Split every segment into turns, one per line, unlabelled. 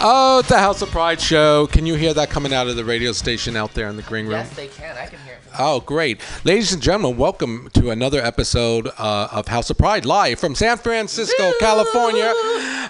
Oh, it's the House of Pride show. Can you hear that coming out of the radio station out there in the green room?
Yes, they can. I can hear it. From
Oh, great. Ladies and gentlemen, welcome to another episode uh, of House of Pride live from San Francisco, California.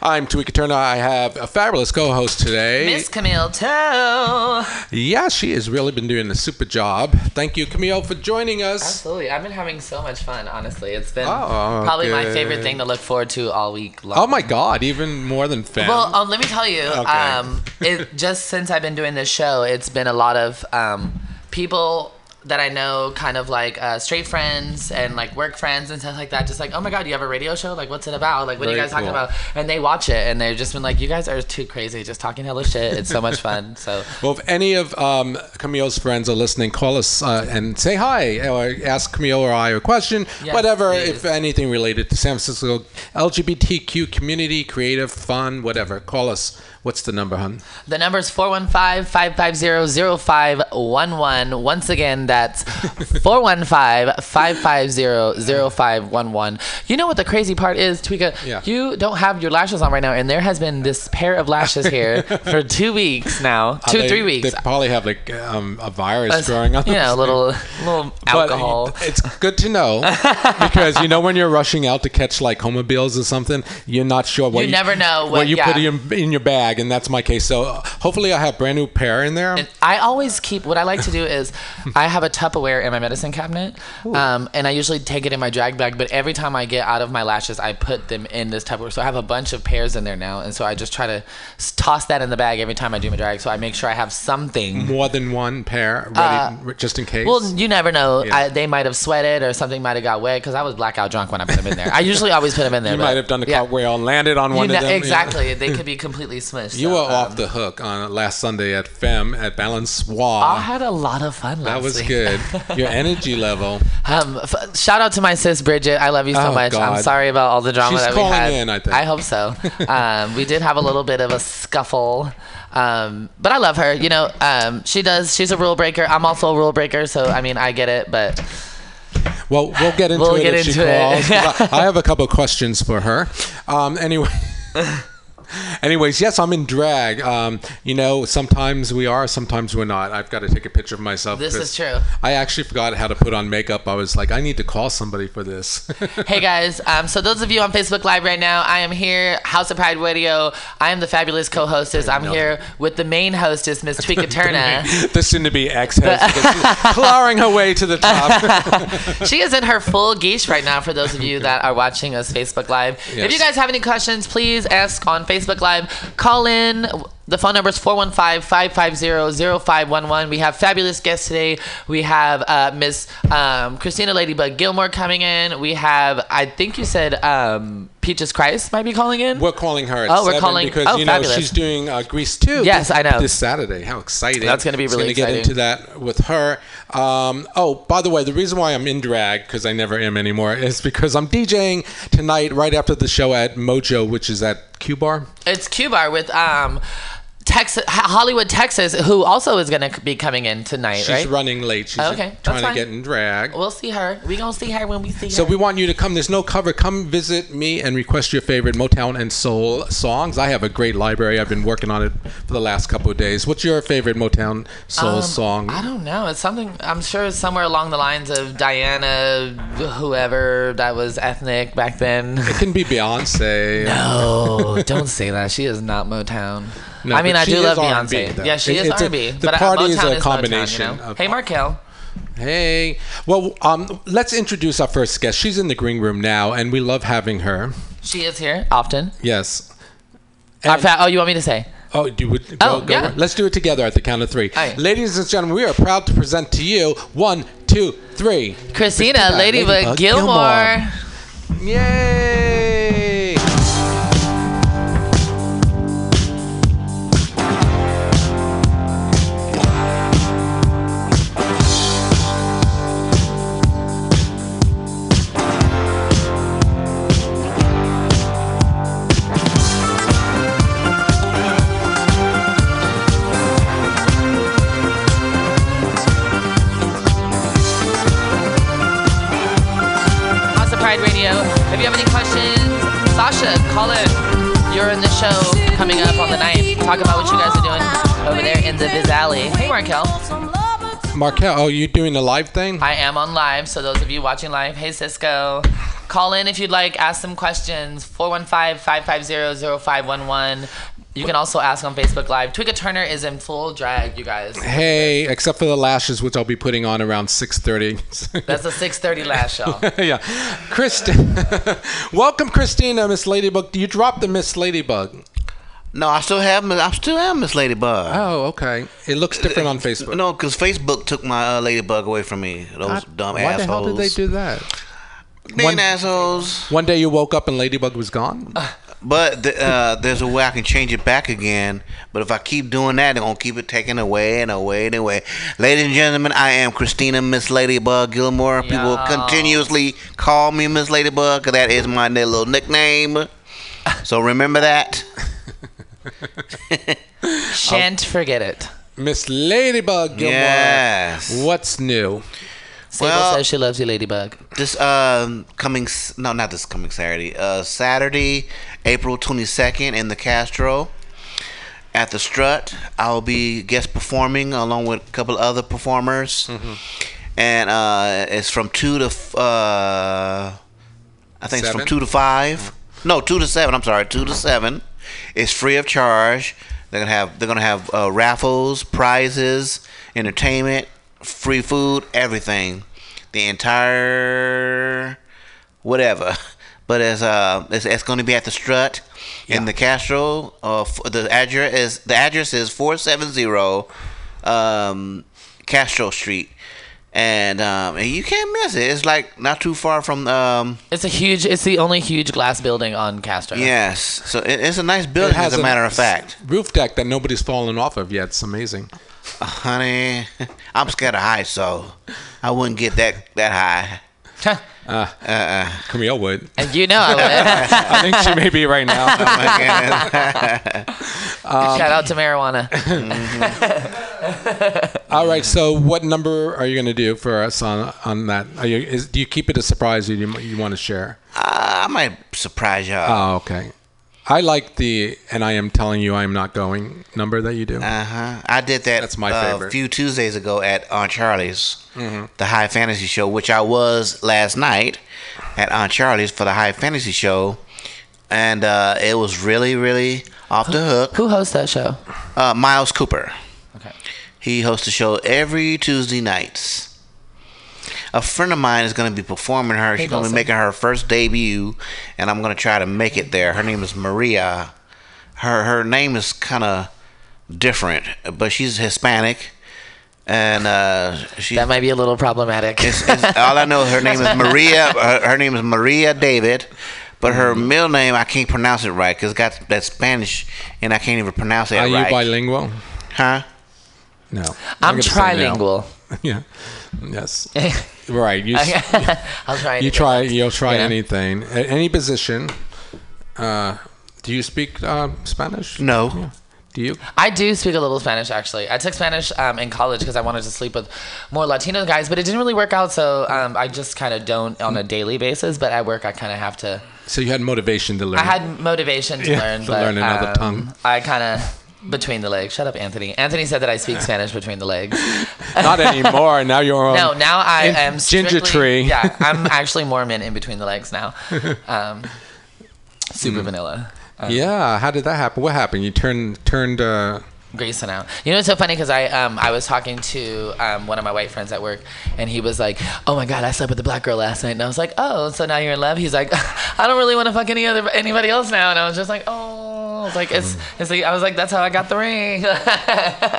I'm Tweeka Turner. I have a fabulous co host today.
Miss Camille Toe.
Yeah, she has really been doing a super job. Thank you, Camille, for joining us.
Absolutely. I've been having so much fun, honestly. It's been
Oh,
probably my
good.
favorite thing to look forward to all week long.
Oh, my God, even more than fans.
Well, um, let me tell you,
Okay.
um, it, just since I've been doing this show, it's been a lot of um, people that I know, kind of like uh, straight friends and like work friends and stuff like that. Just like, oh my god, you have a radio show? Like, what's it about? Like, what are you
Very
guys talking
cool.
about? And they watch it and they've just been like, you guys are too crazy, just talking hella shit. It's so much fun. So
Well, if any of um, Camille's friends are listening, call us uh, and say hi or ask Camille or I a question,
Yes,
whatever,
please.
if anything related to San Francisco LGBTQ community, creative, fun, whatever. Call us. What's the number, hon?
the number is 415 550 0511. Once again, that's 415 550 0511. You know what the crazy part is, Tweeka?
Yeah.
You don't have your lashes on right now, and there has been this pair of lashes here for two weeks now.
Uh,
two,
they-
three weeks.
They probably have like um, a virus
Uh,
growing on
you
them.
know, a little, little
But
alcohol.
It's good to know because you know when you're rushing out to catch like homobiles or something, you're not sure what
You never know
what,
what-
you
yeah.
put in, in your bag, and that's my case. So uh, hopefully, I have brand new pair in there.
And I always keep what I like to do is I have a Tupperware in my medicine cabinet, um, and I usually take it in my drag bag. But every time I get out of my lashes, I put them in this Tupperware. So I have a bunch of pairs in there now, and so I just try to s- toss that in the bag every time I do my drag. So I make sure I have something.
more than one pair ready
Uh,
r- just in case.
Well, you never know.
Yeah.
I, they might have sweated or something might have got wet because I was blackout drunk when I put them in there. I usually always put them in there.
you
but-
might have done the
yeah.
cartwheel and landed on
You
one
know-
of them. yeah.
exactly. They could be completely smushed.
You
so,
were
um,
off the hook on last Sunday at Femme at
I
Balancois.
had a lot of fun. last
That was
week.
good. Your energy level.
Um, f- shout out to my sis Bridget. I love you so
Oh,
much.
God.
I'm sorry about all the drama
She's
that we
calling
had.
in, I think.
hope so. um, we did have a little bit of a scuffle, um, but I love her. You know, um, she does. She's a rule breaker. I'm also a rule breaker, so I mean, I get it. But
Well, we'll get into
We'll
it
get
if she
into it.
calls. 'cause I I have a couple of questions for her. Um, anyway. Anyways, yes, I'm in drag. Um, you know, sometimes we are, sometimes we're not. I've got to take a picture of myself.
This
'cause
is true.
I actually forgot how to put on makeup. I was like, I need to call somebody for this.
hey guys, um, so those of you on Facebook Live right now, I am here, House of Pride Radio. I am the fabulous co-hostess. I'm here with the main hostess, Miss Tweeka Turner.
the soon to be ex husband clawing her way to the top.
she is in her full geesh right now for those of you that are watching us facebook live
Yes.
if you guys have any questions please ask on facebook live call in the phone number is 415-550-0511 we have fabulous guests today we have uh, miss um, christina ladybug gilmore coming in we have i think you said um, peaches christ might be calling in
We're calling her at
Oh, we're
seven
calling-
because
oh,
you know
fabulous.
she's doing uh, Grease too.
Yes, I know.
This Saturday, how exciting!
That's gonna be
It's
really
gonna
exciting.
get into that with her. Um, oh, by the way, the reason why I'm in drag because I never am anymore is because I'm DJing tonight right after the show at Mojo, which is at Q Bar.
It's Cubar with um Texas Hollywood, Texas, who also is going to be coming in tonight,
She's
right? Oh,
running late. She's
Okay, that's
trying to
fine. Oh,
get in drag.
we'll see her. We gonna see her when we see
So
her.
we want you to come. There's no cover. Come visit me and request your favorite Motown and soul songs. I have a great library. I've been working on it for the last couple of days. What's your favorite Motown soul
Um,
song?
I don't know. It's something I'm sure it's somewhere along the lines of Diana, whoever that was ethnic back then.
It can be Beyonce.
Oh, don't say that. She is not Motown.
No,
I mean,
but
I
she
do
is
love
R&B,
Beyonce.
though.
Yeah, she
It-
is
it's a-
R&B.
the
but I-
party is
Motown
a
Motown, you
combination
know?
of-
hey, Markel.
Hey. Well, um, let's introduce our first guest. She's in the green room now, and we love having her.
She is here often.
Yes.
Our fa- oh, you want me to say?
Oh, do we, go,
Oh,
go.
yeah.
Let's do it together at the count of three.
Aye.
Ladies and gentlemen, we are proud to present to you one, two, three.
Christina, Ladybug,
Ladybug
Gilmore.
Gilmore. Yay!
House of Pride Radio. If you have any questions, Sasha, call in. you're in the show coming up on the ninth. Talk about what you guys are doing over there in the Viz Alley. Hey, Markel.
Markel, oh, you doing the live thing?
I am on live, so those of you watching live, hey Cisco. Call in if you'd like, ask some questions. 415 550 0511. You can also ask on Facebook Live. Twigga Turner is in full drag, you guys.
hey, except for the lashes, which I'll be putting on around 6:30.
That's a 6:30 lash, y'all.
yeah, Christine. Welcome, Christina, Miss Ladybug. You dropped the Miss Ladybug.
No, I still have. I still am Miss Ladybug.
Oh, okay. It looks different on Facebook.
No, because Facebook took my uh, Ladybug away from me. Those dumb
Why
assholes.
the hell did they do that?
Being
one-
assholes.
One day you woke up and Ladybug was gone.
But th- uh, there's a way I can change it back again. But if I keep doing that, they're gonna keep it taken away and away and away. Ladies and gentlemen, I am Christina Miss Ladybug Gilmore. People
Yo.
continuously call me Miss Ladybug. 'cause That is my little nickname. So remember that.
Shan't forget it.
Miss Ladybug Gilmore.
Yes.
What's new?
Sable
Well-
says she loves you, Ladybug.
this um coming s- no not this coming Saturday uh Saturday April 22nd in the Castro at the Strut I'll be guest performing along with a couple other performers
Mm-hmm.
and uh it's from 2 to f- uh I think it's
Seven?
from 2 to 5 no 2 to 7 I'm sorry 2 to 7 it's free of charge they're going to have they're going to have uh, raffles prizes entertainment free food everything the entire whatever. But it's uh it's, it's going to be at the Strut in the Castro. Uh, f- the address is the address is four seven zero, um, Castro Street, and um and you can't miss it. It's like not too far from um
It's a huge. It's the only huge glass building on Castro.
yes. So it, it's a nice building as a matter of fact,
roof deck that nobody's fallen off of yet. It's amazing.
honey. I'm scared of heights, so I wouldn't get that that high. Uh,
Camille would.
And you know I would.
I think she may be right now. Um,
Shout out to marijuana.
All right. So, what number are you going to do for us on on that? Are you, is, do you keep it a surprise, or do you, you want to share?
Uh, I might surprise y'all.
Oh, okay. I like the and I am telling you I am not going number that you do.
Uh huh. I did that.
That's my
uh,
favorite.
A few Tuesdays ago at Aunt Charlie's,
Mm-hmm.
the High Fantasy Show, which I was last night at Aunt Charlie's for the High Fantasy Show, and uh, it was really, really off the hook.
Who hosts that show?
Uh, Miles Cooper,
Okay.
he hosts a show every Tuesday nights. A friend of mine is going to be performing her. She's going to
Dawson.
be making her first debut, and I'm going to try to make it there. Her name is Maria. Her her name is kind of different, but she's Hispanic, and uh, she.
That might be a little problematic.
it's, it's, all I know, her name is Maria. Her, her name is Maria David, but her
Mm-hmm.
middle name I can't pronounce it right because it's got that Spanish, and I can't even pronounce it
are you
right.
bilingual?
huh?
No.
I'm
gonna say no.
trilingual.
yeah. Yes. right. You s-
I'll try.
you try you'll try
Yeah.
anything at any position. Uh, do you speak uh, Spanish?
No.
Do you?
I do speak a little Spanish, actually. I took Spanish um, in college because I wanted to sleep with more Latino guys, but it didn't really work out. So um, I just kind of don't on a daily basis. But at work, I kind of have to.
So you had motivation to learn.
I had motivation to
Yeah,
learn,
to
but
learn another
um,
tongue.
I kind of between the legs. Shut up, Anthony. Anthony said that I speak Spanish between the legs.
Not anymore. Now you're on.
No, now I
in-
am
Um, ginger
strictly-
tree.
Yeah, I'm actually Mormon in between the legs now. Um, super vanilla.
Mm. Uh,
Um,
Yeah. How did that happen? What happened? You turned turned. Uh,
Grayson out. You know, it's so funny because I um I was talking to um one of my white friends at work, and he was like, "Oh my God, I slept with a black girl last night," and I was like, "Oh, so now you're in love?" He's like, "I don't really want to fuck any other anybody else now," and I was just like, "Oh." I was like
Um,
it's, it's like, I was like, that's how I got the ring.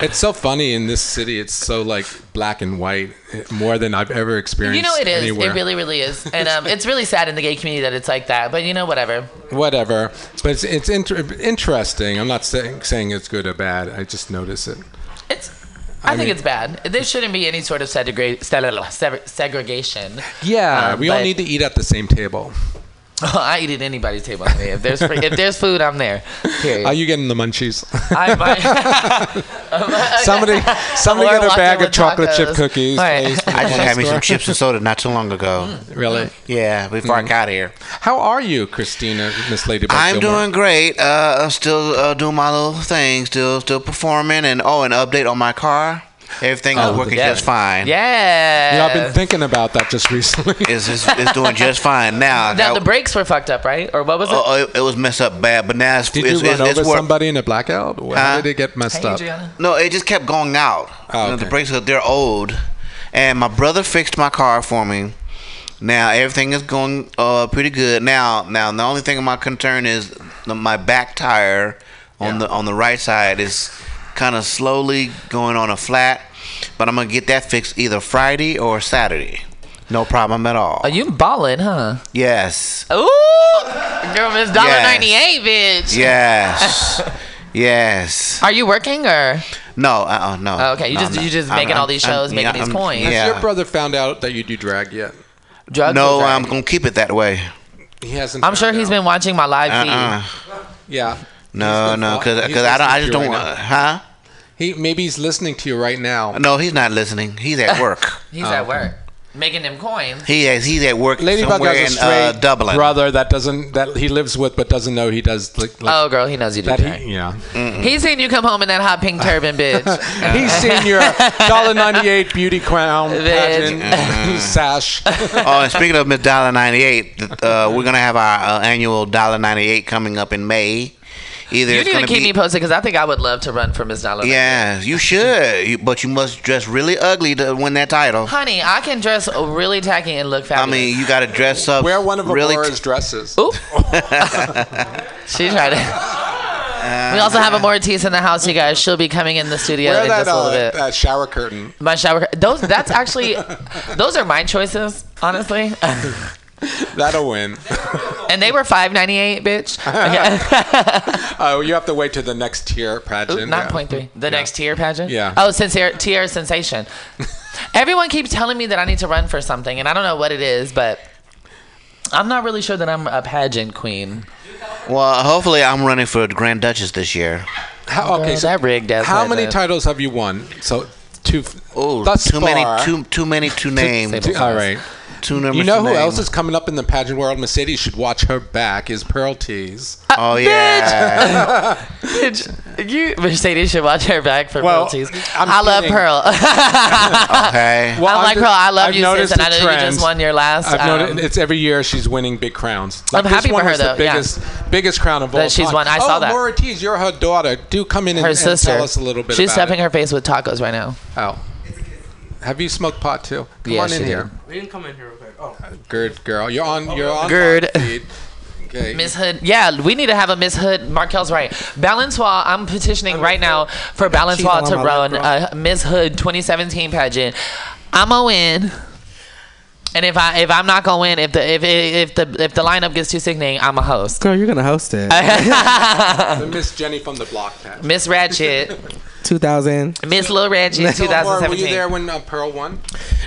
It's so funny in this city. It's so like black and white eh, more than I've ever experienced.
you know, it is.
Anywhere.
It really, really is. And um, it's really sad in the gay community that it's like that. But you know, whatever.
Whatever, but it's it's inter- interesting. I'm not saying saying it's good or bad. I just notice it.
It's. I, think
mean-
it's bad. There shouldn't be any sort of segregation.
Yeah,
Um,
Uh, we all
but-
need to eat at the same table.
I eat at anybody's table. I mean, if there's free, if there's food, I'm there. Period.
Are you getting the munchies?
I might.
somebody, somebody
Laura
get a
walked
bag
in
of
with
chocolate chip
tacos.
cookies,
All right.
please.
I just had me some chips and soda not too long ago.
Mm.
Really? Mm.
Yeah, before I got here.
How are you, Christina, Miss Lady?
I'm doing great. Uh, I'm still uh, doing my little thing. Still, still performing. And oh, an update on my car. Everything
Oh,
is working
yeah.
just fine.
yeah.
You know, I've been thinking about that just recently.
It's, it's, it's doing just fine now.
now
I-
the brakes were fucked up, right? Or what was it?
oh, oh, it, it was messed up bad, but now it's
Did
it's,
you run
it's, it's
over
work-
somebody in a blackout? How
Huh?
did it get messed
hey,
up?
Adriana.
No, it just kept going out.
Oh,
You know,
okay.
the brakes they're old, and my brother fixed my car for me. Now everything is going uh, pretty good. Now, now the only thing of my concern is the, my back tire on the on the right side is kind of slowly going on a flat, but I'm gonna get that fixed either Friday or Saturday. No problem at all.
Are Oh, you balling, huh?
yes,
Ooh, girl, Miss Dollar
uh, Yes.
ninety eight, bitch.
yes, yes.
Are you working or?
No, uh, uh no.
Oh, okay. You
no,
just-
no.
you just making all these shows, making these coins.
Has
Yeah.
your brother found out that you do drag yet?
Drugs
No,
or drag?
I'm gonna keep it that way.
He hasn't.
I'm sure
he's
he's been watching my live feed.
Uh-uh.
Yeah.
No,
He's been
no,
wa-
because
he's
because I don't. I just
listening
don't.
to you
want
right
huh?
He maybe he's listening to you right now. Oh.
No, he's not listening. He's at work. Oh,
He's at work making them coins.
he is. He's at work
Ladybug
somewhere
has a
in
straight
uh, Dublin.
brother that doesn't that he lives with but doesn't know he does like, like
Oh, girl, he knows you do
that.
that.
He, yeah.
Hmm.
He's seen you come home in that hot pink turban, bitch.
He's seen your dollar ninety eight beauty crown
Bitch.
pageant sash.
oh, and speaking of Miss Dollar ninety eight, uh, we're gonna have our uh, annual Dollar ninety eight coming up in May. Either
You
it's
need to
gonna
keep
be,
me posted because I think I would love to run for Miss Dollar.
Yes, you should. You, but you must dress really ugly to win that title.
Honey, I can dress really tacky and look
I
fabulous.
mean, you got to dress up.
Wear one of
really
Aurora's
t-
dresses.
Oop. she tried it. We also have a Mortise in the house, you guys. She'll be coming in the studio
Wear
in
that,
just a
uh,
little bit.
that shower curtain.
My shower. Those. That's actually. those are my choices, honestly.
That'll win.
and they were five ninety eight, bitch. Okay.
Oh, you have to wait to the next tier pageant.
Not
yeah.
point three. The next tier pageant.
Yeah.
Oh, sincere tier sensation. Everyone keeps telling me that I need to run for something, and I don't know what it is, but I'm not really sure that I'm a pageant queen.
well, hopefully, I'm running for Grand Duchess this year.
How, okay,
Girl,
so
that rigged ass
how
right
many
there.
titles have you won? So two.
Oh,
thus
too
far-
many, too too many, too named,
Sable.
All right.
too numerous.
You know
to
who
name.
else is coming up in the pageant world? Mercedes should watch her back. Is Pearl Tease?
Uh,
Oh yeah.
Bitch, you Mercedes should watch her back for
Well,
royalties.
I'm
I love
kidding.
Pearl.
Okay.
Well,
I'm
I'm
like
just-
Pearl. I love
I've
you, sis,
noticed
and I
the
know you
trends.
just won your last.
I've
um,
noticed it's every year she's winning big crowns. Like
I'm
this
happy for
one
her,
was the
though, yeah.
Biggest, biggest crown of all
she's
time.
won. I saw
oh,
that.
Laura Tease, you're her daughter. Do come in and,
her
and
sister.
tell us a little bit.
She's
about
stuffing
it.
her face with tacos right now.
Oh. Have you smoked pot too? Come
Yeah,
on
she
in
did.
here,
We didn't come in here real quick. Oh,
Gerd girl. You're on. You're on.
Gerd.
live feed. Okay.
Miss Hood, yeah, we need to have a Miss Hood. Markel's right. Balancois, I'm petitioning right now for Balancois to run a Miss Hood 2017 pageant. I'ma win. And if I if I'm not gonna win, if the if if the if the lineup gets too sickening, I'm a host.
girl, you're gonna host it.
The Miss Jenny from the block pageant.
Miss Ratchet,
2000.
Miss Lil Ratchet,
Tell Laura, were you
2017.
there when uh, Pearl won?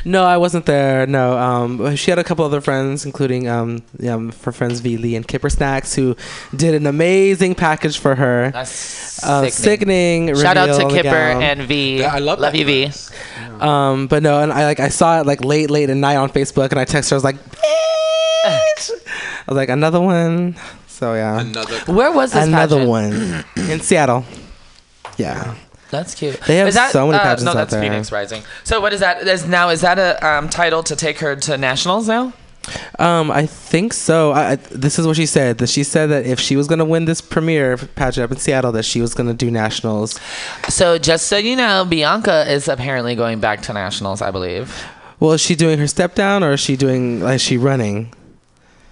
No, I wasn't there. No, um, she had a couple other friends, including um, um, for friends V Lee and Kipper Snacks, who did an amazing package for her.
That's
Uh,
sickening.
sickening.
Shout out to
reveal
Kipper
gown.
and V.
Yeah, I love
love
that
you, V.
dress.
Um, but no, and I like I saw it like late, late at night on Facebook, and I texted her. I was like, "Bitch!" I was like, "Another one." So yeah,
Another.
Where was this
another
pageant?
one in Seattle. Yeah.
That's cute.
They have
Is that-
so many
uh,
pageants
no,
out
that's
there.
Phoenix Rising. So what is that? Is now is that a um, title to take her to nationals now?
Um, I think so. I, I, this is what she said. That she said that if she was gonna win this premiere pageant up in Seattle, that she was gonna do nationals.
So just so you know, Bianca is apparently going back to nationals, I believe.
Well, is she doing her step down, or is she doing like she running?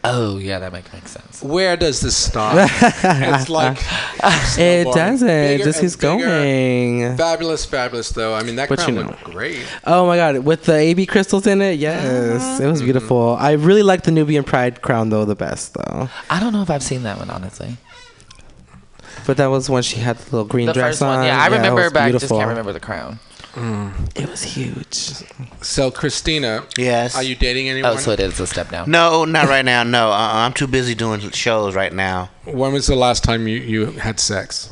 Oh yeah, that makes makes sense.
Where does this stop? it's like
It
snowballing.
doesn't.
Bigger
It just
and
keeps
bigger.
going.
Fabulous, fabulous though. I mean, that
But
crown
you know.
looked great.
Oh my God, with the AB crystals in it. Yes,
Uh-huh.
it
Mm-hmm.
was beautiful. I really like the Nubian Pride crown though the best though.
I don't know if I've seen that one honestly.
But that was when she had the little green
The
dress
first one,
on.
yeah, I
it
remember,
was
but I just
beautiful. Mm.
can't remember the crown.
It was huge.
So, Christina,
Yes.
are you dating anyone?
Oh, so it is a step down.
No, not right now. No, uh, I'm too busy doing shows right now.
when was the last time you, you had sex?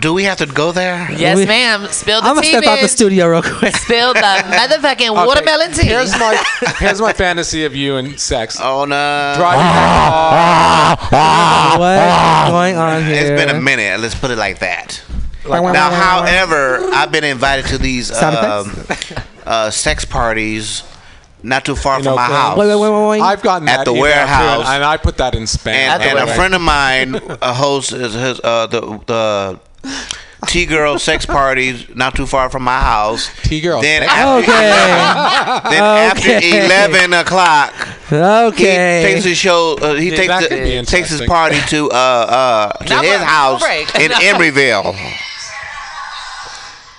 Do we have to go there?
Yes,
We-
ma'am. Spill the
I'm gonna
tea.
step out the
bitch.
studio real quick.
Spill the motherfucking watermelon tea.
Here's my here's my fantasy of you and sex.
Oh no.
Driving
What's going on here?
It's been a minute. Let's put it like that.
Wah, wah,
Now,
wah, wah, wah.
however, I've been invited to these
Sound
um, uh, sex parties not too far
You
from
know,
my
uh,
house.
Wait, wait, wait, wait, wait.
I've gotten
At
that
the
email, too,
warehouse.
and I put that in spam.
and,
That's
and
right.
a friend of mine uh, hosts his, his, uh, the the T girl sex parties not too far from my house.
T-girl
Then
sex
after,
Okay.
then
Okay.
after eleven o'clock, he
Okay.
takes his show. Uh, he
Yeah, that
takes
could
the,
be
takes his
interesting.
party to uh uh to
Now
his
we're-
house
break.
in Emeryville.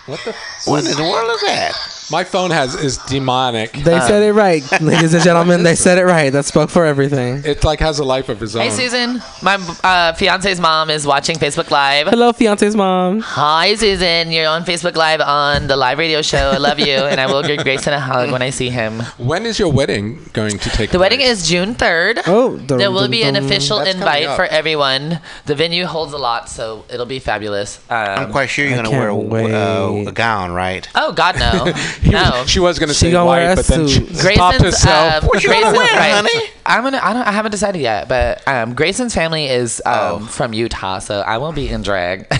What the?
What in the world is that?
My phone has is demonic. Uh,
they
Uh,
said it right, ladies and gentlemen. They said it right. That spoke for everything.
It like has a life of its own.
Hey, Susan. My uh, fiance's mom is watching Facebook Live.
Hello, fiance's mom.
Hi, Susan. You're on Facebook Live on the live radio show. I love you, and I will give Grayson a hug when I see him.
When is your wedding going to take?
The wedding is June 3rd.
Oh, dum,
there will
dum,
be an
dum.
official
That's coming
invite
up.
for everyone. The venue holds a lot, so it'll be fabulous.
I'm
Um,
quite sure you're
I
gonna wear
can't
a,
wait.
uh, a gown, right?
oh God, no,
He was-
no.
She was gonna
She
say
gonna wear
white,
a
but then she
suit.
stopped
Grayson's,
herself.
um,
What you gonna
Grayson's-
wear,
right.
honey?
I'm gonna. I don't. I haven't decided yet, but um, Grayson's family is um,
Oh.
from Utah, so I won't be in drag.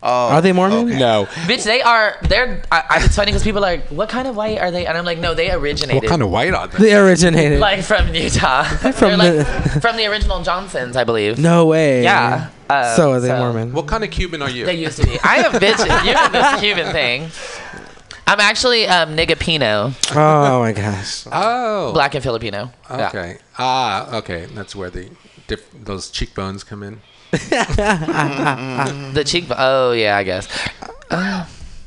Oh,
Are they Mormon?
no.
Bitch, they are. They're. I, I, it's funny because people are like, "What kind of white are they?" And I'm like, "No, they originated."
What kind of white are they?
They originated.
like from Utah,
from
from like,
the-
from the original Johnsons, I believe.
no way.
Yeah. Um,
so are they Mormon?
What kind of Cuban are
They
you?
used to be. I am bitch. You have this Cuban thing. I'm actually um, Nigapino,
Oh my gosh.
Oh.
black and Filipino. Yeah.
Okay. Ah. Okay. That's where the diff- those cheekbones come in.
The cheek. Oh yeah, I guess.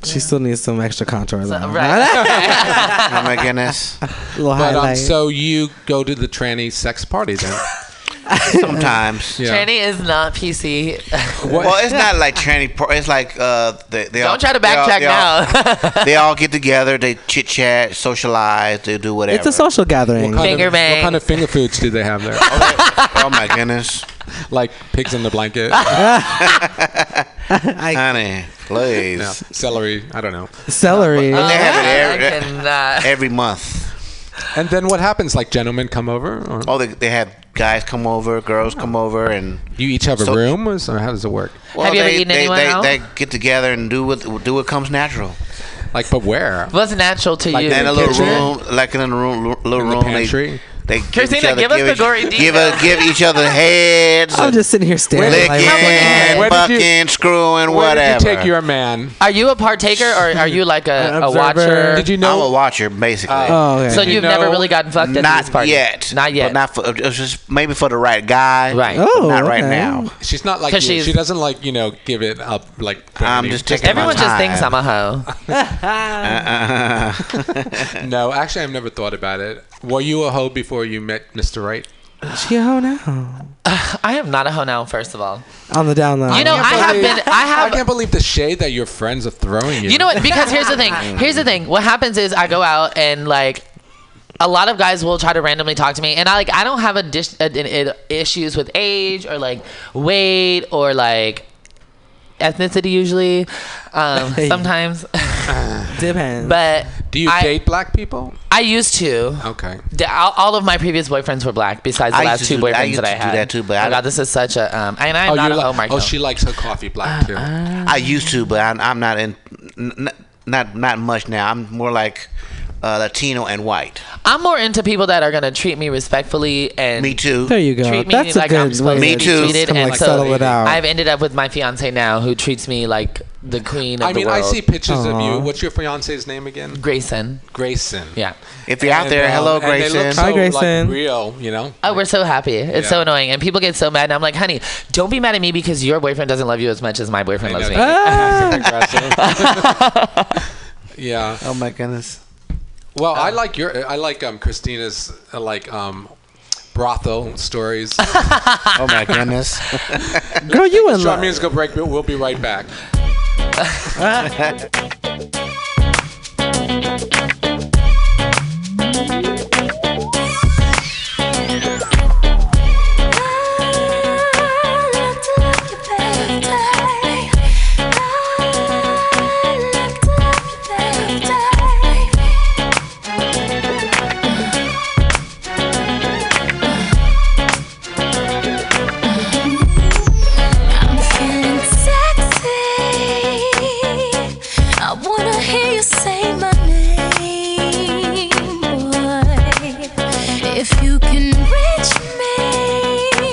She still needs some extra contour though.
Right.
Oh my goodness.
Little
But um,
highlight.
so you go to the tranny sex party then?
Sometimes.
Yeah.
Tranny is not PC.
What-
Well, it's not like tranny. Par- it's like uh, they, they all
Don't try to
they all-
backtrack
they all-
now.
they all get together. They chit chat, socialize. They do whatever.
it's a social gathering.
What kind,
Finger
of, what
bang.
kind of finger foods do they have there?
oh my goodness,
like pigs in the blanket,
I,
honey, please.
no, celery. I don't know.
celery.
Oh, They have
I
it every,
cannot.
every month.
And then what happens? Like gentlemen come over, or
Oh, they, they have guys come over, girls come over, and
you each have a
So-
room, or so how does it work?
well,
Have you ever
they,
eaten
they,
anyone
they,
out?
they get together and do what do what comes natural.
Like, but where?
What's natural to
Like
you?
In
And
the
a little
kitchen?
room, like in a room, little
In the
room,
pantry?
they, they give
Christina,
each other,
give us the
each-
gory
give us, give each other heads,
I'm
and
just sitting here staring.
Wait,
like,
wait,
licking,
where did you-
fucking, screwing,
Where
whatever.
did you take your man?
Are you a partaker or are you like a,
An
a watcher?
observer.
Did you
I'm a
know?
watcher, basically.
oh, okay.
so
Did
you've
you
never
know-
really gotten fucked at
not
these parties?
yet.
Not yet.
But not for, it was just maybe for the right guy.
Right.
but
Oh,
not right
okay.
now.
She's not like you.
'Cause she's-
She doesn't like you know give it up like.
I'm
brandy.
just taking
Everyone
my
just
time.
thinks I'm a hoe.
Um, no. Actually, I've never thought about it. Were you a hoe before you met Mr. Right?
She a hoe now.
I am not a hoe now, first of all.
On the down low.
You know, I have been. I
I
have.
can't believe the shade that your friends are throwing you.
You know what? Because here's the thing. Here's the thing. What happens is I go out and like. A lot of guys will try to randomly talk to me, and I like I don't have a dis- a, a, a- issues with age or like weight or like ethnicity usually, um, sometimes.
depends.
But
Do you
I,
date black people?
I used to.
Okay.
The- all, all of my previous boyfriends were black, besides the
I used
last
to
two
do- I
boyfriends
used
that I
to do
had.
that too, but
oh
I-
God, this is such a um, and I'm not a
you like-
hoe, Marco.
oh, she likes her coffee
Uh,
black too.
Uh, I used to, but I'm, I'm not in. N- n- not not much now. I'm more like uh, Latino and white.
I'm more into people that are gonna treat me respectfully and
Me too.
there you go.
treat me
That's
like
a
I'm
good way
supposed
Me
to be
too.
treated,
Kinda
and
like
so
settle it out.
I've ended up with my fiance now, who treats me like the queen of
I mean,
the
I
world.
see pictures of you.
Aw.
What's your fiance's name again?
Grayson.
Grayson.
Yeah.
If you're out there,
And, um,
hello,
and they look
Grayson.
so,
Hi,
like,
Grayson.
real, you know.
Oh, we're so happy. It's so
Yeah.
annoying, and people get so mad. And I'm like, honey, don't be mad at me because your boyfriend doesn't love you as much as my boyfriend
I
loves
know
me.
that.
Ah,
Yeah.
oh my goodness.
Well,
Uh,
I like your, I like um Christina's uh, like um brothel stories.
Oh my goodness.
girl, you in
Short
love.
musical break. but We'll be right back.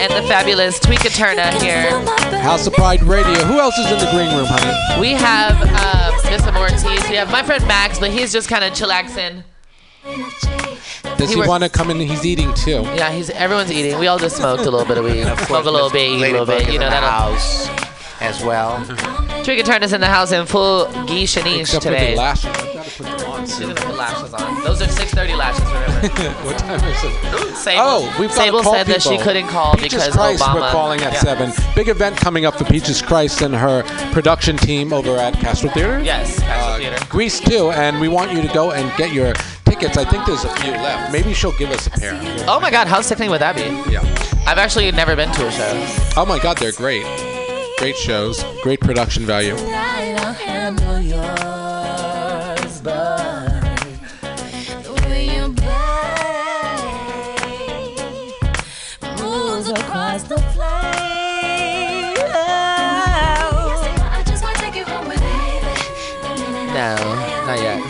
the fabulous Tweeka Turner here.
House of Pride Radio. Who else is in the green room, honey?
We have uh, Miss Amor Ortiz. We have my friend Max, but he's just kind of chillaxing.
Does
He
he
works-
want to come in? He's eating too.
Yeah, he's everyone's eating. We all just smoked a little bit of weed. Smoke a little bit, eat a little
Ladybug is
bit. You
in
know
the
that.
house as well.
Tweeka Turner's in the house in full gi shaniche
Except for
today.
the lashes. I've got to put them on
She's
soon.
gonna put lashes on. Those are 6:30 lashes. Remember.
What time is it?
Sable,
Oh, we've got to
Sable
call
said that she
people.
couldn't call
Peaches
because
Christ,
Obama.
we're calling at
Yeah.
7. Big event coming up for Peaches Christ and her production team over at Castle Theater. Uh,
Yes, Castle Theater.
Greece too, and we want you to go and get your tickets. I think there's a few left. Maybe she'll give us a pair.
Oh my God, how sickening would that be?
Yeah.
I've actually never been to a show.
Oh my God, they're great. Great shows, great production value.
Across the plane. I just want to take you home with me.
No, not yet.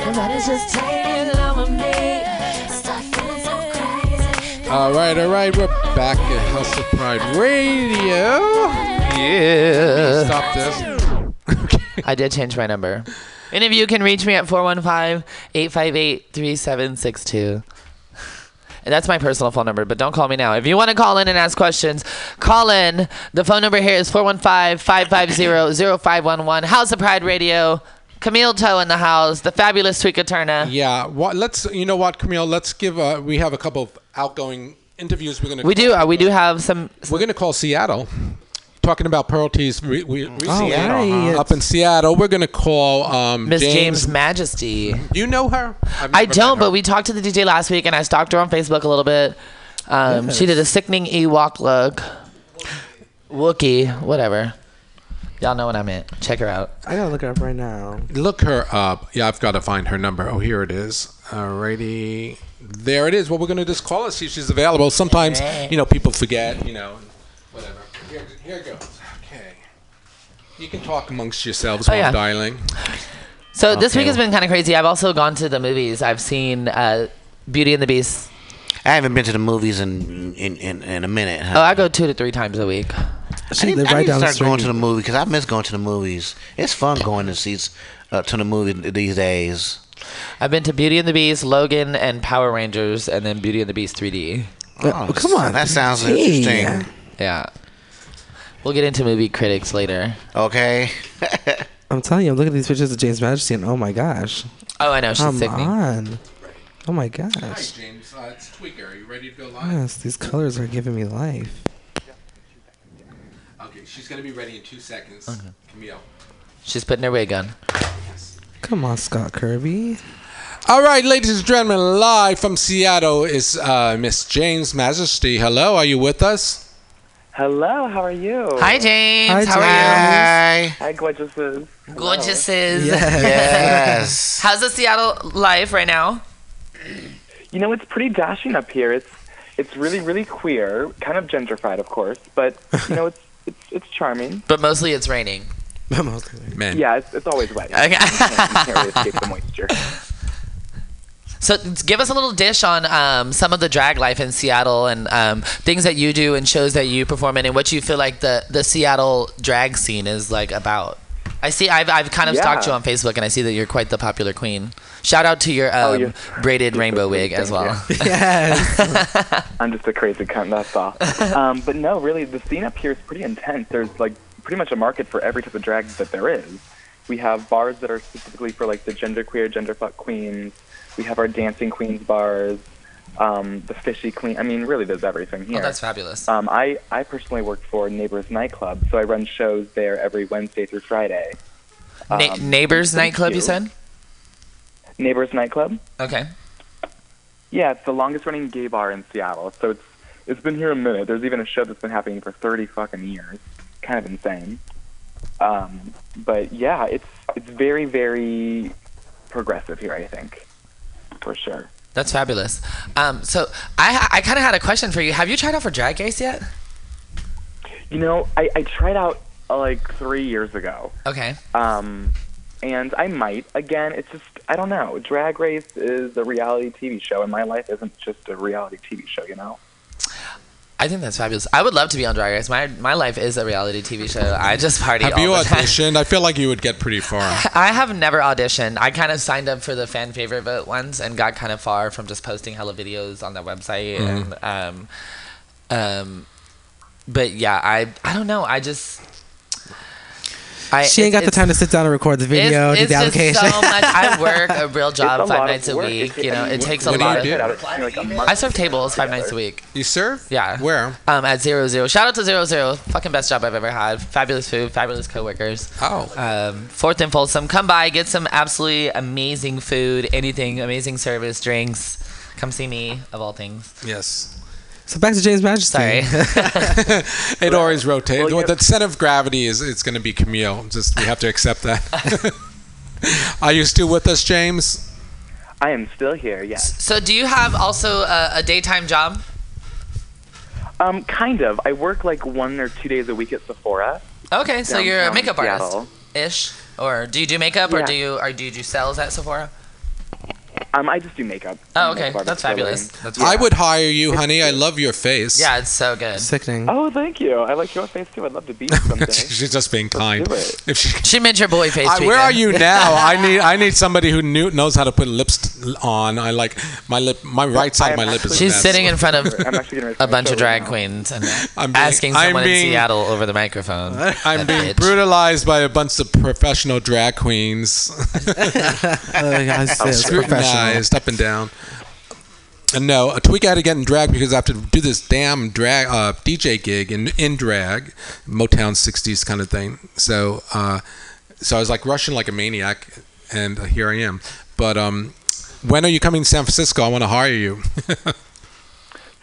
Nobody's just taking love with me. Start feeling so crazy.
All right, all right, we're back at House of Pride Radio.
Yeah.
Stop this.
I did change my number. Any of you can reach me at 415-858-3762. And that's my personal phone number, but don't call me now. If you want to call in and ask questions, call in. The phone number here is 415-550-0511. House of Pride Radio. Camille Toe in the house. The fabulous Tweeka Turner.
Yeah, what, let's. You know what, Camille? Let's give. Uh, we have a couple of outgoing interviews. We're gonna.
We do. Uh, we do have some.
We're gonna call Seattle. Talking about Pearl Tea's re- re- recent
right.
up in Seattle. We're gonna call um,
Miss James, Majesty.
You know her? I've
I
never
don't,
met
but
her.
we talked to the DJ last week, and I stalked her on Facebook a little bit. Um, She did a sickening Ewok look. Wookie, whatever. Y'all know what I meant. Check her out.
I gotta look it up right now.
Look her up. Yeah, I've got to find her number. Oh, here it is. Alrighty. There it is. Well, we're going to just call her, see if she's available. Sometimes, you know, people forget, you know, whatever. Here, here it goes. Okay. You can talk amongst yourselves while
Oh, yeah.
I'm dialing.
So this week
Okay.
has been kind of crazy. I've also gone to the movies. I've seen uh, Beauty and the Beast.
I haven't been to the movies in in, in, in a minute. Huh?
Oh, I go two to three times a week.
She
I need,
lived
I
right
need
down
to
the
start going to
street.
the movie because I miss going to the movies. It's fun going to see uh, to the movie these days.
I've been to Beauty and the Beast, Logan, and Power Rangers, and then Beauty and the Beast 3D.
Uh, come on.
Oh, that sounds
Gee.
interesting.
Yeah. We'll get into movie critics later.
Okay,
I'm telling you, I'm looking at these pictures of James Majesty, and oh my gosh,
Oh, I know. She's
come
sickening.
on. Oh my gosh.
James. Uh, it's Tweaker. Are you ready to go live?
Yes, these colors are giving me life.
Okay, she's going to be ready in two seconds. Camille.
She's putting her wig on.
Come on, Scott Kirby.
All right, ladies and gentlemen, live from Seattle is uh, Miss James Majesty. Hello, are you with us?
Hello, how are you?
Hi, James.
Hi,
How are
hi.
Hi, gorgeouses.
you? Gorgeouses.
Yes,
How's the Seattle life right now?
You know, it's pretty dashing up here. It's it's really, really queer, kind of gentrified, of course, but you know, it's it's, it's charming.
But mostly it's raining.
Man.
Yeah, it's, it's always wet.
Okay.
You can't, you can't really escape the moisture.
So t- give us a little dish on um, some of the drag life in Seattle and um, things that you do and shows that you perform in and what you feel like the, the Seattle drag scene is like about. I see. I've, I've kind of
Yeah.
stalked you on Facebook, and I see that you're quite the popular queen. Shout out to your um,
Oh, you're-
braided rainbow wig
Thank
as well.
Yes.
I'm just a crazy cunt, that's all. Um, but no, really, the scene up here is pretty intense. There's like pretty much a market for every type of drag that there is. We have bars that are specifically for like the genderqueer, genderfuck queens. We have our dancing queens bars, um, the fishy queen. I mean, really, there's everything here.
Oh, that's fabulous.
Um, I, I personally work for Neighbors Nightclub, so I run shows there every Wednesday through Friday.
Na-
um,
neighbors
thank
nightclub, you
you.
said?
Neighbors Nightclub?
Okay.
Yeah, it's the longest running gay bar in Seattle, so it's it's been here a minute. There's even a show that's been happening for 30 fucking years. Kind of insane. Um, but yeah, it's it's very, very progressive here, I think, for sure.
That's fabulous. Um, so I I kind of had a question for you. Have you tried out for drag race yet?
You know, I, I tried out uh, like three years ago.
Okay.
Um, and I might again. It's just I don't know. Drag Race is a reality TV show, and my life isn't just a reality TV show. You know.
I think that's fabulous. I would love to be on Drag Race. My my life is a reality TV show. I just party.
Have
all
you
the time.
auditioned? I feel like you would get pretty far.
I have never auditioned. I kind of signed up for the fan favorite vote once and got kind of far from just posting hella videos on that website.
Mm-hmm.
And, um, um, but yeah, I I don't know. I just I
She ain't
it's-
got the
it's-
time to sit down and record the video,
It's,
do
it's
the application.
just so much. I work a real job
It's a
five
lot of
nights a
work.
week.
It-
You know,
I mean,
it
what-
takes a
what do
lot
you
of.
do?
I serve tables five nights a week.
You serve?
Yeah.
Where?
Um, at zero zero. Shout out to zero zero. Fucking best job I've ever had. Fabulous food, fabulous coworkers.
Oh.
Um, fourth and Folsom. Come by, get some absolutely amazing food, anything, amazing service, drinks. Come see me, of all things.
Yes.
so back to James Majesty.
Sorry.
It always rotates.
well,
Well,
yeah.
The center of gravity is it's going to be Camille. Just we have to accept that. Are you still with us, James?
I am still here. Yes.
so, do you have also a, a daytime job?
Um, kind of. I work like one or two days a week at Sephora.
Okay, so you're a
downtown
makeup artist
Seattle.
ish, or do you do makeup, or
Yeah.
do you or do you do sales at Sephora?
Um, I just do makeup.
Oh,
I'm a
okay,
makeup
that's
artist for a
fabulous.
living.
That's
I would hire you, honey. I love your face.
yeah, it's so good.
Sickening.
Oh, thank you. I like your face too. I'd love to be you someday.
She's just being kind.
do it.
If she,
She meant your boy face.
I, where are
treatment.
you now? I need I need somebody who knew, knows how to put lips on. I like my lip, my right side of my
am
lip is.
actually-
a
She's
mess.
sitting in front
I'm
of
actually gonna
a bunch of drag queens and
I'm being-
asking
I'm
someone
being-
in Seattle over the microphone.
I'm
That
being
bitch.
brutalized by a bunch of professional drag queens,
Oh
Uh,
my God, it's- it's professional.
scrutinized up and down. And no, a tweak out again in drag because I have to do this damn drag uh, DJ gig in in drag, Motown '60s kind of thing. So, uh, so I was like rushing like a maniac, and here I am. But um, when are you coming to San Francisco? I want to hire you.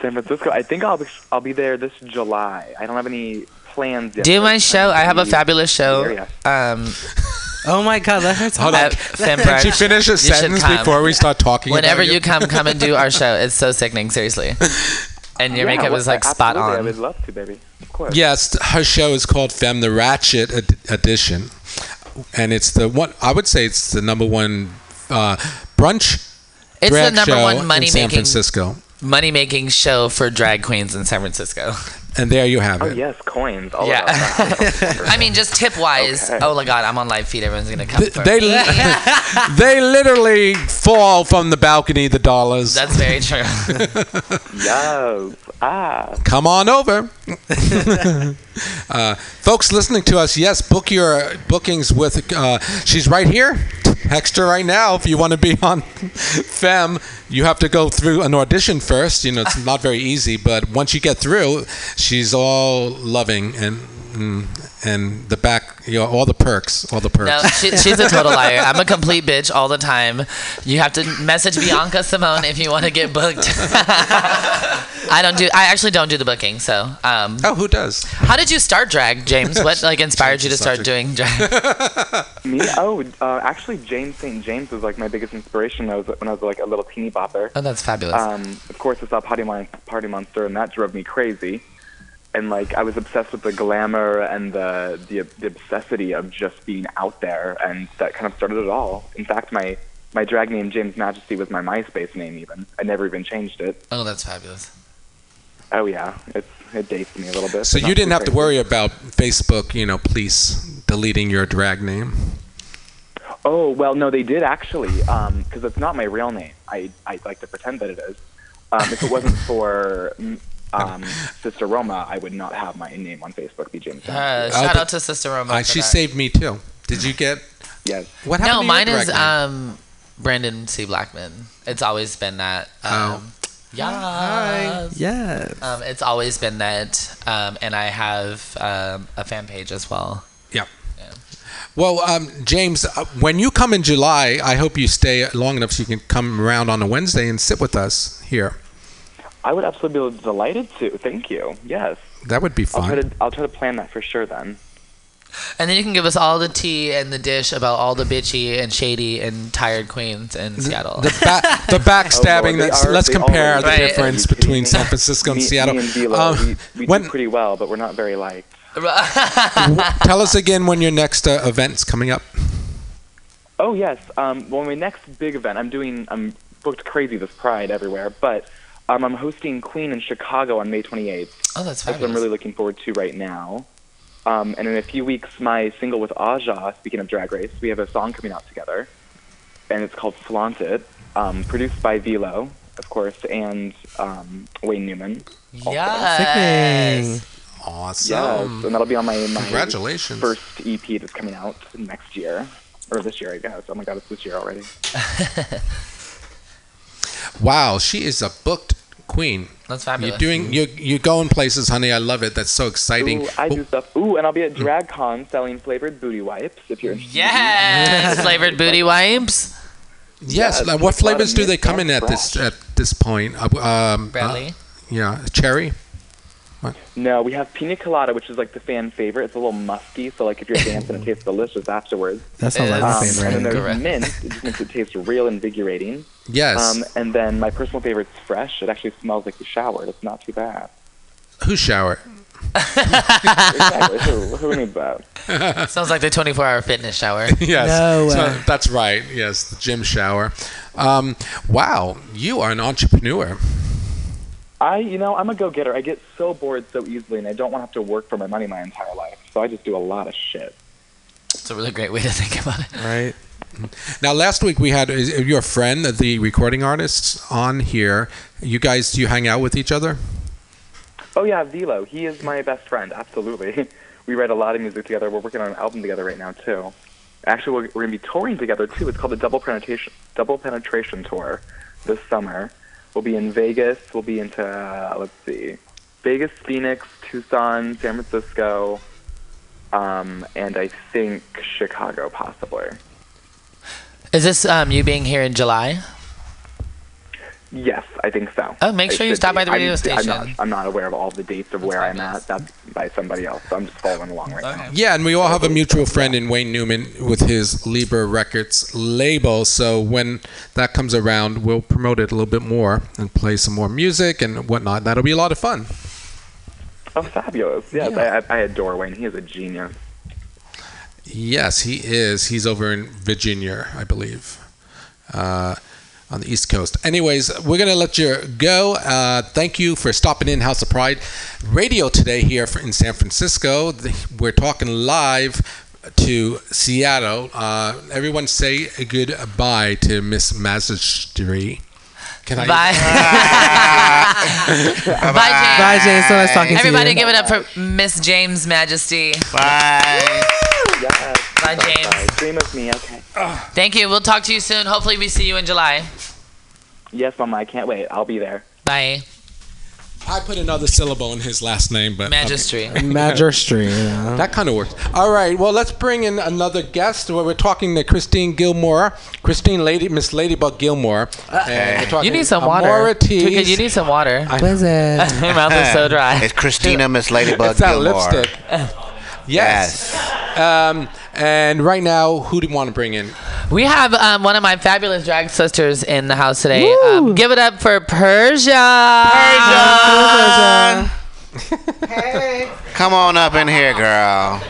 San Francisco. I think I'll be, I'll be there this July. I don't have any plans yet.
Do
but
my show. I have a
be
fabulous
in
show.
the area.
Um,
Oh my God, let her talk.
at Fembridge.
Can she finish a
You should
sentence
come.
before we start talking? about
Whenever you come, come and do our show. It's so sickening, seriously. And your
Yeah,
makeup
well,
is like spot
absolutely. I
on.
would love to, baby. Of course.
Yes, her show is called Femme the Ratchet Ed- Edition, and it's the one I would say it's the number one uh, brunch.
It's the
drag
number
show
one
in
money
San
making
Francisco,
money making show for drag queens in San Francisco.
and there you have
Oh
it.
yes, coins. All
Yeah.
about that.
I mean, just tip wise.
Okay.
Oh my god, I'm on live feed. Everyone's gonna come.
Th-
for
They
me.
they literally fall from the balcony. The dollars.
That's very true.
yes. Ah.
Come on over, uh, folks listening to us. Yes, book your bookings with. Uh, she's right here. Text her right now if you want to be on Fem. You have to go through an audition first. You know it's not very easy, but once you get through, she's all loving and mm, and the back. You know all the perks. All the perks.
No, she, she's a total liar. I'm a complete bitch all the time. You have to message Bianca Simone if you want to get booked. I don't do. I actually don't do the booking. So, um,
Oh, who does?
how did you start drag, James? What like inspired you to
Change the
start
subject.
doing drag?
Me? Oh, uh, actually, James St. James was like my biggest inspiration. I was when I was like a little teeny bopper.
Oh, that's fabulous.
Um, of course, I saw Party, Mon- Party Monster, and that drove me crazy. And like, I was obsessed with the glamour and the the, the obsessity of just being out there, and that kind of started it all. In fact, my my drag name James Majesty was my MySpace name. Even I never even changed it.
oh, that's fabulous.
Oh yeah, it's it dates me a little bit.
So
but
you
not
didn't
too
have to
crazy.
worry about Facebook. You know, police deleting your drag name.
Oh well, no, they did actually, because it's not my real name. I I like to pretend that it is. Um, if it wasn't for mm, um, Sister Roma, I would not have my name on Facebook. Be James. Jones.
Uh,
Oh,
shout
but-
out to Sister Roma.
Uh,
for
she
that.
saved me too. Did you get
yes.
what happened?
No,
to your
mine is
drag name?
um, Brandon C. Blackman. It's always been that.
Oh.
Um, Yeah.
Yeah.
Um, it's always been that, um, and I have um, a fan page as well.
Yeah.
uh,
Well, um, James, uh, when you come in July, I hope you stay long enough so you can come around on a Wednesday and sit with us here.
I would absolutely be delighted to. Thank you. Yes.
That would be
I'll try
fun.
to I'll try to plan that for sure then.
And then you can give us all the tea and the dish about all the bitchy and shady and tired queens in Seattle.
The, ba-
Oh,
the
Lord,
backstabbing.
they
that's,
are-
let's
they
compare
always
the
are. Right.
difference
Are you
between
kidding
San
me?
Francisco and
me,
Seattle.
Me and Vila,
Um,
we, we
when-
do pretty well, but we're not very liked.
tell us again when your next uh, event's coming up.
Oh yes. Um, well, my next big event, I'm doing. I'm booked crazy this Pride everywhere, but Um, I'm hosting Queen in Chicago on May 28th.
Oh, that's
That's what I'm
fabulous.
really looking forward to right now. Um, and in a few weeks, my single with Aja, speaking of Drag Race, we have a song coming out together, and it's called Flaunt It, um, produced by Velo, of course, and um, Wayne Newman.
Sickening.
Yes.
Awesome.
Yes, and that'll be on my, my
Congratulations.
first EP that's coming out next year. Or this year, I guess. Oh my god, it's this year already.
Wow, she is a booked queen.
That's fabulous.
You're doing you're you're going places, honey. I love it. That's so exciting. Hmm.
Ooh, I
Well,
do stuff. Ooh, and I'll be at DragCon selling flavored booty wipes if you're interested.
Yes. Flavored booty wipes.
yes.
yeah,
like, what
it's a lot of
flavors do
new
they come
stuff,
in at this
fresh.
at this point? Uh, Um, uh,
Bradley.
yeah, cherry.
No, we have pina colada, which is like the fan favorite. It's a little musky, so like if you're dancing, it tastes delicious afterwards.
That sounds like
Um,
my
Yes.
and then
favorite.
there's
Correct.
mint. It just makes it taste real invigorating.
Yes.
Um, and then my personal favorite is fresh. It actually smells like you showered. It's not too bad.
Who shower?
Exactly. who, who needs that?
Sounds like the 24 hour fitness shower.
Yes.
No
So
way.
that's right. Yes, the gym shower. Um, wow, you are an entrepreneur.
I, you know, I'm a go-getter. I get so bored so easily, and I don't want to have to work for my money my entire life. So I just do a lot of shit.
It's a really great way to think about it.
Right.
Now, last week we had uh, your friend, the recording artist, on here. You guys, do you hang out with each other?
Oh yeah, Velo. He is my best friend. Absolutely. We write a lot of music together. We're working on an album together right now too. Actually, we're, we're gonna be touring together too. It's called the Double Penetration Double Penetration Tour this summer. We'll be in Vegas. We'll be into uh, let's see, Vegas, Phoenix, Tucson, San Francisco, um, and I think Chicago possibly.
Is this um, you being here in July?
Yes, I think so.
Oh, make
It
sure you
should
stop
be.
by the radio
I'm,
station.
I'm not, I'm not aware of all the dates of where I'm
fabulous.
at. That's by somebody else. So I'm just following along right now.
Yeah, and we all have a mutual friend in Wayne Newman with his Libra Records label. So when that comes around, we'll promote it a little bit more and play some more music and whatnot. That'll be a lot of fun.
Oh, fabulous. Yes, I, I, I adore Wayne. He is a genius.
Yes, he is. He's over in Virginia, I believe, uh, on the East Coast. Anyways, we're going to let you go. Uh, thank you for stopping in House of Pride Radio today here for, in San Francisco. The- We're talking live to Seattle. Uh, everyone say goodbye to Miss Mazastri. Can I?
Bye. Bye, James.
Bye, James. So nice talking to
Everybody
you.
give it up for Miss James Majesty.
Bye.
Yes.
Bye, James.
Dream of me. Okay.
Thank you. We'll talk to you soon. Hopefully, we see you in July.
Yes, Mama. I can't wait. I'll be there.
Bye.
I put another syllable in his last name, but
Magistry.
Magistry. You know.
That kind of works. All right. Well, let's bring in another guest. Where we're talking to Christine Gilmore, Christine Lady Miss Ladybug Gilmore. And we're talking
Eh, You need some water. Tweeka,
Amorites.
you need some water.
What is it?
Your mouth is so dry.
It's Christina Miss Ladybug
It's that
Gilmore.
lipstick. Yes.
Yes.
Um, and right now, who do you want to bring in?
We have um, one of my fabulous drag sisters in the house today. Um, give it up for Persia. Persia.
Come on up in here, girl.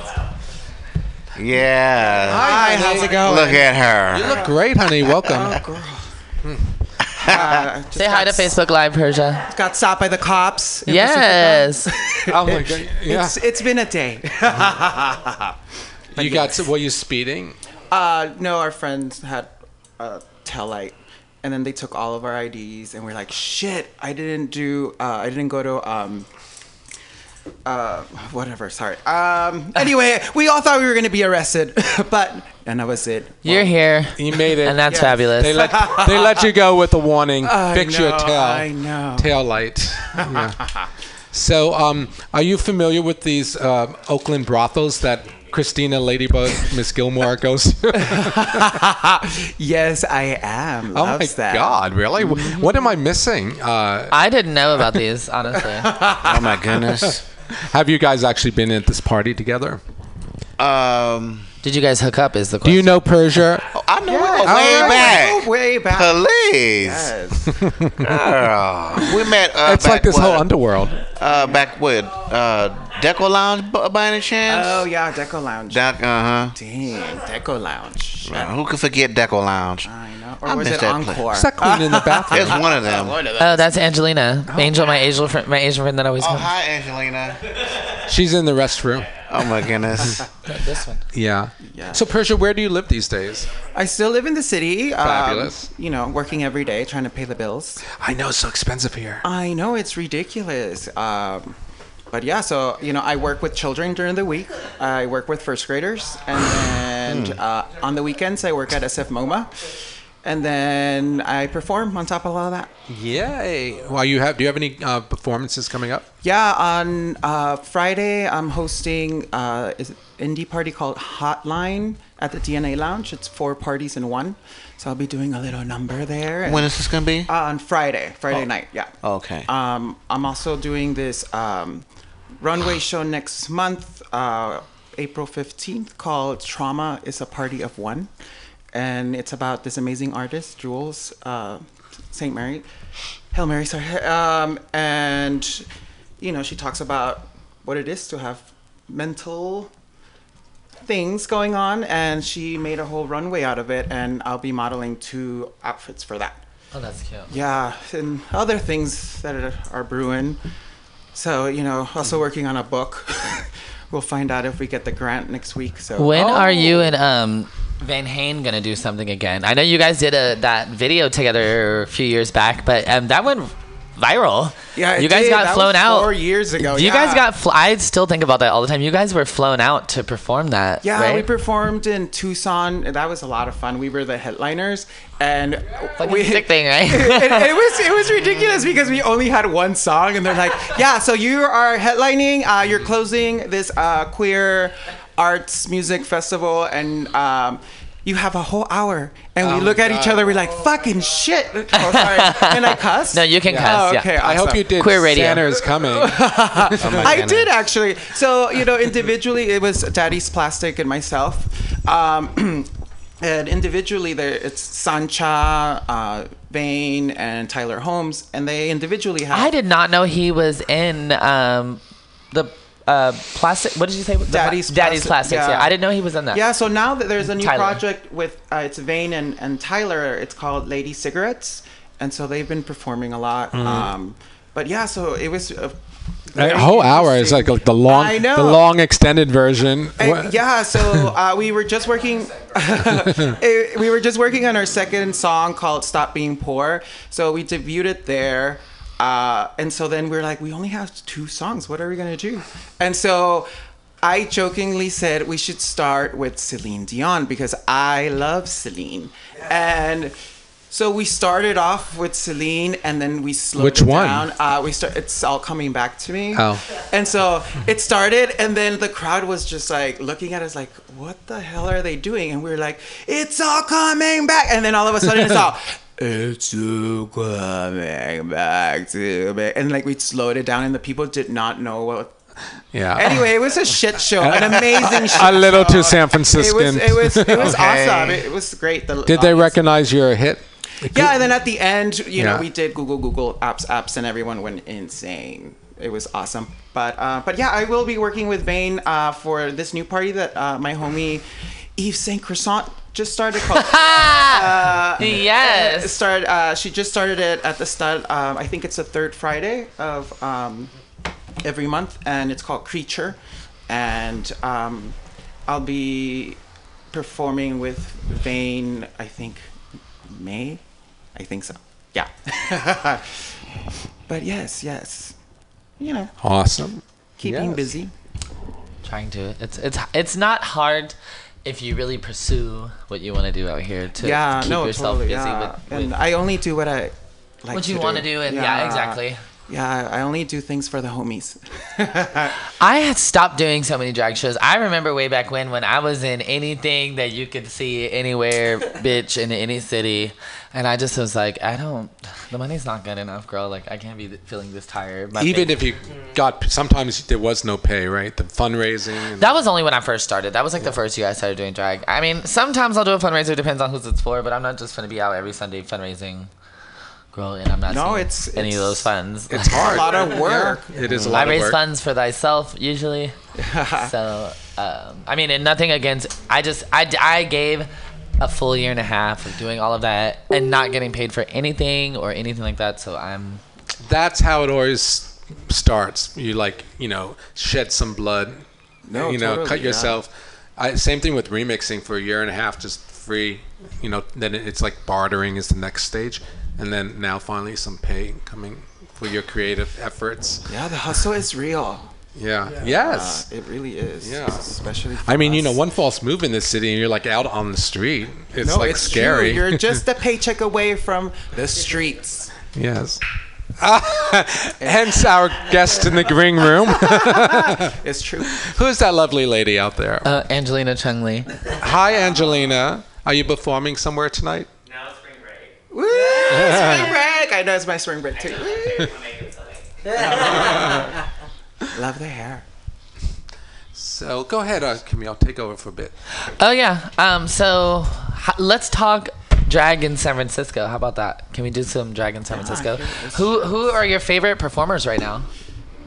Yeah.
Hi, how's it going?
Look at
You
her.
look great, honey.
Oh,
Welcome.
Say hi to Facebook Live, Persia.
Got stopped by the cops. in
Yes.
Oh my god. Yeah.
Pacifica. It's been a day.
You got? Were you speeding?
Uh, no, our friends had a tail light, and then they took all of our IDs, and we're like, "Shit, I didn't do. Uh, I didn't go to um, uh, whatever. Sorry. Um, anyway, we all thought we were gonna be arrested, but and that was it.
You're here.
You made it.
And that's
Yes.
fabulous.
they let they let you go with a warning.
I
Fix your
know,
tail.
I know.
tail light. Yeah. so, um, are you familiar with these um Oakland brothels that Christina Ladybug Miss Gilmore goes to?
Yes, I am.
oh my
Loves that. Mm-hmm.
God, really? Wh- What am I missing? Uh,
I didn't know about these, honestly.
Oh my goodness.
have you guys actually been at this party together?
Um,
Did you guys hook up? Is the
Do
question?
you know Persia?
Oh, I know
Yes.
it way
Alright.
back.
Oh, way back.
Please.
Yes.
Girl. We met. Uh,
It's like
back
this
what,
whole underworld.
Uh, back with uh, Deco Lounge b- by any chance?
Oh yeah, Deco Lounge.
Doc, uh huh.
Dang, Deco Lounge. Shit,
Who could forget Deco Lounge?
I know. Or
I
was
miss
it
that
Encore?
Is that queen in the
It's
bathroom?
one of them.
Oh, that's Angelina, Angel, my Asian friend, my Asian friend that always
Oh,
comes.
hi, Angelina.
She's in the restroom.
Oh, my goodness.
This one.
Yeah.
Yeah.
So Persia, where do you live these days?
I still live in the city. um,
Fabulous.
you know, working every day, trying to pay the bills.
I know it's so expensive here.
I know it's ridiculous. Um, but yeah, so you know, I work with children during the week. I work with first graders, and
Hmm.
then uh, on the weekends I work at SF MoMA, and then I perform on top of all that.
Yay! Well, you have. Do you have any uh, performances coming up?
Yeah, on uh, Friday I'm hosting uh, is- indie party called Hotline at the DNA Lounge. It's four parties in one, so I'll be doing a little number there.
When is this going to be? Oh.
Uh, on Friday, Friday night, yeah.
Okay.
Um, I'm also doing this um, runway show next month, uh, April 15th, called Trauma is a Party of One. And it's about this amazing artist, Jules uh, St. Mary, Hail Mary, sorry. Um, and, you know, she talks about what it is to have mental things going on. And she made a whole runway out of it. And I'll be modeling two outfits for that.
Oh, that's cute.
Yeah, and other things that are, are brewing. So, you know, also working on a book. we'll find out if we get the grant next week. So
When
Oh,
are you and um Van Hane gonna do something again? I know you guys did a, that video together a few years back, but um that went viral.
Yeah, it
you guys
did.
got
That
flown
was
out
four years ago,
You guys
yeah.
got. Fl- I still think about that all the time. You guys were flown out to perform that.
Yeah,
right?
we performed in Tucson. and That was a lot of fun. We were the headliners, and
Fucking
we,
sick thing, right?
it, it was it was ridiculous because we only had one song, and they're like, "Yeah, so you are headlining, uh, you're closing this uh, queer arts music festival, and um, you have a whole hour." And
Oh
we look at each other, we're like, "Fucking shit!" Oh, sorry. Can I cuss?
No, you can cuss,
Oh,
yeah.
okay,
I hope
awesome.
you did.
Queer radio.
Santa is coming. Oh
I did actually. So you know, individually, it was Daddy's Plastic and myself. Um, and individually, there it's Sancha, uh, Vane, and Tyler Holmes, and they individually have
I did not know he was in um the uh plastic. What did you say? The pla-
Daddy's
Daddy's
Plastic,
plastics. Yeah.
yeah.
I didn't know he was in that.
Yeah, so now that there's a new
Tyler.
project with uh, it's Vane and, and Tyler. It's called Lady Cigarettes, and so they've been performing a lot. Um, but yeah, so it was. A
A whole hour is like, like the long,
I know.
the long extended version.
And
What-
yeah, so uh, we were just working. eh, we were just working on our second song called "Stop Being Poor." So we debuted it there, uh, and so then we are like, we only have two songs. What are we gonna do? And so. I jokingly said we should start with Celine Dion because I love Celine, and so we started off with Celine, and then we slowed
Which
it
one?
down. Uh, we start. It's all coming back to me.
Oh.
And so it started, and then the crowd was just like looking at us, like, "What the hell are they doing?" And we were like, "It's all coming back!" And then all of a sudden, it's all. It's all coming back to me, and like we slowed it down, and the people did not know what.
yeah.
Anyway, it was a shit show, an amazing shit.
a little
show.
too San
It was,
Franciscan.
it was, it was
Okay.
awesome. It, it was great. The
did they
audience-
recognize your hit?
yeah, and then at the end, you
Yeah.
know, we did Google Google apps apps, and everyone went insane. It was awesome. But uh, but yeah, I will be working with Vane uh, for this new party that uh, my homie Eve Saint Croissant just started. Called, Uh,
Yes.
started uh, she just started it at the start. Um, I think it's the third Friday of um, every month, and it's called Creature. And um, I'll be performing with Vane. I think May. I think so. Yeah. but yes, yes. You know,
Awesome.
keeping
Yes.
busy.
trying to. It's it's it's not hard if you really pursue what you want to do out here to
yeah.
keep
no,
yourself
totally.
busy
yeah.
with,
and
with
I only do what I like.
what you want to do and yeah, exactly.
Yeah, I I only do things for the homies.
I had stopped doing so many drag shows. I remember way back when, when I was in anything that you could see anywhere, bitch, in any city, and I just was like, I don't. The money's not good enough, girl. Like I can't be th- feeling this tired. My
Even
thing-
if you got, sometimes there was no pay, right? The fundraising. And
that was only when I first started. That was like the first year I started doing drag. I mean, sometimes I'll do a fundraiser. Depends on who's it's for, but I'm not just gonna be out every Sunday fundraising, girl. And I'm not.
No,
seeing
it's-
any
it's-
of those funds.
it's hard.
A lot of work. Mm.
It is a
I
lot of
raise
work.
funds for thyself usually. so, um, I mean, and nothing against. I just, I, I gave a full year and a half of doing all of that and not getting paid for anything or anything like that. So I'm.
That's how it always starts. You like, you know, shed some blood.
No,
you know,
totally,
cut
yeah.
yourself. I, same thing with remixing for a year and a half, just free. You know, then it- it's like bartering is the next stage, and then now finally some pay coming for your creative efforts.
Yeah, the hustle is real.
Yeah.
Uh,
Yes.
it really is.
Yeah.
Especially. for
I mean, you
us.
know, one false move in this city, and you're like out on the street. It's
No,
like
it's
scary.
True. You're just a paycheck away from the streets.
yes. hence our guest in the green room.
It's true.
Who's that lovely lady out there?
Uh, Angelina Chung Lee.
Hi, Angelina. Are you performing somewhere tonight?
Now it's spring break.
Woo, spring break. I know it's my spring break too. Woo.
I'll make it Sunday.
Love the hair.
So go ahead, uh, Camille. Take over for a bit.
Oh yeah. Um. So h- let's talk drag in San Francisco. How about that? Can we do some drag in San Francisco? Who Who are your favorite performers right now?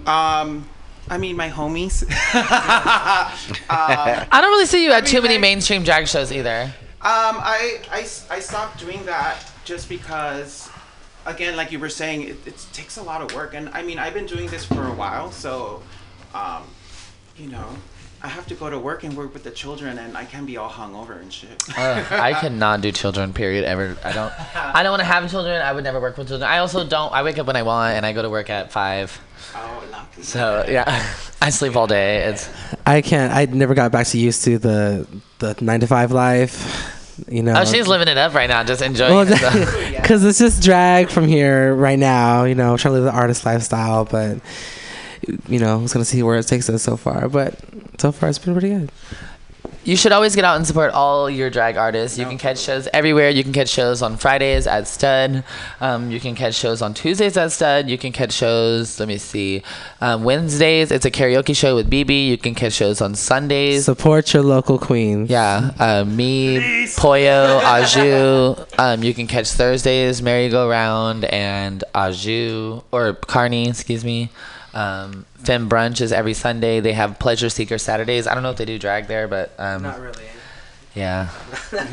Um, I mean my homies. Uh,
I don't really see you at too many mainstream drag shows either.
Um, I, I s- I stopped doing that just because, again, like you were saying, it, it takes a lot of work. And I mean, I've been doing this for a while, so, um, you know, I have to go to work and work with the children, and I can be all hungover and shit.
Ugh, Uh, I cannot do children. Period. Ever. I don't. I don't want to have children. I would never work with children. I also don't. I wake up when I want, and I go to work at five.
oh, lucky.
So yeah, I sleep all day. It's
I can't. I never got back to used to the the nine to five life. You know.
oh, she's living it up right now. Just enjoying.
Well,
herself.
because it's just drag from here right now. You know, trying to live the artist lifestyle, but you know, who's gonna see where it takes us so far? But so far, it's been pretty good.
You should always get out and support all your drag artists. You can catch shows everywhere. You can catch shows on Fridays at Stud. Um, you can catch shows on Tuesdays at Stud. You can catch shows. Let me see. Um, Wednesdays, it's a karaoke show with BB. You can catch shows on Sundays.
Support your local queen.
Yeah, uh, me, Poyo, Aju. Um, you can catch Thursdays, Merry Go Round, and Aju, or Carney, excuse me. Um, Femme Brunch is every Sunday. They have Pleasure Seeker Saturdays. I don't know if they do drag there, but. Um, Not really. Yeah.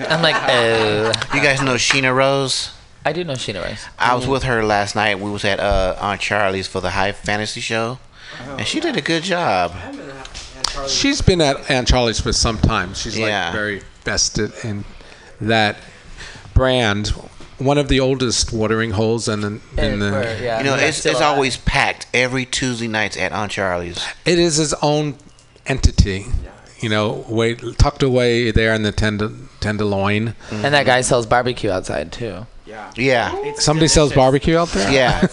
I'm like, oh.
You guys know Sheena Rose?
I do know Sheena Rice.
I was with her last night. We was at uh, Aunt Charlie's for the High Fantasy Show,
Oh,
and she did a good job.
She's been at Aunt Charlie's for some time. She's
Yeah.
like very vested in that brand. One of the oldest watering holes in the, in the
yeah,
You know,
that's
it's
still
it's
alive.
always packed every Tuesday nights at Aunt Charlie's.
it is his own entity. You know, way, tucked away there in the tender, tenderloin.
And that guy sells barbecue outside, too.
Yeah.
Yeah,
It's
Somebody sells
delicious.
barbecue out there.
yeah.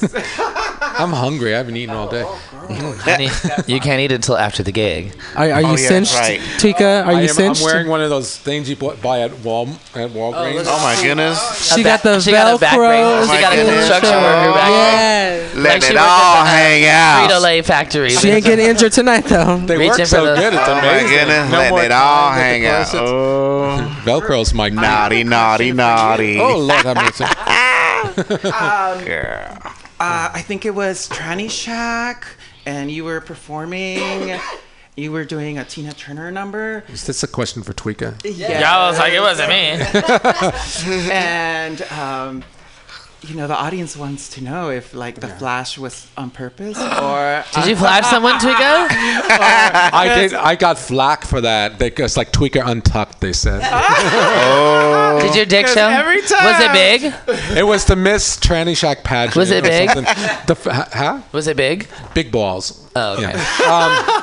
I'm hungry. I haven't eaten all day.
Oh, Honey, you can't eat it till after the gig.
Are, are you
Oh, yeah,
cinched,
right.
Tika? Are
I
you
am,
cinched?
I'm wearing one of those things you bought- buy at Wal at Walgreens.
Oh my goodness!
she got the
She got
Velcro.
a back brace.
Oh
She got a
my goodness.
construction worker back.
Yes.
Let
Like she
it
worked
all
at the, uh,
hang
Frito
out.
Lay factory.
She ain't getting injured tonight though.
They work
Reaching for
so
the-
good. It's
Oh my
amazing.
goodness!
No more
Let it all
time with
hang
the
out.
corsets.
Oh,
Velcro's my
naughty, naughty, naughty.
Oh Lord, have mercy.
girl.
Um, Uh, I think it was Tranny Shack, and you were performing. You were doing a Tina Turner number.
Is this a question for Tweeka?
Yeah, I was like, it wasn't me.
and um, you know the audience wants to know if like the flash was on purpose or
Did you flash someone, Twigo?
I did. I got flack for that because like Tweaker untucked. They said
Oh.
Did your dick show?
every
Was it
time-
big?
it was the Miss Tranny Shack pageant.
Was it
or
big?
something. The f- huh?
Was it big?
Big balls.
Oh,
Um,
okay.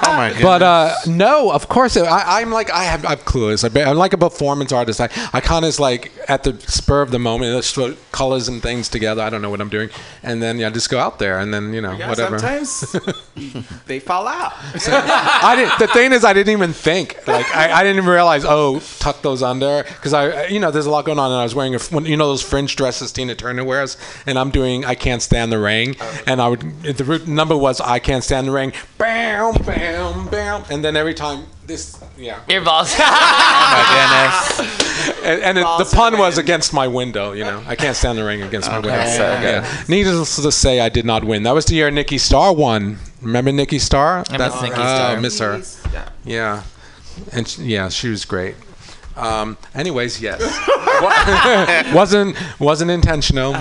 Oh my god.
But uh, no, of course I, I'm like I have I'm clueless. I, am like a performance artist. I, I kind of is like at the spur of the moment. Let's throw colors and things together. I don't know what I'm doing, and then yeah, just go out there, and then you know
Yeah,
whatever.
sometimes they fall out.
I didn't, the thing is, I didn't even think. Like, I, I didn't even realize. Oh, tuck those under, because I, you know, there's a lot going on, and I was wearing a, when- you know, those fringe dresses Tina Turner wears, and I'm doing I can't stand the rain, and I would the root number was I can't stand the rain, bam, bam, bam, and then every time this, yeah,
Your balls.
my goodness.
and, and it, the
Balls
pun
to
was
the wind.
against my window. You know, I can't stand the rain against my window.
so
Yeah. Needless to say, I did not win. That was the year Nikki Star won. Remember Nikki Star? I
miss Nikki Star.
miss her.
Yeah.
Yeah, and sh yeah, she was great. Um, anyways, yes, Wa- wasn't wasn't intentional.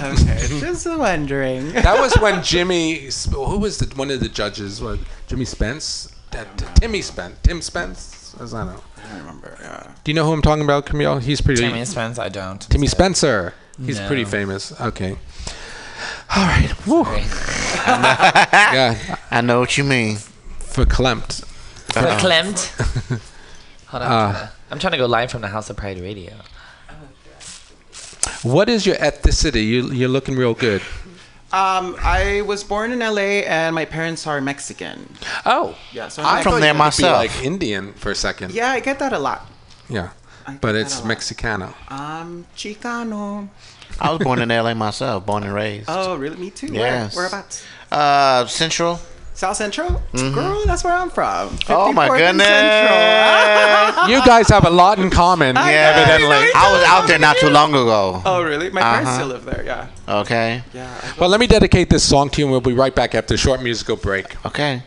Just wondering.
That was when Jimmy, Sp- who was the, one of the judges? What, Jimmy Spence, Uh, T- Timmy Spence, Tim Spence. I don't know.
I don't remember. Yeah.
Do you know who I'm talking about, Camille? He's pretty.
Timmy Spence, I don't.
Timmy Spencer. He's
No.
pretty famous. Okay. All right. Woo. yeah,
I know what you mean.
verklempt.
Verklemmt. Hold on. I'm, trying to, I'm trying to go live from the House of Pride Radio.
What is your ethnicity? You you're looking real good.
Um, I was born in LA and my parents are Mexican.
Oh,
Yeah, so
I
I'm
from
thought
there
you could be,
myself.
like Indian for a second.
Yeah, I get that a lot.
Yeah.
I get
But
that
it's
a lot.
Mexicano.
Um, Chicano.
I was born in LA myself, born and raised.
Oh, really? Me too.
Yes.
Where, whereabouts?
Uh, Central.
South Central?
Mm-hmm.
Girl, that's where I'm from.
Oh my
54th and
goodness.
Central.
You guys have a lot in common.
Yeah,
Evidently.
I was out there not too long ago.
oh, really? My parents
Uh-huh.
still live there. Yeah.
Okay.
Yeah. I-
Well, let me dedicate this song to you, and we'll be right back after a short musical break.
Okay.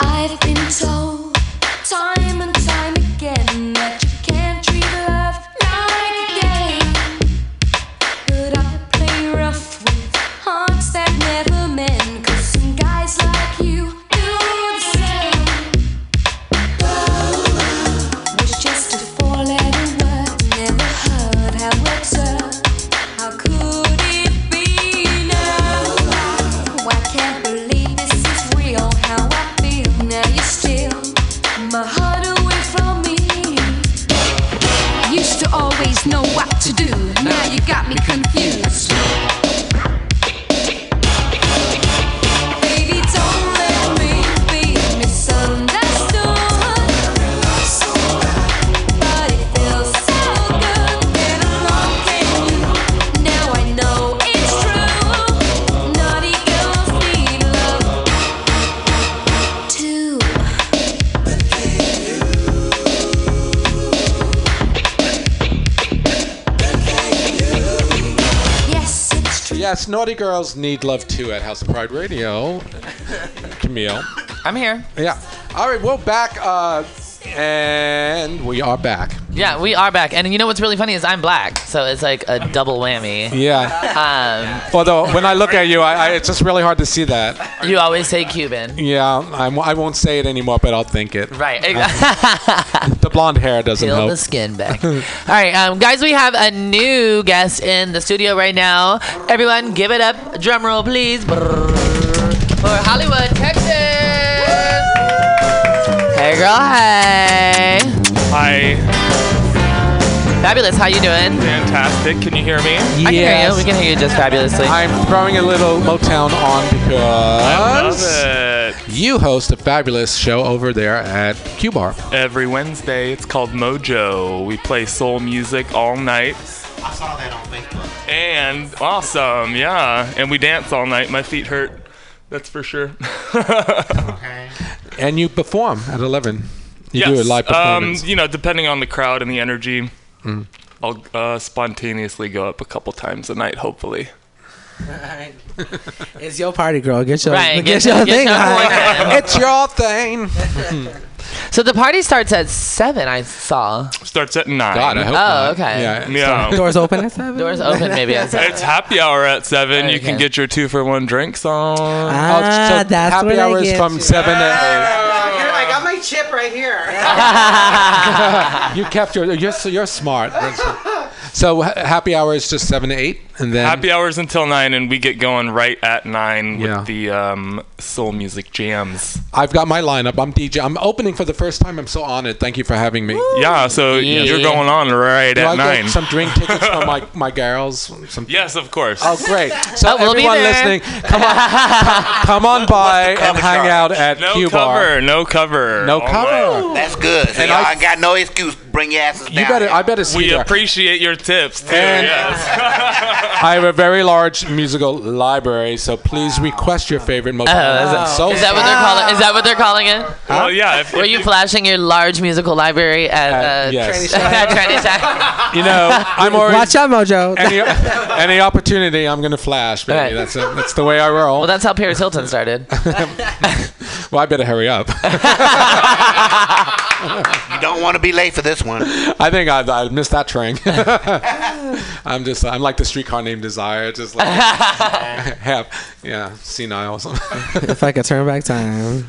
I've been told time and time again that you can't treat love like a game. Could I play rough with hearts that never mend? 'Cause some guys like you do the same. Love was just a four-letter word, never heard how absurd. How could it be now? Oh, I can't believe this is real. How I feel now. You steal my heart away from me. Used to always know what to do. Now you got me confused. Baby, don't let me be misunderstood. But it feels so good that I'm wronging you. Now I know it's true. Naughty girls need love too. Yes, it's true.
Yes, Naughty Girls Need Love Too at House of Pride Radio. Camille.
I'm here.
Yeah. All right, we're back. Uh, and we are back.
Yeah, we are back. And you know what's really funny is I'm black, so it's like a double whammy.
Yeah.
Um,
Although, when I look at you, I, I, it's just really hard to see that.
you always say Cuban.
Yeah, I'm, I won't say it anymore, but I'll think it.
Right.
The blonde hair doesn't
Peel
help.
the skin back. All right, um, guys, we have a new guest in the studio right now. Everyone, give it up. Drum roll, please. Brrr. For Hollywood, Texas. Hey, girl. Hey.
Hi,
Fabulous. How you doing?
fantastic. Can you hear me?
I can hear you. We can hear you just fabulously.
I'm throwing a little Motown on
Love
because
it.
you host a fabulous show over there at Q Bar.
Every Wednesday, it's called Mojo. We play soul music all night.
I saw that on Facebook.
And awesome, yeah. And we dance all night. My feet hurt. That's for sure.
Okay.
And you perform at 11. You do a
Yes,
live performance. Mm.
Um, you know, depending on the crowd and the energy, I'll uh, spontaneously go up a couple times a night, hopefully.
It's your party, girl. Get your
Right,
get,
get-
your
get
thing
your
on.
thing on.
it's your thing.
So the party starts at seven. I saw
Starts at nine.
God, I hope
Oh,
not.
okay.
Yeah.
Yeah.
Doors open at seven.
doors open maybe at seven.
It's happy hour at seven. You can
Okay.
get your two for one drinks on. Ah.
Ah,
Oh, so
that's
happy
where they
hours
get
from
you.
seven to
I got my chip right here.
eight. You kept your. You're so you're smart. So ha- happy hour is just seven to eight, and then
Happy hours until nine, and we get going right at nine with
Yeah.
the um, soul music jams.
I've got my lineup. I'm DJ. I'm opening for the first time. I'm so honored. Thank you for having me.
Yeah, Ah, so you're going on right
Do
at
I get
nine.
some drink tickets for my my girls? Some
yes, of course.
Oh, great. So
Oh, we'll be
everyone
there.
listening, come on, come, come on by and
cover
hang
charge?
out at
no
Q Bar.
cover, no cover. Oh,
No
All
cover.
Oh, That's good. So
And
y'all
I-
ain't got no excuse. Bring your asses down.
You better.
here.
I better
right.
see
We
you.
appreciate your tips too.
And-
yes.
I have a very large musical library, so please request your favorite most. so
Oh, Is that what they're calling? Is that what they're calling it?
Well, yeah. If,
Were
if
you flashing your large musical library
Uh,
at uh,
yes.
at Trinity Shack?
you know, I'm already
Watch out, Mojo.
any, any opportunity. I'm gonna flash, baby.
All right.
That's it. That's the way I roll.
Well, that's how Paris Hilton started.
well, I better hurry up.
You don't want to be late for this one.
I think I, I missed that train. I'm just I'm like the streetcar named Desire, just like half yeah senile. or something.
if I could turn back time.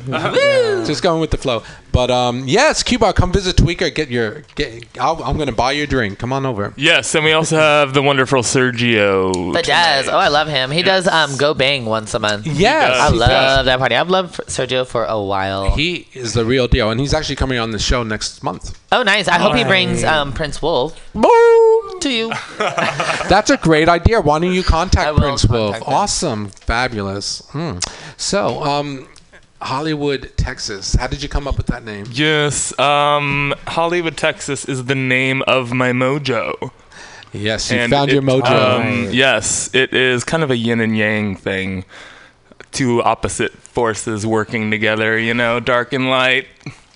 just going with the flow. But um, yes, Cuba, come visit Tweaker. Get your get. I'll, I'm gonna buy you a drink. Come on over.
yes, and we also have the wonderful Sergio.
But does oh, I love him. He does um go bang once a month.
Yes,
I
he does.
love that party. I've loved Sergio for a while.
He is the real deal, and he's actually coming on the show next month.
oh, nice. I hope he brings um Prince Wolf to you.
That's a great idea. Why don't you
I
contact
will
Prince Wolf?
contact him.
Awesome, fabulous. Hmm. So, um, Hollywood, Texas. How did you come up with that name?
Yes, um, Hollywood, Texas is the name of my mojo.
Yes, you
And
found
it-
your mojo.
Um, yes, it is kind of a yin and yang thing. Two opposite forces working together, you know, dark and light,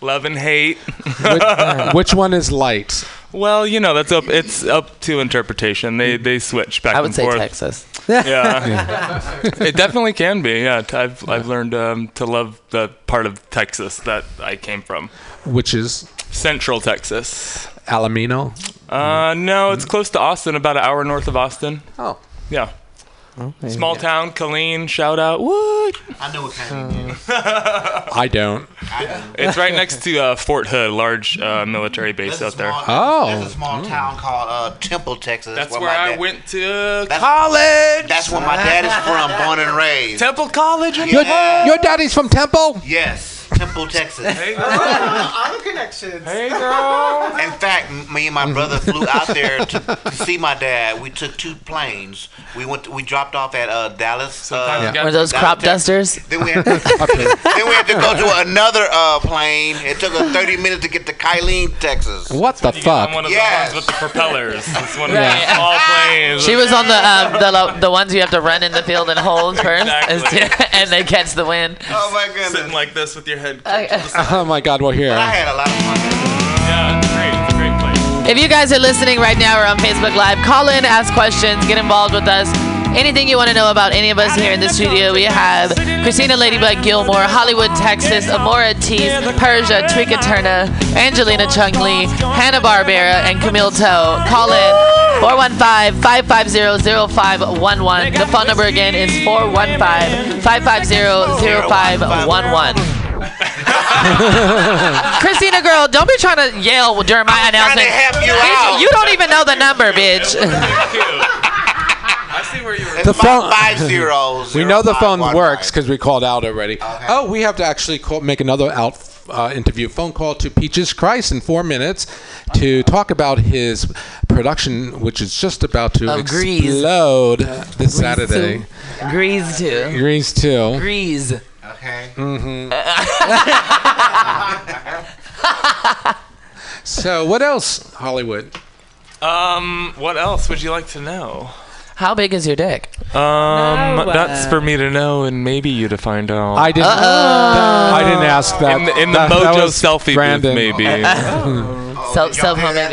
love and hate.
which, which one uh, is light?
Well, you know, that's up it's up to interpretation. They they switch back
I would
and
say
forth.
Texas.
Yeah. it definitely can be. Yeah, T- I've I've learned um, to love the part of Texas that I came from.
Which is
Central Texas.
Alamino. Mm.
Uh, no, it's close to Austin, about an hour north of Austin.
Oh.
Yeah. Small town, Colleen, shout out. What?
I know what kind of
I don't.
It's right next to uh, Fort Hood, large uh, military base out there.
Oh.
There's a small town called uh, Temple, Texas.
That's
my
where I
dad-
went to
That's-
college.
That's where my dad is from, born and raised.
Temple College. in-
Your, your daddy's from Temple?
yes, Temple, Texas.
I'm connections.
Hey, girl.
In fact, m- me and my brother flew out there to, to see my dad. We took two planes. We went. we dropped off at uh, Dallas.
Sometimes
Uh,
you
Were
gotta-
those
That
crop
would take-
dusters?
then we had to,
Okay.
then we had to go to another uh, plane. It took us 30 minutes to get to Kyleen, Texas.
What the
you get on
fuck?
one of
Yes. Ah!
the ones with the propellers. It's one of
Right.
the small planes.
She was on the um, the lo- the ones you have to run in the field and hold first,
Exactly.
and they catch the wind.
Oh my
sitting
goodness!
like this with your head.
Oh my God, we're
I
here.
had a lot of fun.
Yeah, it's great. It's a great place.
If you guys are listening right now or on Facebook Live, call in, ask questions, get involved with us. Anything you want to know about any of us here in the studio, we have Christina Ladybug Gilmore, Hollywood, Texas, Amora Tees, Persia, Twika Turner, Angelina Chung Lee, Hannah Barbera, and Camille Toe. Call in 415 550 0511. The phone number again is 415 550 0511. Christina, girl, don't be trying to yell during my
trying to
announcement.
help you
bitch,
out.
you don't even know the number, bitch.
I see where you were.
It's
The
the
phone-
phone five zeros.
We know the
five,
phone
one,
works
five.
because we called out already. Oh, we have to actually call, make another out uh, interview phone call to Peaches Christ in four minutes to talk about his production, which is just about to
Of Grease.
explode this Saturday.
Grease too.
Grease too. Mm-hmm.
Grease.
Okay.
So what else, Hollywood?
Um, what else would you like to know?
How big is your dick?
Um, that's for me to know, and maybe you to find out.
I didn't.
Uh,
I didn't ask that.
in the, in the
That- that
Mojo
was
selfie
Brandon.
booth, maybe.
Self
Oh, Y'all
self
hear
homemade
that,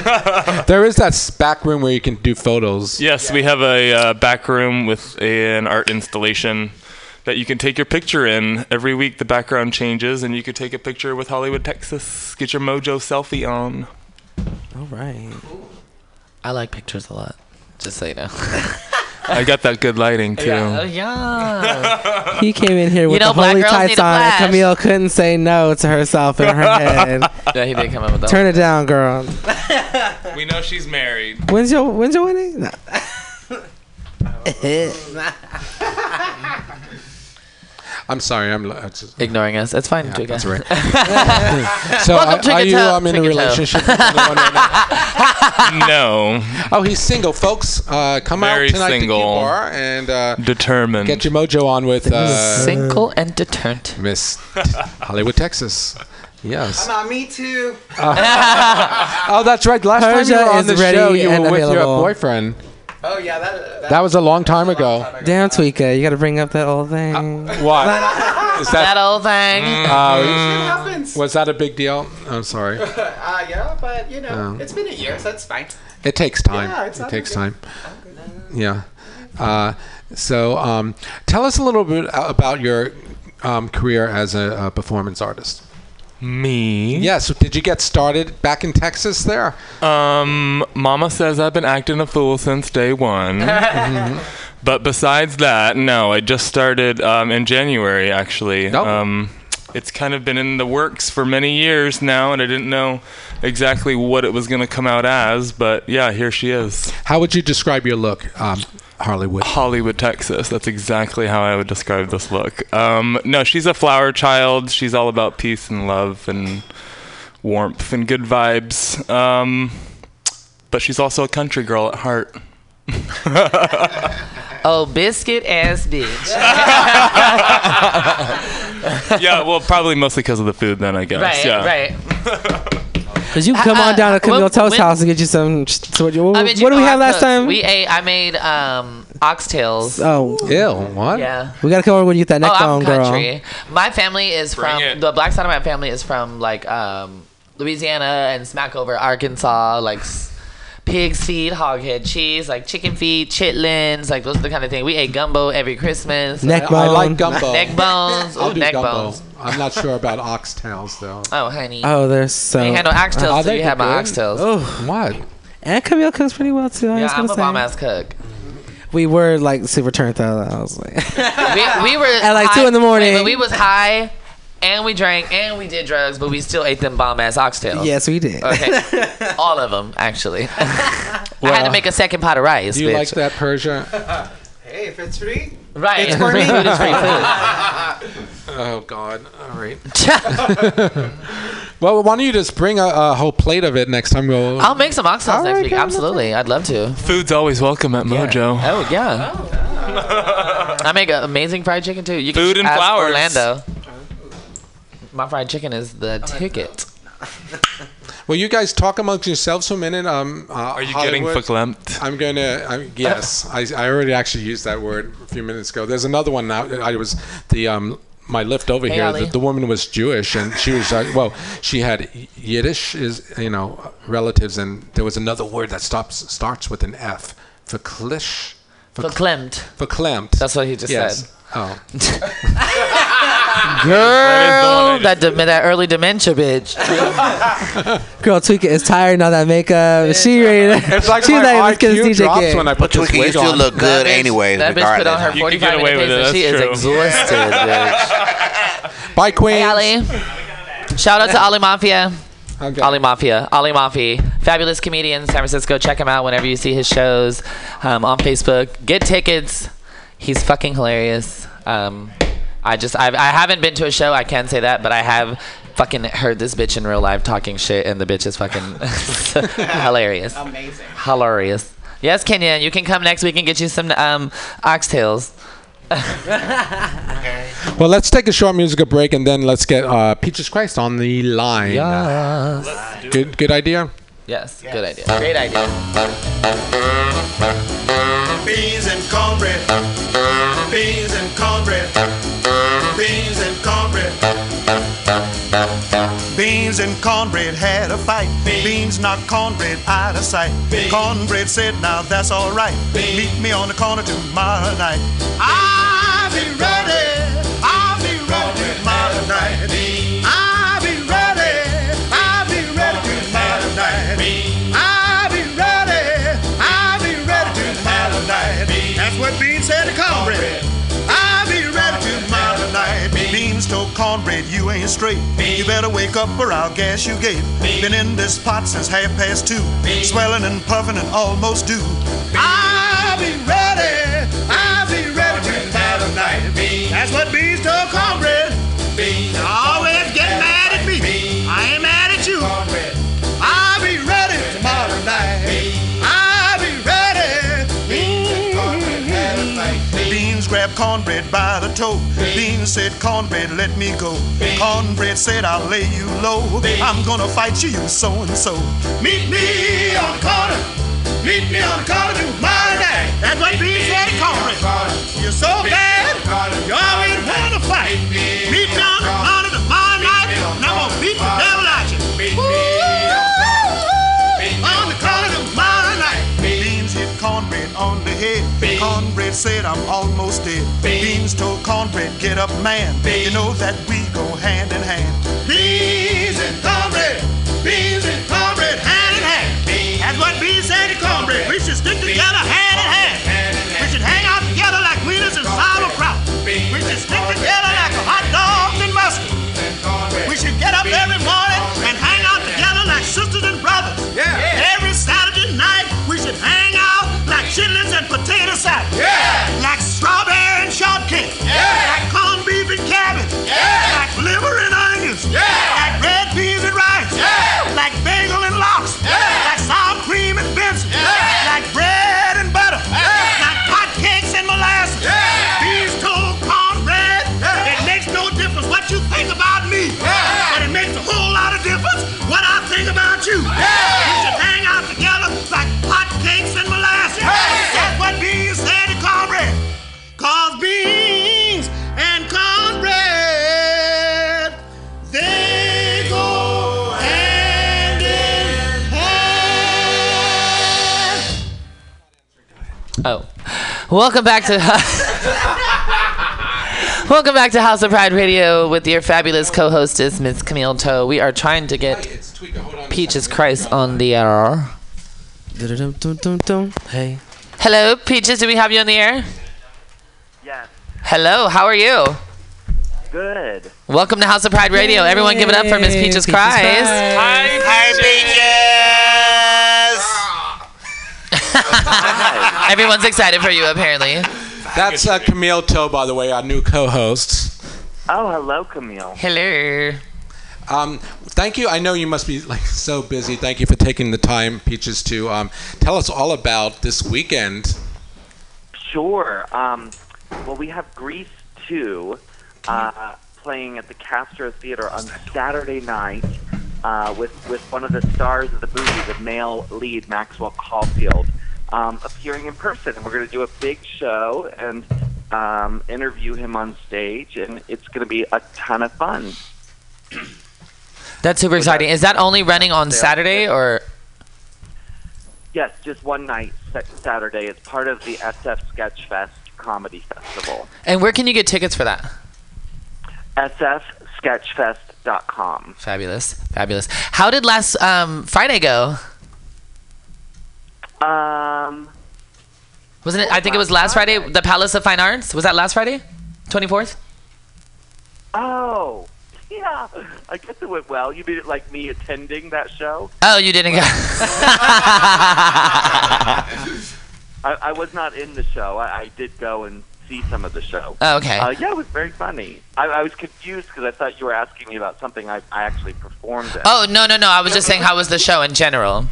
video.
folks?
There is that s- back room where you can do photos.
yes, we have a uh, back room with an art installation that you can take your picture in. Every week the background changes, and you could take a picture with Hollywood, Texas. Get your mojo selfie on.
All right.
I like pictures a lot. Just so you know.
I got that good lighting too.
Oh, yeah.
He came in here with
know,
the
black
holy
girls need
tights
a
on. and
flash.
Camille couldn't say no to herself in her head.
yeah, he did come up with that.
Turn it down, girl.
We know she's married.
When's your when's your wedding? No.
I'm sorry. I'm. I just-
Ignoring us. It's fine. Tuka.
That's right. so,
Welcome,
are, are you
Chickatoo-
um, in a
Chickatoo.
relationship? with anyone right now?
no,
oh, he's single, folks. Uh, come
Very
out tonight
single.
to Key Bar and uh,
determined.
get your mojo on with uh,
Single and deterrent.
Miss Hollywood, Texas. Yes.
Not Ah, me too.
Oh, that's right. Last time you
Persia
were on
is
the
ready
show, you
and
were with
available.
your boyfriend.
Oh yeah, that.
That was a long time ago. Uh,
Damn, Tweeka, you gotta bring up that old thing.
What? Is that?
That old thing.
Mm.
Uh,
happens.
was that a big deal? I'm sorry.
Uh, yeah, but you know, it's been a year, so it's fine.
Oh. It takes time.
Yeah, it's
it
not
takes
okay.
time. Yeah. Uh, so, um, tell us a little bit a- about your um, career as a, uh performance artist.
me.
Yeah. So, did you get started back in Texas there?
Um, Mama says I've been acting a fool since day one. but besides that, no, I just started um, in January actually.
Oh.
Um, it's kind of been in the works for many years now, and I didn't know exactly what it was going to come out as. But yeah, here she is,
How would you describe your look, um, Hollywood?
Hollywood, Texas. That's exactly how I would describe this look. Um, no, she's a flower child. She's all about peace and love and warmth and good vibes. Um, but she's also a country girl at heart.
Oh, biscuit ass bitch.
yeah, well, probably mostly because of the food, then I guess.
Right,
yeah.
right.
Cause you can come on down to Camille
Uh, when-
Toast
when-
House and get you some. So what,
I mean, you
what do we
know, I
have last
cooked.
time?
We ate. I made um oxtails.
oh,
Ew. What?
Yeah.
we gotta come over when you get that
Oh,
neck
I'm
on, girl.
country. My family is
Bring
from
it.
the black side of my family is from like um Louisiana and Smackover, Arkansas, like. s- Pig's feet, hog head cheese, like chicken feet, chitlins, like those are the kind of thing. We ate gumbo every Christmas.
I,
Neck bone.
I like gumbo.
neck bones.
I'll
Ooh,
do
neck
gumbo.
bones.
I'm not sure about oxtails though.
Oh, honey.
Oh, there's so.
They handle
Are
oxtails, so
they
you have my
good?
oxtails.
oh,
What?
and Camille cooks pretty well too. I was
yeah, I'm
gonna
a
say.
bomb ass cook.
We were like super turned out. I was like,
We, we were
At, like, two
high-
in the morning.
wait, but we was high, and we drank, and we did drugs, but we still ate them bomb ass oxtails.
yes, we did.
Okay. All of them, actually. I had to make a second pot of rice.
Do you
bitch.
like that Persia?
Hey, if it's free,
Right.
it's for me.
Food is free food.
Oh God! All right. Well, why don't you just bring a, a whole plate of it next time? We'll.
I'll make some oxtails
All
next
right,
week.
girl, no
Absolutely. I'd love to.
Food's always welcome at Mojo.
Oh, yeah. I make a amazing fried chicken, too. You can
Food and
ask
flowers.
Orlando. My fried chicken is the ticket.
Well, you guys talk amongst yourselves for a minute. Um, uh,
Are you
Hollywood.
getting verklempt?
I'm gonna. I'm, yes, I, I already actually used that word a few minutes ago. There's another one now. I was the um my lift over
Hey,
here.
Ali.
The, the woman was Jewish and she was uh, well, she had Yiddish is you know relatives and there was another word that stops starts with an F for klish for
But Klimt.
for clamped.
That's what he just
yes.
said.
Oh,
Girl, that, dem- that early dementia, bitch.
Girl, Tweeka is tired and all that makeup. She ready. To,
it's like
she's
my
like, let's
IQ
get this DJ
drops
gig.
when I
But
put this
Twinkie, you
wig
still
on.
look
That
good
bitch-
anyways,
That bitch put on her
regardless.
You can
45
get away
minute
with
face
it,
and she
that's
is
true.
exhausted, bitch.
Bye, Queen.
Hey, Ali. Shout out to Ali Mafia.
Okay.
Ali Mafia. Ali Mafi. Fabulous comedian in San Francisco. Check him out whenever you see his shows um, on Facebook. Get tickets. He's fucking hilarious. Um, I just, I've, I haven't been to a show, I can say that, but I have fucking heard this bitch in real life talking shit, and the bitch is fucking hilarious.
Amazing.
Hilarious. Yes, Kenya, you can come next week and get you some um, oxtails.
Well, let's take a short musical break and then let's get uh, Peaches Christ on the line. Good, good idea.
Yes, good idea. Great idea.
Beans and cornbread. Beans and cornbread. Beans and cornbread. Beans and cornbread had a fight. Beans knocked cornbread out of sight. Cornbread said, Now that's all right. Meet me on the corner tomorrow night. I'll be ready. cornbread, you ain't straight. You better wake up or I'll gas you gate. Been in this pot since half past two, swelling and puffing and almost due. I'll be ready, I'll be ready to have a night. That's what beans told cornbread. Always get mad at me. I ain't mad at you. I'll be ready tomorrow night. I'll be ready. Beans grabbed cornbread by the toe. Beans said, Cornbread, let me go. Cornbread said, I'll lay you low. I'm gonna fight you, you so and so. Meet me on the corner. Meet me on the corner tomorrow night. That's what Beans said, to Cornbread. You're so bad. You always wanna fight. Meet me on the corner tomorrow night. And I'm gonna beat the devil out you. Woo! On the corner tomorrow night. Beans hit cornbread on the head. Cornbread said, I'm almost dead. Beans told cornbread, get up, man. You know that we go hand in hand. Beans and cornbread, beans and cornbread, hand in hand. That's what beans said to cornbread. We should stick together hand in hand. We should hang out together like wieners and sauerkraut. We should stick together like hot dogs and mustard. We should get up every morning and hang out together like sisters and brothers. Yeah. Every Saturday night we should hang out like chitlins and potato salad. Yeah. Like strawberry and shortcake. Yeah. Like corned beef and cabbage. Yeah. Like liver and onions. Yeah. Like red peas and rice. Yeah. Like bagel and lox. Yeah. Like sour cream and Benson. Yeah. Like bread and butter. Yeah. Like hotcakes and molasses. Yeah. These told cornbread. It makes no difference what you think about me. But it makes a whole lot of difference what I think about you. We should hang out together like hotcakes and molasses. That's what beans said to cornbread. Cause beans and cornbread, they go hand in hand.
Oh, welcome back to. Welcome back to House of Pride Radio with your fabulous co-hostess, Miss Camille Toe. We are trying to get
It's Tweaker. Hold on. a
Peaches
second.
Christ on the air.
Dum-dum-dum-dum-dum. Hey.
Hello, Peaches. Do we have you on the air?
Yes.
Hello. How are you?
Good.
Welcome to House of Pride Radio. Everyone, give it up for Miss
Hey,
Peaches,
Peaches
Christ.
Christ.
Hi, bitches.
Everyone's excited for you, apparently.
That's uh, Camille Toe, by the way, our new co-host.
Oh, hello, Camille.
Hello.
Um, thank you. I know you must be like so busy. Thank you for taking the time, Peaches, to um, tell us all about this weekend.
Sure. Um, well, we have Grease 2 uh, playing at the Castro Theater on Saturday night uh, with, with one of the stars of the movie, the male lead, Maxwell Caulfield, um, appearing in person. And we're going to do a big show and um, interview him on stage, and it's going to be a ton of fun.
That's super exciting. Is that only running on Saturday or?
Yes, just one night, Sa- Saturday. It's part of the SF Sketchfest Comedy Festival.
And where can you get tickets for that?
sfsketchfest.com.
Fabulous, fabulous. How did last um, Friday go?
Um,
Wasn't it? I think it was last Friday. The Palace of Fine Arts was that last Friday, twenty fourth.
oh, yeah. I guess it went well. You mean it like me attending that show?
Oh, you didn't go.
I, I was not in the show. I, I did go and see some of the show.
Oh, okay.
Uh, yeah, it was very funny. I, I was confused because I thought you were asking me about something I, I actually performed at.
Oh no no no! I was just saying how was the show in general.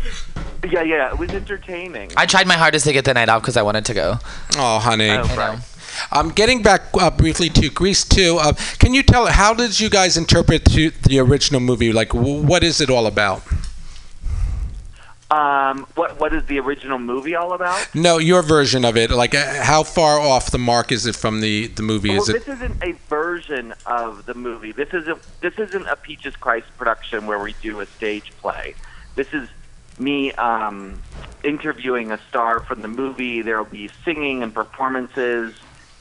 Yeah, yeah, it was entertaining.
I tried my hardest to get the night off because I wanted to go.
Oh, honey.
Oh, right.
Um, getting back uh, briefly to Grease 2, uh, can you tell how did you guys interpret to the original movie? Like, w- what is it all about?
Um, what what is the original movie all about?
No, your version of it. Like, uh, how far off the mark is it from the, the movie?
Well,
Is it?
this isn't a version of the movie. This isn't this isn't a Peaches Christ production where we do a stage play. This is me um, interviewing a star from the movie. There'll be singing and performances.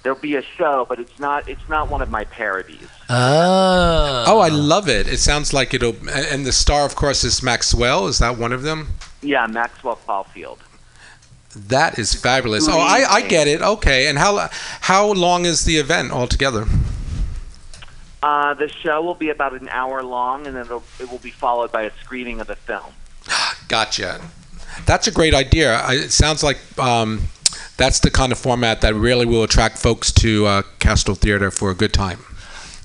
There'll be a show, but it's not it's not one of my parodies.
Oh.
Oh, I love it. It sounds like it'll. a- And the star, of course, is Maxwell. Is that one of them?
Yeah, Maxwell Caulfield.
That is fabulous. Oh, I, I get it. Okay. And how how long is the event altogether?
Uh, the show will be about an hour long, and then it'll, it will be followed by a screening of the film.
Gotcha. That's a great idea. I, it sounds like um, that's the kind of format that really will attract folks to uh, Castle Theater for a good time.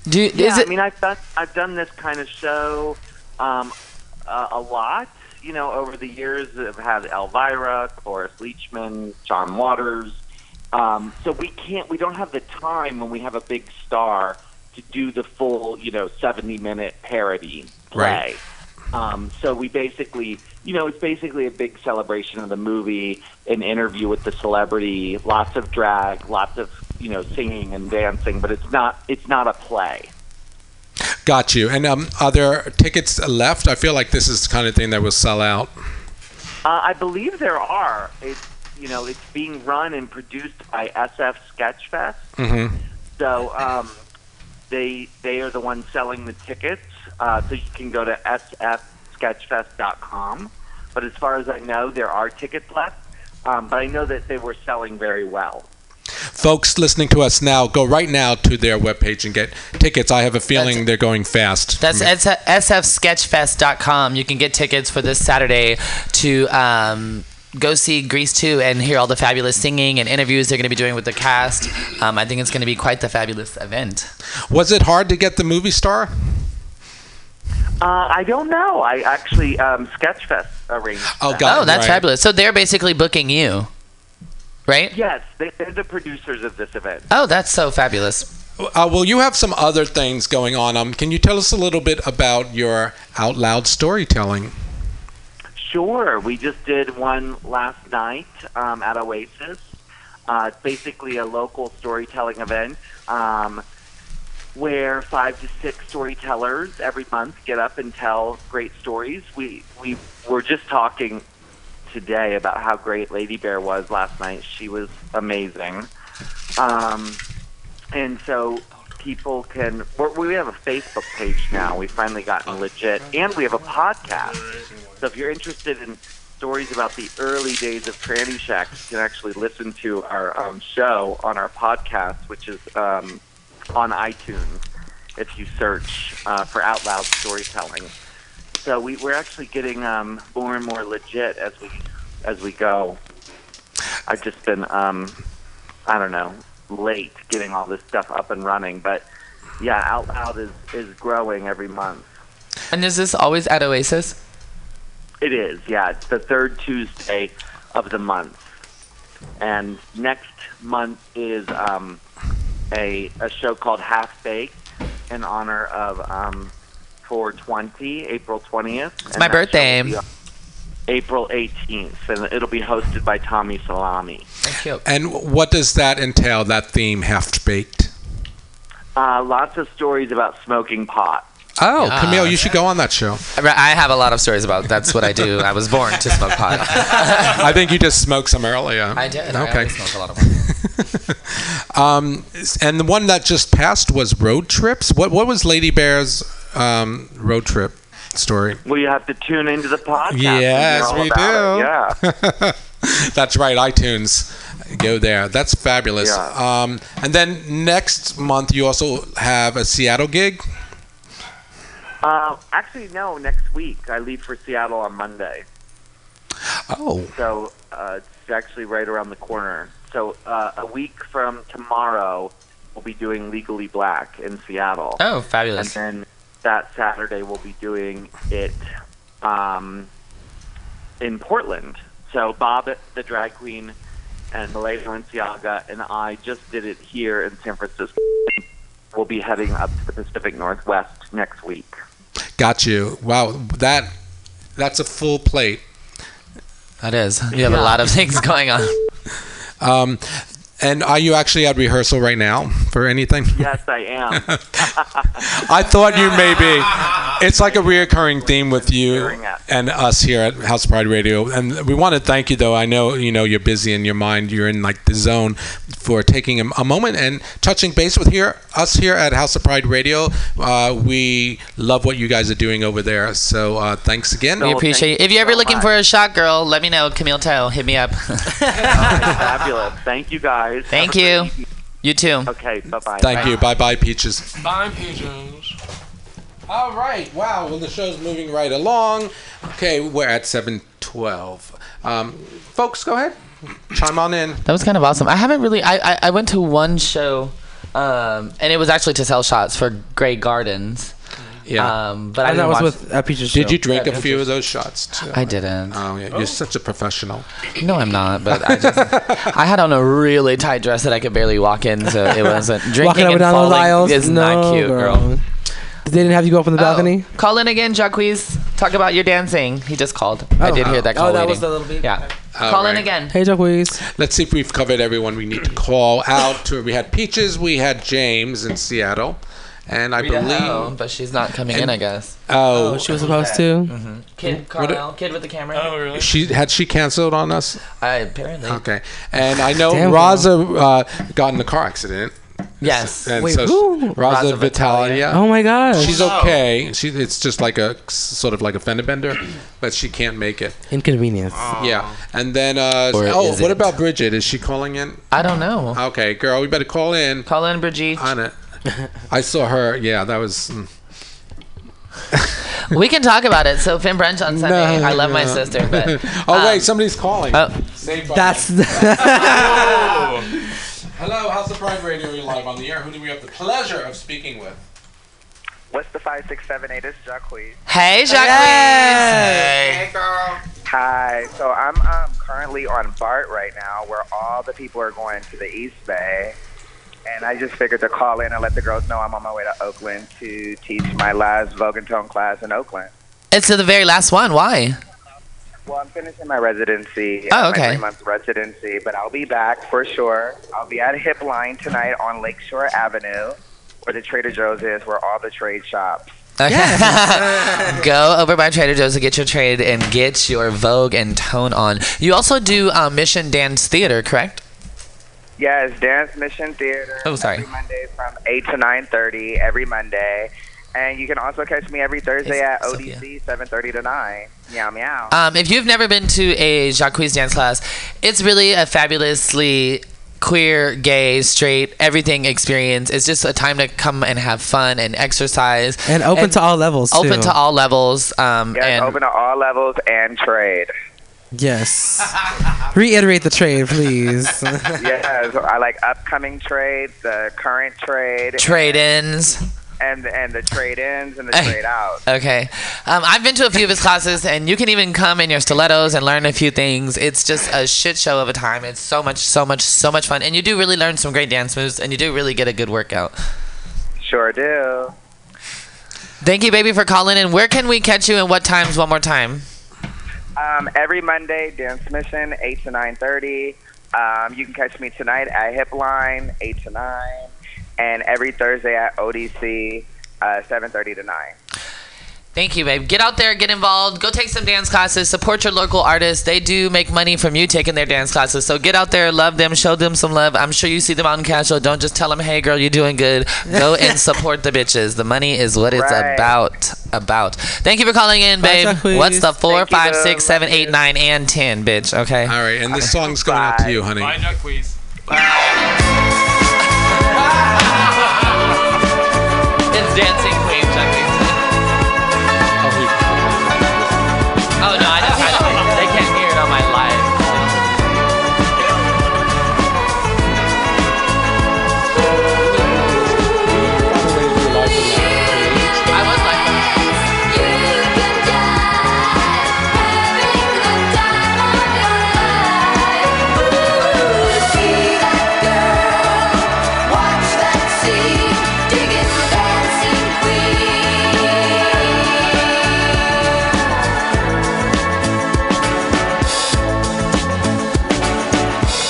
Do you,
Yeah,
is it?
I mean, I've done I've done this kind of show um, uh, a lot. You know, over the years, I've had Elvira, Cloris Leachman, John Waters. Um, so we can't, we don't have the time when we have a big star to do the full, you know, seventy-minute parody play. Um, so we basically, you know, it's basically a big celebration of the movie, an interview with the celebrity, lots of drag, lots of, you know, singing and dancing, but it's not, it's not a play.
Got you. And um, are there tickets left? I feel like this is the kind of thing that will sell out.
Uh, I believe there are. It's you know it's being run and produced by SF Sketchfest,
Mm-hmm.
so um, they they are the ones selling the tickets. Uh, so you can go to sfsketchfest.com. But as far as I know, there are tickets left. Um, but I know that they were selling very well.
Folks listening to us now, go right now to their webpage and get tickets. I have a feeling
That's-
they're going fast.
That's
I mean,
S- sfsketchfest.com. You can get tickets for this Saturday to um, go see Grease 2 and hear all the fabulous singing and interviews they're going to be doing with the cast. Um, I think it's going to be quite the fabulous event.
Was it hard to get the movie star?
Uh, I don't know. I actually um, Sketchfest arranged.
Oh,
that.
got
oh,
it,
that's
right.
fabulous. So they're basically booking you, right?
Yes, they, they're the producers of this event.
Oh, that's so fabulous.
Uh, well, you have some other things going on. Um, can you tell us a little bit about your out loud storytelling?
Sure. We just did one last night um, at Oasis. Uh, it's basically a local storytelling event um, where five to six storytellers every month get up and tell great stories. We we were just talking today about how great Lady Bear was last night. She was amazing. Um, and so people can we're, we have a facebook page now we've finally gotten legit and we have a podcast so if you're interested in stories about the early days of tranny shack you can actually listen to our um, show on our podcast which is um, on itunes if you search uh, for out loud storytelling so we, we're actually getting um, more and more legit as we as we go i've just been um, I don't know, late getting all this stuff up and running. But yeah, Out Loud is, is growing every month.
And is this always at Oasis?
It is, yeah. It's the third Tuesday of the month. And next month is um, a, a show called Half Baked in honor of um, 420, April 20th. It's
my birthday.
April 18th. And it'll be hosted by Tommy Salami.
Thank you.
And what does that entail, that theme, half baked?
Uh, lots of stories about smoking pot.
Oh, Camille, you should go on that show.
I have a lot of stories about that's what I do. I was born to smoke pot.
I think you just smoked some earlier.
I did. I
Okay.
always smoked a lot of pot.
um, and the one that just passed was road trips. What what was Lady Bear's um, road trip story?
Well, you have to tune into the podcast.
Yes,
and hear all
we
about
do.
it. Yeah.
That's right, iTunes. Go there. That's fabulous.
Yeah.
Um, and then next month you also have a Seattle gig.
Uh, actually, no. Next week, I leave for Seattle on Monday,
Oh,
so uh, it's actually right around the corner. So uh, a week from tomorrow, we'll be doing Legally Black in Seattle,
Oh,
and
fabulous.
then that Saturday we'll be doing it um, in Portland. So Bob, the drag queen, and Milady Valenciaga, and I just did it here in San Francisco. We'll be heading up to the Pacific Northwest next week.
got you. Wow, that that's a full plate.
That is. You have a lot of things going on.
Um, and are you actually at rehearsal right now for anything?
Yes, I am.
I thought you may be. It's like a reoccurring theme with you and us here at House Pride Radio, and we want to thank you. Though I know you know you're busy in your mind, you're in like the zone for taking a, a moment and touching base with here us here at House of Pride Radio. Uh, we love what you guys are doing over there, so uh, thanks again.
We
Well, thank
appreciate you. If
you
you're ever
so
looking
much.
for a shot girl, let me know. Camille Toe, hit me up.
Fabulous. Thank you guys.
Thank
Have a great
you.
evening.
You too.
Okay, bye-bye.
Thank you. Bye bye, Peaches.
Bye, pigeons.
All right. Wow. Well, the show's moving right along. Okay, we're at 712. Um, folks, go ahead. Chime on in.
That was kind of awesome. I haven't really. I I, I went to one show, um, and it was actually to sell shots for Grey Gardens.
Yeah.
Um, but I
And
didn't
that was
watch-
with a Peaches
Did
show.
you drink a few of those shots? Too?
I didn't.
Oh, yeah. You're such a professional.
No, I'm not. But I just I had on a really tight dress that I could barely walk in, so it wasn't drinking
Walking up
and
and down
falling
the aisles.
is not
No,
cute, girl.
They didn't have you go up on the balcony.
Oh, call in again, Jacquees. Talk about your dancing. He just called. I did hear Oh, that call.
Oh, that
waiting.
was the little beep?
Yeah.
All
call in
right.
again.
Hey, Jacquees.
Let's see if we've covered everyone we need to call out. To. We had Peaches, we had James in Seattle, and I
Oh,
believe.
but she's not coming in, I guess. Mm-hmm.
Oh,
Oh, she was supposed to.
Kid Carmel, kid with the camera.
Oh, really?
she had she canceled on us.
I apparently.
Okay, and I know
Damn,
Raza uh, got in a car accident.
Yes.
And
Wait,
so
who?
Raza
Raza Vitalia.
Vitalia.
Oh my gosh.
She's okay. She, it's just like a sort of like a fender bender, but she can't make it.
Inconvenience.
Yeah. And then uh,
Or
oh,
is it?
what about Bridget? Is she calling in?
I don't know.
Oh.
Okay, girl, we better call in
Call in, Brigitte.
on it. I saw her. Yeah, that was. mm.
We can talk about it. So Finn brunch on Sunday. I love my
no.
sister, but
oh
um,
wait, somebody's calling.
oh,
Saved by
That's
the- Hello, House of Pride Radio. You're live on the air. Who do we have the pleasure of speaking with?
What's the five six seven eight? It's Jacquees.
hey, Jacquees.
Hey, girl. Hi. So I'm um, currently on BART right now, where all the people are going to the East Bay, and I just figured to call in and let the girls know I'm on my way to Oakland to teach my last Vogue and Tone class in Oakland.
It's the very last one. Why?
Well, I'm finishing my residency.
Oh,
uh,
okay.
My three month residency, but I'll be back for sure. I'll be at Hip Line tonight on Lakeshore Avenue, where the Trader Joe's is, where all the trade shops.
Okay. Go over by Trader Joe's to get your trade and get your Vogue and tone on. You also do uh, Mission Dance Theater, correct?
Yes, Dance Mission Theater.
Oh, sorry.
Every Monday from eight to nine thirty every Monday, and you can also catch me every Thursday
It's
at
Sophia.
ODC seven thirty to nine. Meow meow.
Um, if you've never been to a Jacques dance class, it's really a fabulously queer, gay, straight, everything experience. It's just a time to come and have fun and exercise.
and open to all levels. Too.
Open to all levels. Um,
yes,
and
open to all levels and trade.
Yes. Reiterate the trade, please.
yes, I like upcoming trade, the current trade,
trade ins.
and and the trade ins and the
Hey.
trade outs.
Okay. Um, I've been to a few of his classes, and you can even come in your stilettos and learn a few things. It's just a shit show of a time. It's so much, so much, so much fun. And you do really learn some great dance moves, and you do really get a good workout.
Sure do.
Thank you, baby, for calling in. Where can we catch you and what times one more time?
Um, every Monday, Dance Mission, eight to nine thirty. Um, you can catch me tonight at Hipline, eight to nine, and every Thursday at ODC, uh, seven thirty to nine.
Thank you, babe. Get out there, get involved, go take some dance classes, support your local artists. They do make money from you taking their dance classes. So get out there, love them, show them some love. I'm sure you see them out in casual. Don't just tell them, hey, girl, you're doing good. Go and support the bitches. The money is what it's
Right.
about. About. Thank you for calling in,
Bye,
babe.
Jacquees.
What's the four,
Thank you,
five,
love.
six, seven, eight, nine, and 10, bitch? Okay.
All right, and this song's going out to you, honey.
Bye, duckwees.
It's Dancing Queen, Jacquees. Oh, no, I just, I just, they can't hear it on my live. I was like,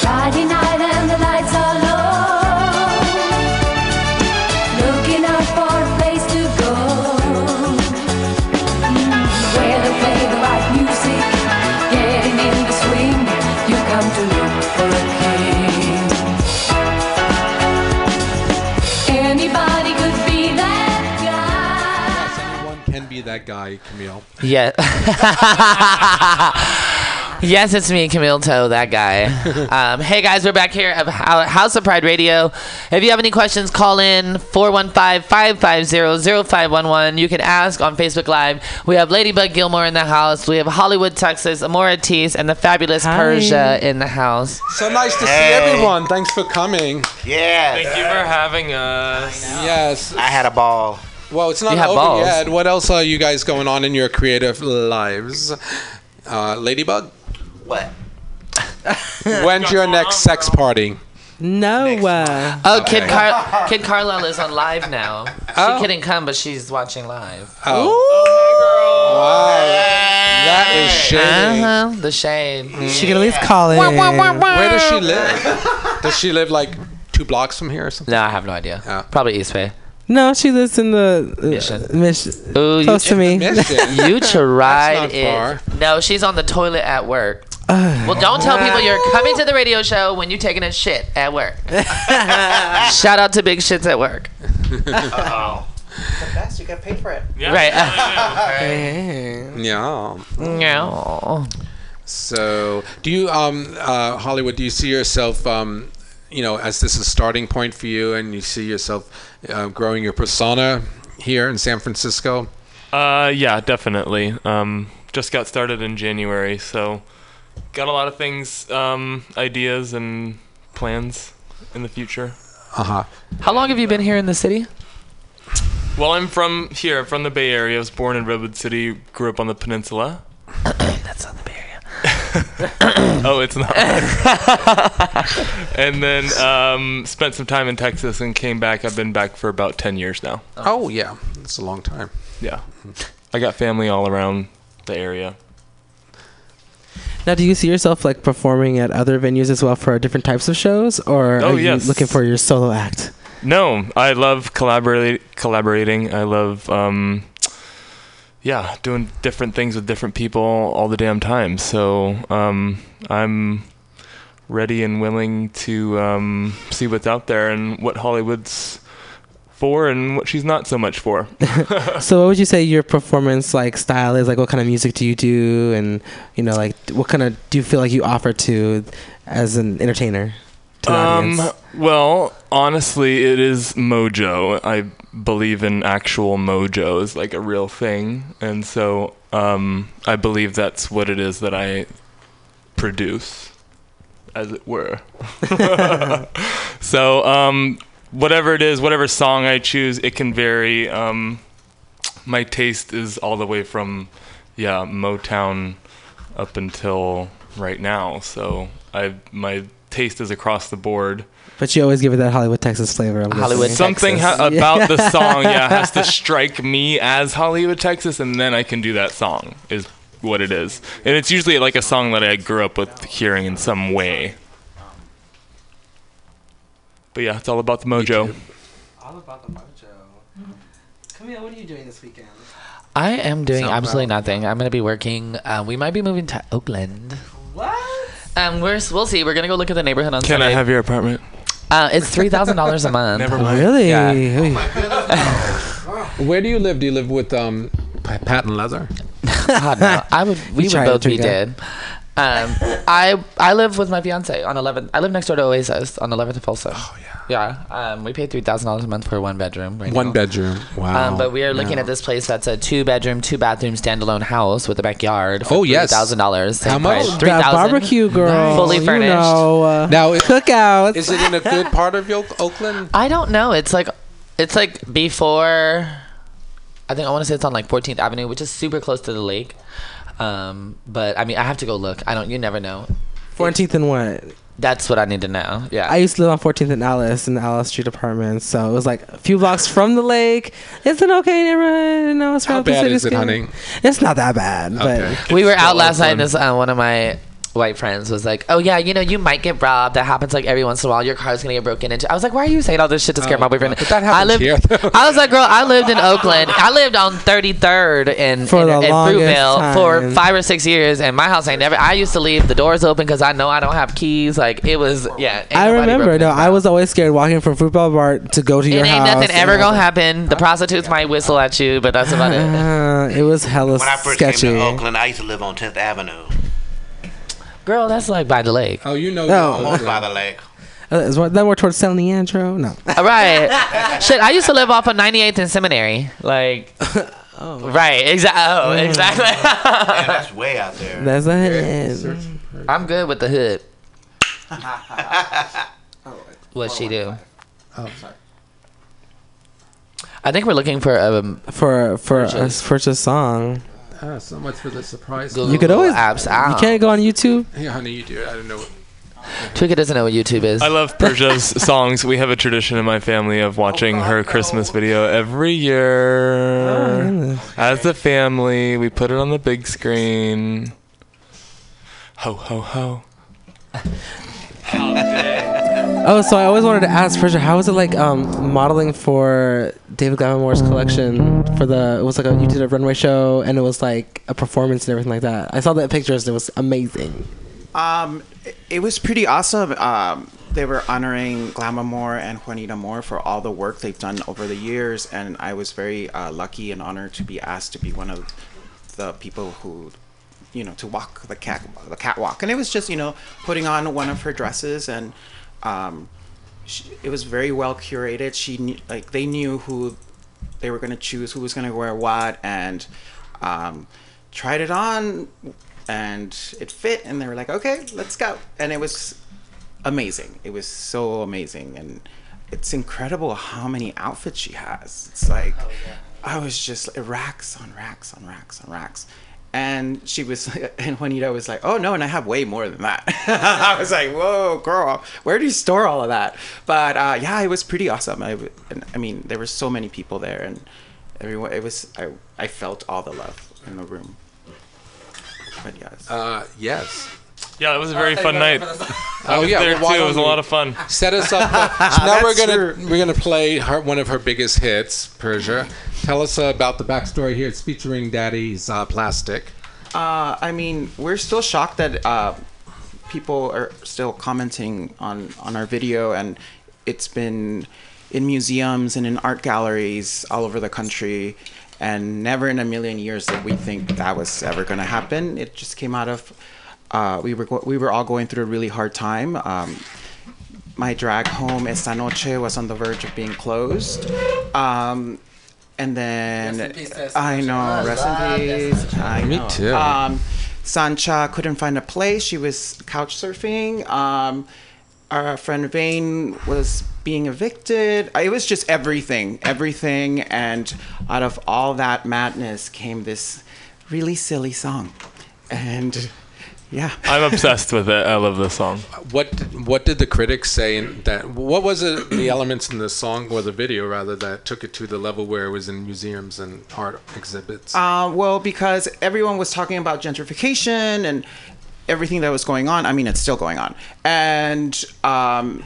Friday night and the lights are low. Looking out for a place to go Mm, Where they play the right music Getting in the swing You come to look for a king Anybody could be that guy
One can be that guy, Camille.
Yeah. Yes, it's me, Camille Toe, that guy. Um, hey guys, we're back here at Ho- House of Pride Radio. If you have any questions, call in 415-550-0511. You can ask on Facebook Live. We have Ladybug Gilmore in the house. We have Hollywood Texas, Amora Tees, and the fabulous
Hi.
Persia in the house.
So nice to
Hey.
see everyone. Thanks for coming.
Yeah.
Thank you for having us.
Yes.
I had a ball.
Well, it's not
You have
over
balls.
yet. What else are you guys going on in your creative lives? Uh, Ladybug,
What?
when's your next sex party?
No. Uh,
Oh, Kid,
Okay.
Car- Kid Carlisle is on live now.
Oh.
She couldn't come, but she's watching live.
Oh, wow. That is shady.
Uh-huh, the shade.
she could at least call in.
Where does she live? does she live like two blocks from here or something?
No, I have no idea.
Oh.
Probably East Bay.
No, she lives in the uh,
Mission.
Mission.
Ooh, you
Close to me.
Mission.
You tried
That's not
it.
far.
No, she's on the toilet at work. well, don't tell people you're coming to the radio show when you're taking a shit at work. Shout out to Big Shits at Work.
Best, you got paid for it.
Yeah,
Right.
yeah.
No.
So, do you, um, uh, Hollywood? Do you see yourself, um, you know, as this is a starting point for you, and you see yourself uh, growing your persona here in San Francisco?
Uh, yeah, definitely. Um, just got started in January, so got a lot of things, um, ideas and plans in the future.
Uh huh.
How long have you been here in the city?
Well, I'm from here, I'm from the Bay Area. I was born in Redwood City, grew up on the peninsula.
That's on the Bay Area.
Oh, it's not. and then um, spent some time in Texas and came back. I've been back for about 10 years now.
Oh yeah, it's a long time.
Yeah. I got family all around the area.
Now, do you see yourself like performing at other venues as well for different types of shows, or are
Oh,
you
yes.
looking for your solo act?
No, I love collaborate, collaborating. I love, um, yeah, doing different things with different people all the damn time. So um, I'm ready and willing to um, see what's out there and what Hollywood's for and what she's not so much for.
So, what would you say your performance like style is? Like, what kind of music do you do, and you know, like, what kind of do you feel like you offer to as an entertainer? To the audience?
Uh, well, honestly, it is mojo. I believe in actual mojo is like a real thing, and so um, I believe that's what it is that I produce, as it were. so, um, whatever it is, whatever song I choose, it can vary. Um, my taste is all the way from, yeah, Motown up until right now. So I my taste is across the board.
but you always give it that Hollywood Texas flavor. I'm
Hollywood
listening.
Something ha- about the song, yeah, has to strike me as Hollywood, Texas, and then I can do that song. Is what it is, and it's usually like a song that I grew up with hearing in some way. But yeah, it's all about the mojo.
All about the mojo. Camille, what are you doing this weekend?
I am doing
So
absolutely nothing. I'm going to be working. Uh, we might be moving to Oakland.
What?
Um, we're, we'll see. We're going to go look at the neighborhood on
Can I
Sunday.
have your apartment?
uh, it's $3,000 a month.
Never
Oh,
mind.
really?
Yeah.
Ooh.
Where do you live? Do you live with um, Pa- Patton Leather?
God, no. I would. We would
tried it,
both be
Trika.
dead. Um, I I live with my fiance on 11th. I live next door to Oasis on 11th and Folsom. Oh yeah. Yeah. Um, we pay three thousand dollars a month for one bedroom. Right
One
now.
bedroom. Wow.
Um, but we are looking
Yeah.
at this place that's a two bedroom, two bathroom standalone house with a backyard. For
Oh, yes.
thousand dollars.
How much?
Three
That
thousand.
barbecue girl.
Fully furnished.
You know, uh,
Now, i-
cookouts.
is it in a good part of Yo- Oakland?
I don't know. It's like, it's like before. I think I want to say it's on like 14th Avenue, which is super close to the lake. Um, but I mean, I have to go look. I don't. You never know.
14th and what?
That's what I need to know. Yeah.
I used to live on 14th and Alice in the Alice Street apartments, so it was like a few blocks from the lake. It's an okay neighborhood. You know, it's
How
relatively
bad
city
is it,
skin.
honey?
It's not that bad,
Okay.
we were out
still
last night. And
Oakland.
this uh, one of my white friends was like, "Oh yeah, you know, you might get robbed. That happens like every once in a while. Your car's gonna get broken into." I was like, "Why are you saying all this shit to scare my boyfriend?"
but that
I
happens
lived.
here, though.
I was like, "Girl, I lived in Oakland. I lived on 33rd and
For
in,
the
in
longest
Fruitvale for
time.
five or six years, and my house ain't never. I used to leave the doors open because I know I don't have keys. Like it was, yeah. ain't
I
nobody
remember.
broken
No,
into my
I was always scared walking from Fruitball Bar to go to
It
your
ain't
house.
nothing ever gonna happen. The prostitutes might whistle at you, but that's about it.
Uh, it was hella
When I first
sketchy.
came to Oakland, I used to live on 10th Avenue.
Girl, that's like by the lake.
Oh, you know.
Oh.
you
Almost
know.
by the lake.
Uh, is that more towards San Leandro? No.
All right. Shit, I used to live off of 98th and Seminary. Like, right. Exactly. Oh, exactly.
Man, that's way out there.
Mm. That's not it.
I'm good with the hood. what she do?
Oh.
I think we're looking for um,
For for a, for just a song,
Ah, so much for the surprise.
Google
you could always
apps.
You can't go on YouTube.
Hey, honey, you do. it. I don't know. What,
Twika doesn't know what YouTube is.
I love Persia's songs. We have a tradition in my family of watching her Christmas video every year. As a family, we put it on the big screen. Ho ho ho.
Oh, so I always wanted to ask Persia, how was it like um, modeling for David Gavin Moore's collection for the? It was like a, you did a runway show and it was like a performance and everything like that. I saw the pictures and it was amazing.
Um, it, it was pretty awesome. Um, they were honoring Glamour Moore and Juanita Moore for all the work they've done over the years, and I was very uh, lucky and honored to be asked to be one of the people who, you know, to walk the cat the catwalk. And it was just you know putting on one of her dresses, and um, she, it was very well curated. She knew, like they knew who they were going to choose, who was going to wear what, and um, tried it on, and it fit, and they were like, okay, let's go, and it was amazing. It was so amazing, and it's incredible how many outfits she has. It's like I was just racks on racks on racks on racks. And she was, and Juanita was like, "Oh no!" And I have way more than that. I was like, "Whoa, girl, where do you store all of that?" But uh, yeah, it was pretty awesome. I, w- and, I mean, there were so many people there, and everyone. It was. I, I felt all the love in the room. But yes.
uh, yes.
Yeah, it was a very fun night. I
Oh,
was
yeah,
there
well, why
too. It was a
don't
lot
you-
of fun.
Set us up. so now we're
That's
gonna
true.
we're gonna play her, one of her biggest hits, Persia. Tell us uh, about the backstory here. It's featuring Daddy's uh, Plastic.
Uh, I mean, we're still shocked that uh, people are still commenting on on our video, and it's been in museums and in art galleries all over the country. And never in a million years did we think that was ever going to happen. It just came out of uh, we were go- we were all going through a really hard time. Um, my drag home Esta Noche was on the verge of being closed. Um, and then I know, rest in peace. I
Me
know.
too.
Um, Sancha couldn't find a place. She was couch surfing. Um, our friend Vane was being evicted. It was just everything, everything. And out of all that madness came this really silly song. And yeah.
I'm obsessed with it. I love this song.
What did, what did the critics say? In that what was it? The elements in the song or the video rather that took it to the level where it was in museums and art exhibits.
Uh, well, because everyone was talking about gentrification and everything that was going on. I mean, it's still going on. And um,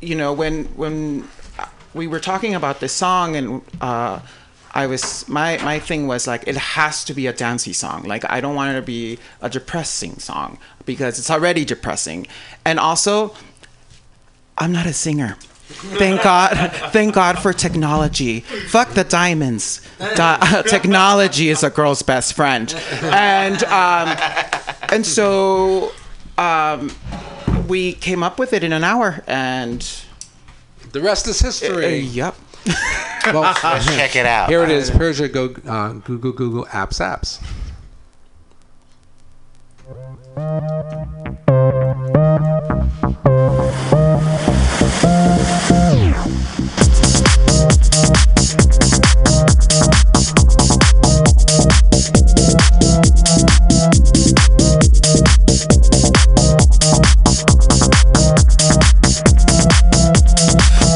you know, when when we were talking about this song, and uh, I was my my thing was like, it has to be a dancey song. Like, I don't want it to be a depressing song because it's already depressing, and also. I'm not a singer. Thank God. Thank God for technology. Fuck the diamonds. Di- technology is a girl's best friend. And um, and so um, we came up with it in an hour. And
the rest is
uh,
history.
yep.
Well,
Check it out.
here it is. Persia, go uh, Google Google apps apps.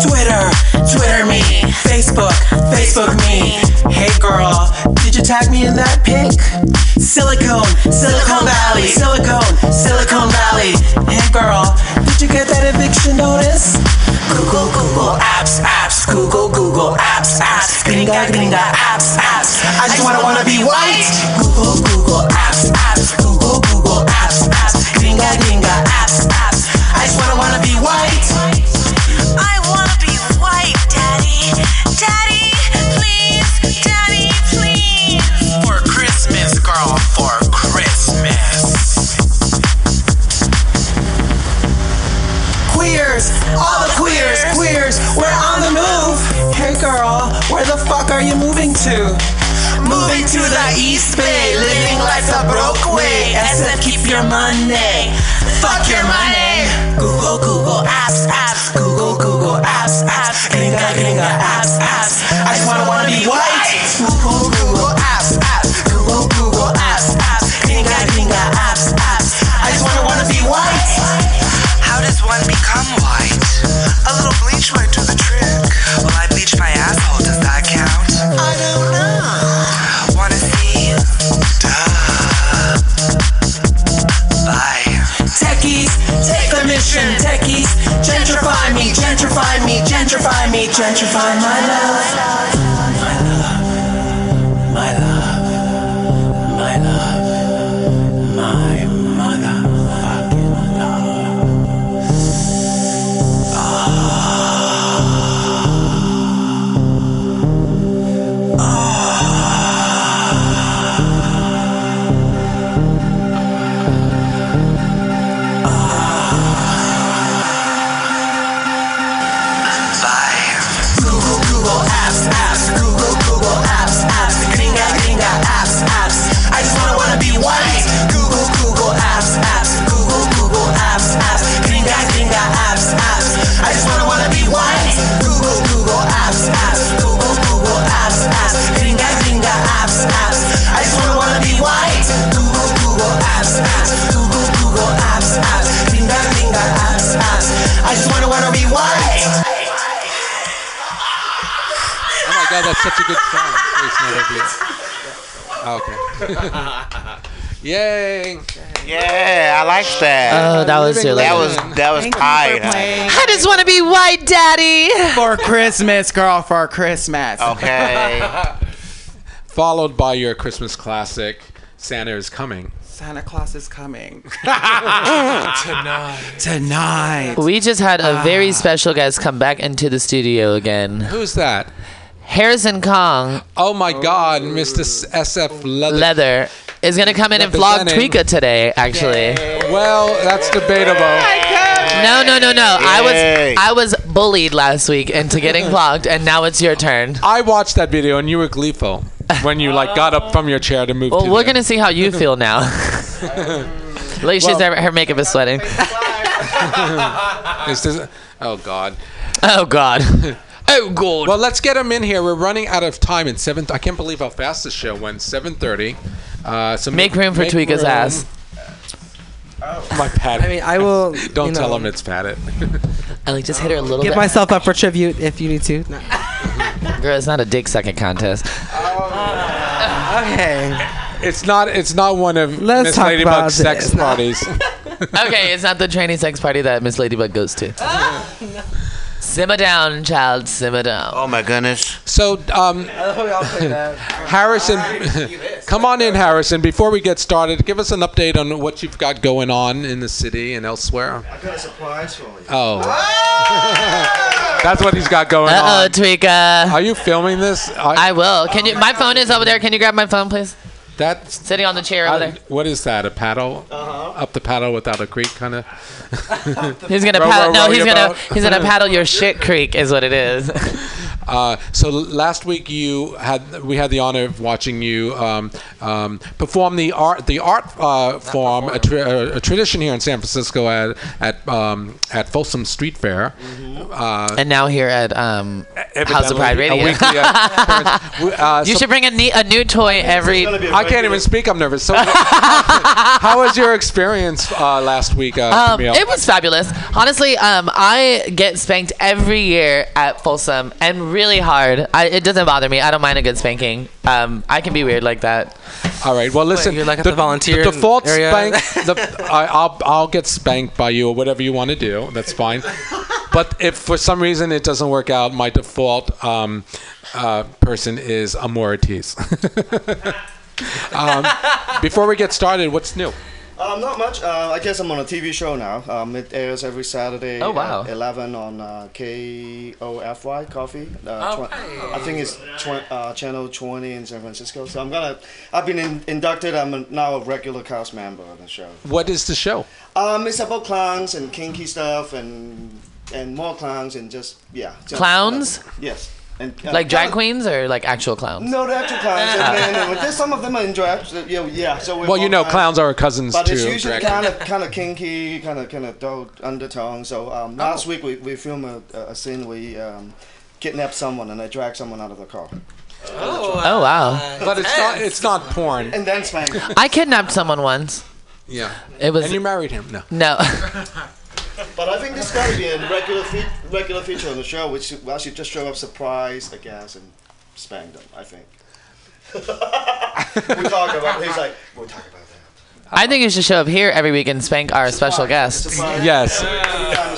Twitter, Twitter me. Facebook, Facebook me. Hey girl, did you tag me in that pic? Silicone, Silicon Valley, Silicone, Silicon Valley. Hey girl, did you get that eviction notice? Google, Google, apps, apps, Google, Google, apps, apps, gringa, gringa, apps, apps. I just wanna wanna be white. Google, Google, apps, apps, Google, Google, apps, apps, gringa, gringa, apps, apps. I just wanna wanna be white. I wanna be white, Daddy. Daddy, please. Daddy, please. For Christmas, girl, for Christmas.
fuck are you moving to? Moving to the East Bay, living life the broke way. SF, keep your money. Fuck your money. Google, Google apps, apps. Google, Google apps, apps. Gringa, gringa apps, apps. I just wanna wanna be white. Google, Google apps, apps. Google, Google apps, apps. Gringa, gringa apps, apps. I just wanna wanna be white. How does one become white? A little bleach might do the trick. Well, I bleach my asshole. Does that count? I don't know. Wanna see? Duh. Bye. Techies, take the mission. Techies, gentrify me, gentrify me, gentrify me, gentrify my love. My love. My love. My love. My motherfucking love. Google, Google apps, apps. Google, Google apps, apps. Gringa, gringa apps, apps. I just wanna wanna be white. Google, Google apps, apps. Google, Google apps, apps. Gringa, gringa apps, apps. I just wanna wanna be white. Google, Google apps, apps. Google, Google apps, apps. Gringa, gringa apps, apps. I just wanna wanna be white. Google, Google apps, apps. Google, Google apps, apps. Gringa, gringa apps, apps. I just wanna wanna be white.
Oh my god, that's such a good song. It's not over yet. Oh, okay. Yay!
Yeah, I like that.
Oh, that was your
that
little-
was that was tight.
I just want to be white, daddy.
For Christmas, girl, for Christmas.
Okay.
Followed by your Christmas classic, Santa is Coming.
Santa Claus is coming
Tonight.
tonight.
We just had a
Ah.
very special guest come back into the studio again.
Who's that?
Harrison Kong
Oh my god, Mr. S- SF Leather.
Leather is gonna come in and vlog
Representing.
Tweeka today. Actually,
Well, that's debatable.
no, no, no, no.
Yay.
I was I was bullied last week into getting vlogged, and now it's your turn.
I watched that video and you were gleeful when you like got up from your chair to move
Well,
to
we're
the-
gonna see how you feel now. Like she's her, her makeup is sweating.
Is this- oh god.
Oh God. Oh God.
Well, let's get him in here. We're running out of time. It's seven. I can't believe how fast this show went. Seven thirty. Uh, so
Make room for Tweeka's
room. Oh,
ass.
My pad.
I mean, I will.
Don't
you know,
tell him it's padded.
I like just hit her a little
Get
bit.
myself up for tribute if you need to. No.
Girl, it's not a dick second contest.
Okay.
it's not. It's not one of
Let's
Miss
talk about
Ladybug's sex
this. No.
parties.
Okay, it's not the training sex party that Miss Ladybug goes to. Simmer down, child. Simmer down.
Oh my goodness.
So, um, Harrison, come on in, Harrison. Before we get started, give us an update on what you've got going on in the city and elsewhere.
I got a surprise for you.
Oh, that's what he's got going
Uh oh,
on.
Tweeka.
Are you filming this? I,
I will. Can you? My phone is over there. Can you grab my phone, please?
that's
Sitting on the chair over there.
What is that? A paddle? Up the paddle without a creek, kind of.
He's gonna
Row,
paddle.
row,
No,
row
he's
your
gonna
boat.
he's gonna paddle your shit creek is what it is.
Uh, so l- last week you had we had the honor of watching you um, um, perform the art the art uh, form a, tra- a, a tradition here in San Francisco at at um, at Folsom Street Fair. Uh,
and now here at um, House of Pride
a
Radio.
weekly, uh, we- uh,
You
so-
should bring a, ne- a new toy every.
Gonna be a
I can't
regular-
even speak. I'm nervous. So, how was your experience uh, last week, uh,
Um,
Camille?
it was fabulous. Honestly, um, I get spanked every year at Folsom and really hard. I, it doesn't bother me. I don't mind a good spanking. Um, I can be weird like that.
All right. Well, listen.
you're like at the volunteer
default
area?
spank. The, I, I'll I'll get spanked by you or whatever you want to do. That's fine. But if for some reason it doesn't work out, my default um, uh, person is Amor Ortiz. um, before we get started, what's new?
Um, not much. Uh, I guess I'm on a TV show now. Um, it airs every Saturday.
Oh, wow.
At 11 on uh, KOFY Coffee. Uh, twen- I think it's twen- uh, channel 20 in San Francisco. So I'm gonna. I've been in- inducted. I'm a, now a regular cast member on the show.
What is the show?
Um, it's about clowns and kinky stuff and and more clowns and just yeah. just-
Clowns?
Yes. And, uh,
Like drag
uh,
queens or like actual clowns?
No, the actual clowns.
Ah.
and then, and there's some of them are in drag. So, yeah, yeah. So we're
Well, you
all
know,
kinds.
clowns are cousins
but it's
to
usually
drag queens.
kind of kind of kinky, kind of kind of adult undertone. So
Oh.
um, last week we we filmed a, a scene where we um, kidnapped someone and they dragged someone out of the car.
uh,
Oh wow.
But it's not it's not porn.
And then spank.
I kidnapped someone once.
Yeah.
It was.
And you married him? No.
No.
But I think this got to be a regular fe- regular feature on the show, which should- well, I should just show up surprised, I guess, and spank them. I think. we talk about. He's like, we'll talk about that.
I think you should show up here every week and spank our special guest.
Yes.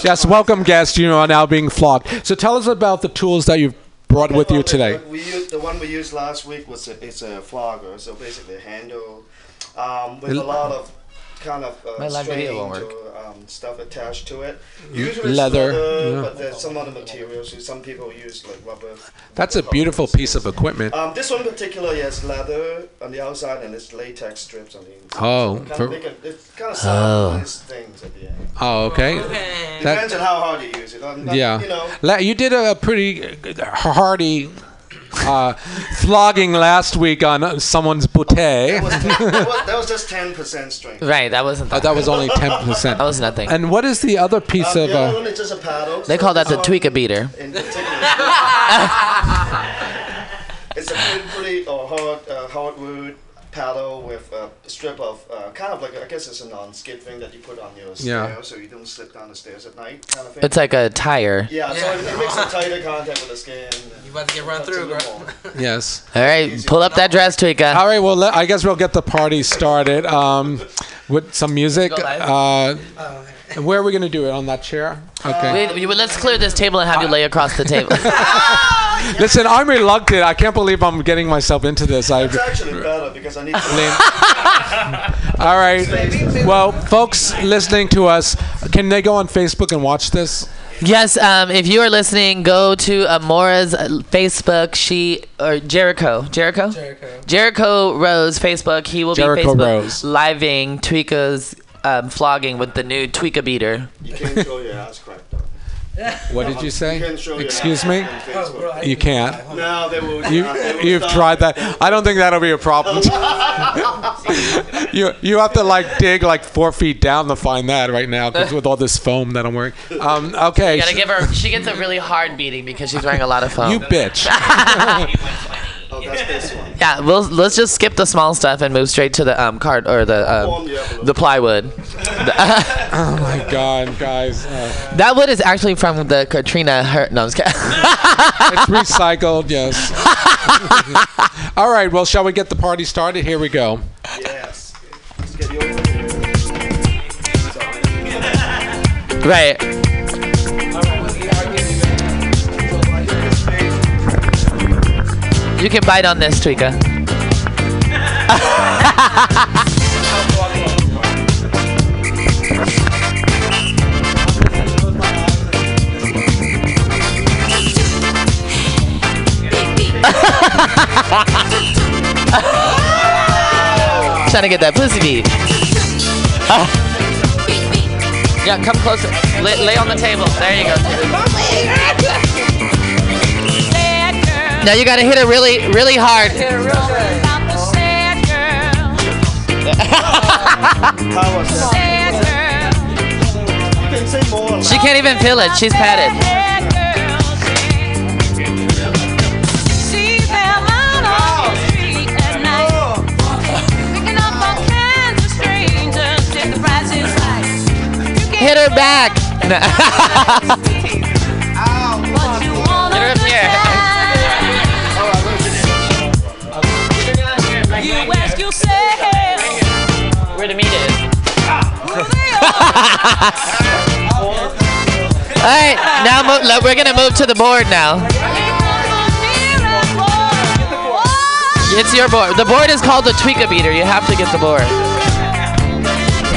Yes. Welcome, guest. You are now being flogged. So tell us about the tools that you've brought with you today.
We used, the one we used last week was a, it's a flogger, so basically a handle um, with a lot of kind of
My
uh,
live
strange
video won't work.
or, um, stuff attached to it.
Mm,
Usually it's
leather,
leather,
yeah.
but there's some other materials. Some people use like rubber.
That's a beautiful piece of equipment.
Um, this one in particular, yes, leather on the outside and it's latex strips on the inside.
Oh,
kind
for-
of, they can, it's kind of
Oh.
soft things at the end.
Oh, okay.
Depends on how hard you use it. Um,
yeah.
You know,
La- you did a pretty uh, hearty uh, flogging last week on uh, someone's bootay.
that was, that was, that was just 10% strength.
Right, that wasn't.
Oh, that was only ten percent. That
was nothing.
And what is the other piece
Um,
of?
the other
Uh,
one is just a paddle. Um,
They
so
call that
this
the
one
tweaker beater.
In particular. it's a pretty, pretty uh, hard, uh, hardwood paddle with a strip of uh, kind of like I guess it's a non-skid thing that you put on your
Yeah.
stair so you don't slip down the stairs at night kind of thing.
It's like a tire.
yeah, so it, it makes a tighter contact with the skin. You
about to get run through, bro?
yes.
All right, pull up that dress, Tweeka.
All right. Well, let, I guess we'll get the party started um, with some music.
Go live?
Uh, where are we gonna do it? On that chair? Okay.
Wait, wait, let's clear this table and have you lay across the table.
Listen, I'm reluctant. I can't believe I'm getting myself into this. I.
It's actually better because I need to
All right. Well, folks listening to us, can they go on Facebook and watch this?
yes, um, if you are listening, go to Amora's uh, Facebook. She or Jericho, Jericho, Jericho, Jericho Rose Facebook. He will
Jericho
be Facebook
Rose.
living Tweeka's um, flogging with the new Tweeka beater.
You can't show your ass crack though.
What did you say?
You can't show your
Excuse
ass
me?
on Facebook.
You can't.
No, they will.
You,
not. They will
you've
stop.
tried that. I don't think that'll be a problem. you you have to like dig like four feet down to find that right now 'cause with all this foam that I'm wearing. Um, okay.
You gotta give her. She gets a really hard beating because she's wearing a lot of foam.
You bitch.
Oh, that's this one.
Yeah, we'll let's just skip the small stuff and move straight to the um card or the um, the plywood.
oh my god, guys. Uh,
That wood is actually from the Katrina. Her, no, I'm just kidding.
it's recycled, yes. all right, well, shall we get the party started? Here we go.
Yes.
right. You can bite on this, Tweeka. Trying to get that pussy beat. Oh. Yeah, come closer. Lay, lay on the table. There you go. Now you gotta hit it really, really hard. she can't even feel it. She's padded. Hit her back. No. Get her up here. Where the meat is. All right, now mo- lo- we're gonna move to the board now. It's your board. The board is called the Tweeka Beater. You have to get the board.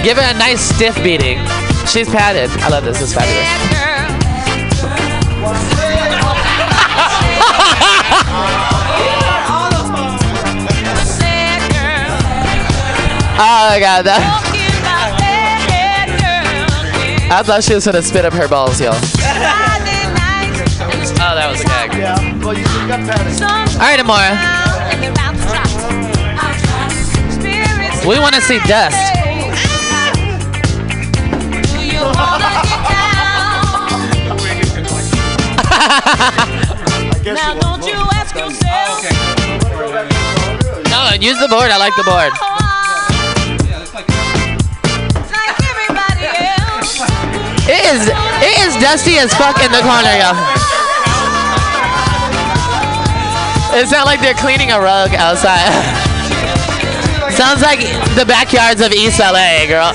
Give her a nice stiff beating. She's padded. I love this. It's fabulous. Oh my god, that. I thought she was gonna spit up her balls, y'all. Oh, that was a gag.
Yeah. Well, you just got Patty.
All right, Amora. We want to see dust.
Now don't you ask yourself.
No, use the board. I like the board. It is it is dusty as fuck in the corner, y'all. It sounds like they're cleaning a rug outside. sounds like the backyards of East LA, girl.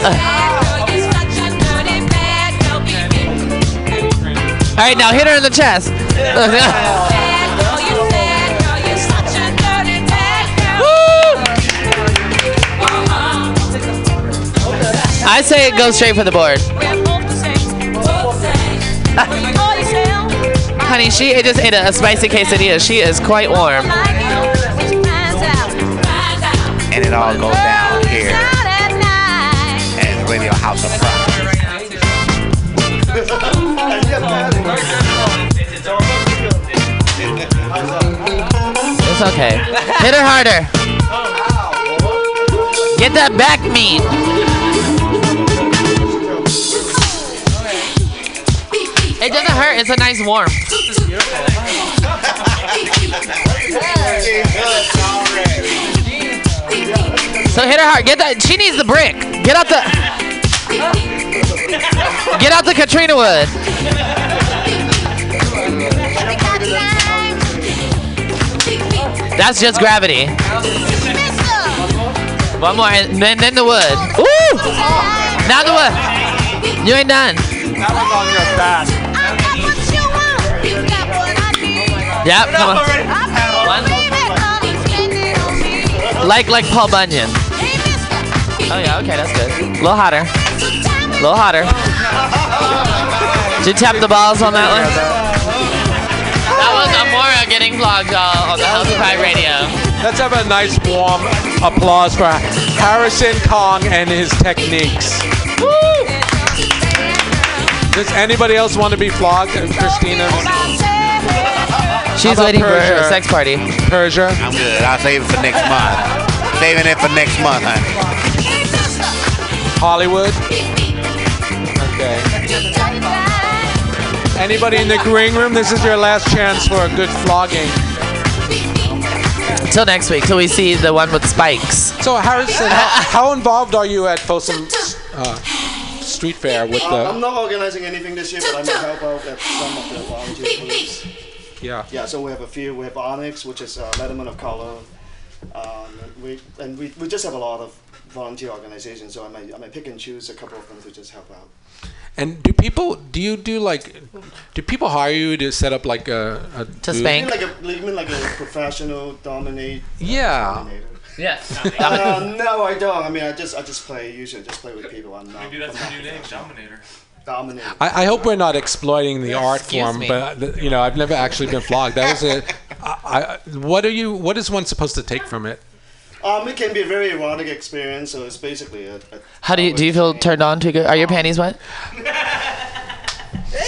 All right, now hit her in the chest. I say go straight for the board. Honey, she just ate a, a spicy quesadilla. She is quite warm.
and it all goes down here at Radio House of Fun.
It's okay. Hit her harder. Get that back meat. It doesn't hurt. It's a nice warmth. So hit her hard. Get that. She needs the brick. Get out the. Get out the Katrina wood. That's just gravity. One more, and then then the wood. Woo! Now the wood. You ain't done. Yep. Come on. Like like Paul Bunyan. Oh yeah. Okay, that's good. A little hotter. A little hotter. Did you tap the balls on that one? That was uh, Amora getting vlogged y'all, on the Healthy Pie Radio.
Let's have a nice warm applause for Harrison Kong and his techniques. Woo! Does anybody else want to be flogged? Christina?
She's
about
waiting for her
Persia?
sex party.
Persia?
I'm good. I'll save it for next month. Saving it for next month, honey.
Hollywood? Okay. Anybody in the green room? This is your last chance for a good flogging.
Till next week, till we see the one with spikes.
So, Harrison, how, how involved are you at Folsom uh, Street Fair with
Uh, I'm
the.
not organizing anything this year, but I'm gonna help out at some of the volunteer groups.
Yeah.
Yeah, so we have a few. We have Onyx, which is uh, Letterman of Color. Um, we and we, we just have a lot of volunteer organizations, so I may I may pick and choose a couple of them to just help out.
And do people do you do like do people hire you to set up like a, a
To
booth?
You
spank?
mean like a you mean like a professional dominate?
Yeah.
Yeah.
Uh, no, I don't. I mean, I just I just play. Usually, I just play with people. I'm not. Maybe that's a new name, Dominator. Dominator.
I, I hope we're not exploiting the art
Excuse
form,
me.
but uh, you know I've never actually been flogged. That was a. I, I, what are you? What is one supposed to take from it?
Um, it can be a very erotic experience, so it's basically a. a
How do you do you feel turned on too good? Are your panties wet?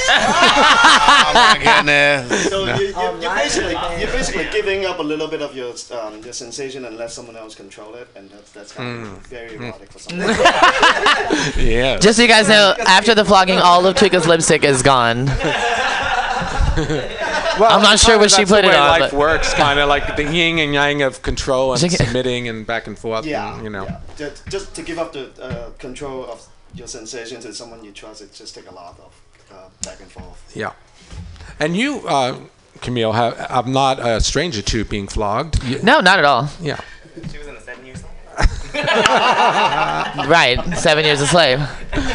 Oh my goodness.
So you, you, you're basically you're basically giving up a little bit of your um, your sensation and let someone else control it, and that's that's kind
Hmm.
of very erotic for someone.
Yeah.
Just so you guys know, after the flogging, all of Twika's lipstick is gone.
Well,
I'm not sure what she
that's the
put it
way
on,
Life
but-
works kind of like the yin and yang of control and submitting and back and forth.
yeah,
And, you know.
yeah. Just, just to give up the uh, control of your sensations to someone you trust, it just take a lot of uh, back and forth.
Yeah. And you, uh, Camille, have, I'm not a stranger to being flogged. You-
No, not at all.
yeah.
Right, seven years a slave.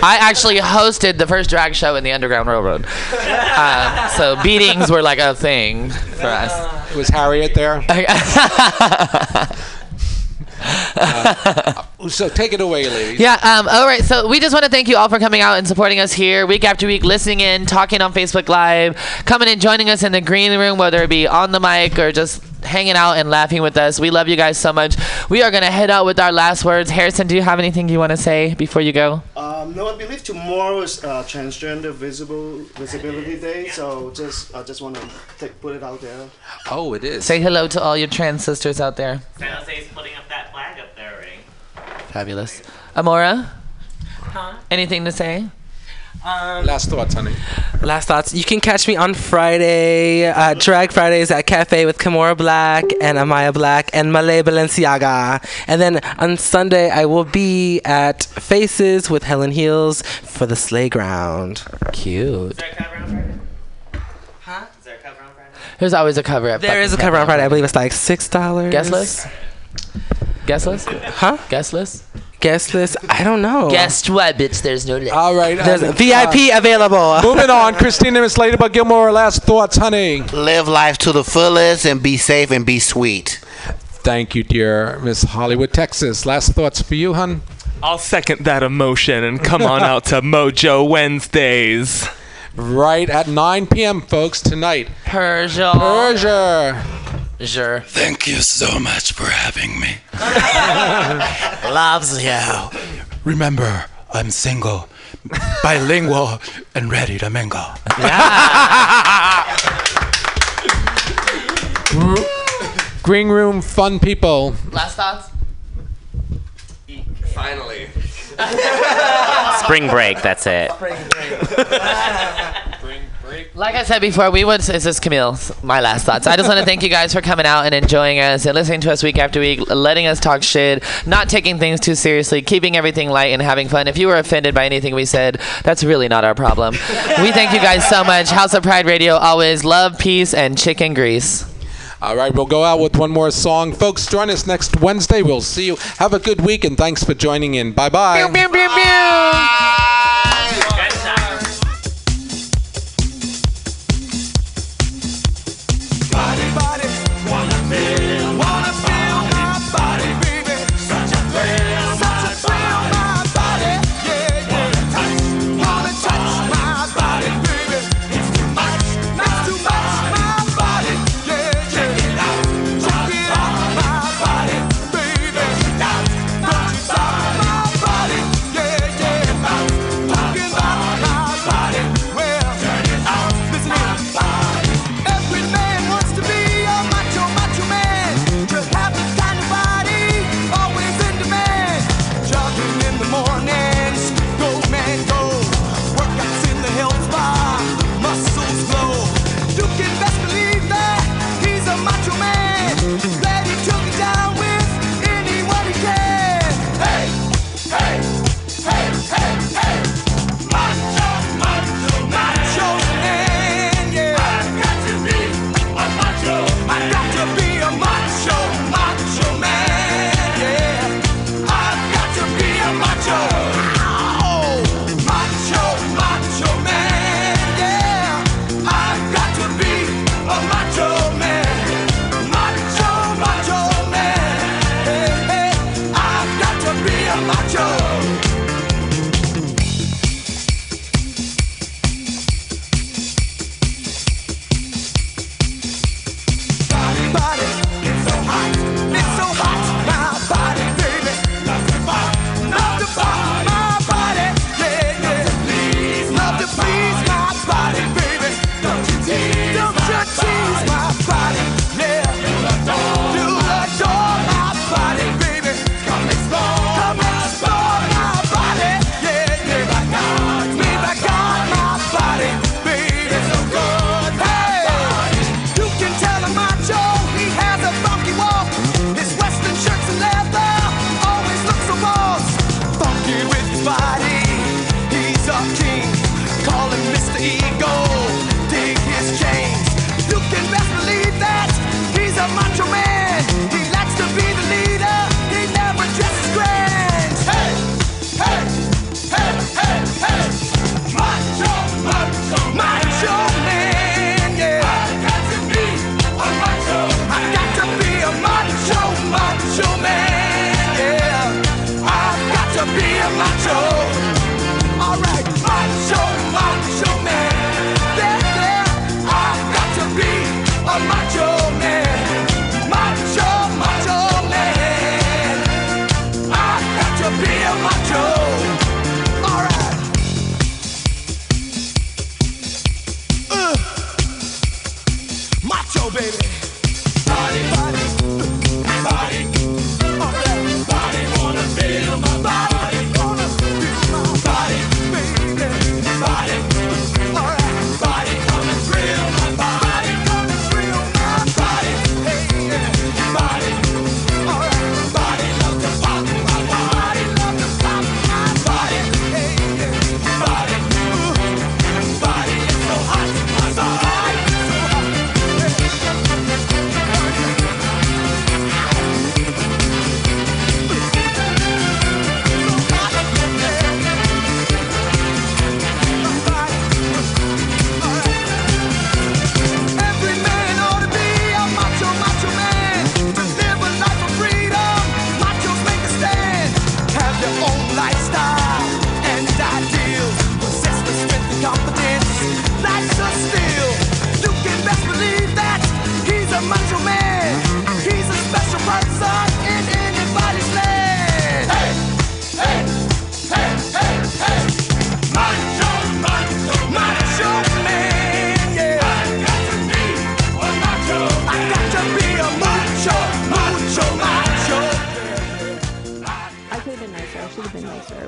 I actually hosted the first drag show in the Underground Railroad, uh, so beatings were like a thing for us.
Was Harriet there? Uh, So take it away, ladies.
Yeah. Um, all right. So we just want to thank you all for coming out and supporting us here week after week, listening in, talking on Facebook Live, coming and joining us in the green room, whether it be on the mic or just hanging out and laughing with us. We love you guys so much. We are gonna head out with our last words. Harrison, do you have anything you want to say before you go?
Um, no, I believe tomorrow is uh, Transgender Visible Visibility Day, so just I just want to put it out there.
Oh, it is.
Say hello to all your trans sisters out there.
San Jose's putting up that flag up there, ring.
Fabulous. Amora,
Huh?
anything to say?
Um,
Last thoughts, honey.
Last thoughts. You can catch me on Friday, uh, Drag Fridays at Cafe with Kimora Black and Amaya Black and Malay Balenciaga. And then on Sunday, I will be at Faces with Helen Heels for the Slay Ground.
Cute.
Huh? Is there a cover on Friday?
There's always a cover up.
There is a cover on Friday. I believe it's like six dollars.
Guest list? Guest list?
Huh?
Guest list?
Guest list? I don't know.
Guess what, bitch? There's no list.
All right.
There's a VIP available.
Moving on, Christina Miss Lady about Gilmore. Last thoughts, honey.
Live life to the fullest and be safe and be sweet.
Thank you, dear Miss Hollywood, Texas. Last thoughts for you, hun.
I'll second that emotion and come on out to Mojo Wednesdays.
Right at 9 p.m., folks, tonight.
Persia.
Persia.
Sure.
Thank you so much for having me.
Loves you.
Remember, I'm single, bilingual, and ready to mingle.
Green Room Fun People.
Last thoughts?
Finally.
Spring break, that's it.
Like I said before, we would. This is Camille. My last thoughts. I just want to thank you guys for coming out and enjoying us and listening to us week after week, letting us talk shit, not taking things too seriously, keeping everything light and having fun. If you were offended by anything we said, that's really not our problem. we thank you guys so much. House of Pride Radio, always love, peace, and chicken grease.
All right, we'll go out with one more song. Folks, join us next Wednesday. We'll see you. Have a good week, and thanks for joining in. Bye bye.
Body, body, wanna feel, wanna feel my body, baby. Such a thrill, such a thrill, my body, yeah, yeah. Touch, wanna touch my body, baby. It's too much, it's too much, my body, yeah, yeah. Check it out, check it out, my body, baby. Don't you stop my body, yeah, yeah. Ah,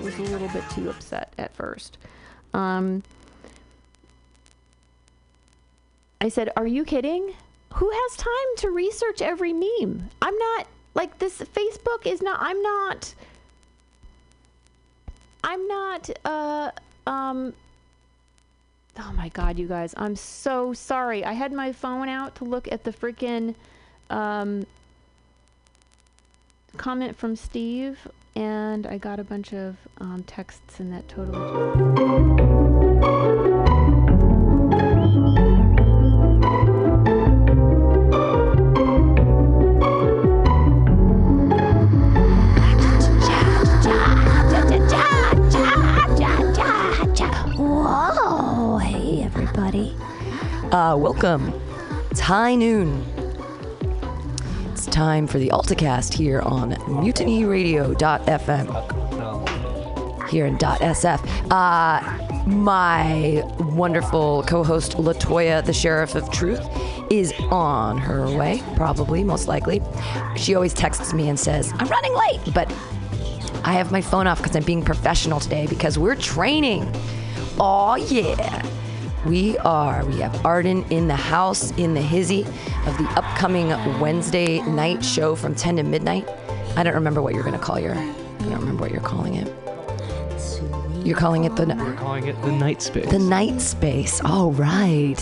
was a little bit too upset at first. Um, I said, Are you kidding? Who has time to research every meme? I'm not, like, this Facebook is not, I'm not, I'm not, uh, um, oh my God, you guys, I'm so sorry. I had my phone out to look at the freaking, um, comment from Steve, and I got a bunch of um, texts, and that totally.
Whoa! Hey, everybody. Uh, welcome. It's high noon. It's time for the AltaCast here on MutinyRadio.fm. Here in .sf. Uh, my wonderful co-host Latoya, the Sheriff of Truth, is on her way. Probably, most likely. She always texts me and says, "I'm running late," but I have my phone off because I'm being professional today because we're training. Oh yeah. We are. We have Arden in the house in the hizzy of the upcoming Wednesday night show from 10 to midnight. I don't remember what you're going to call your. I don't remember what you're calling it. You're calling it the.
We're calling it the night space.
The night space. All right.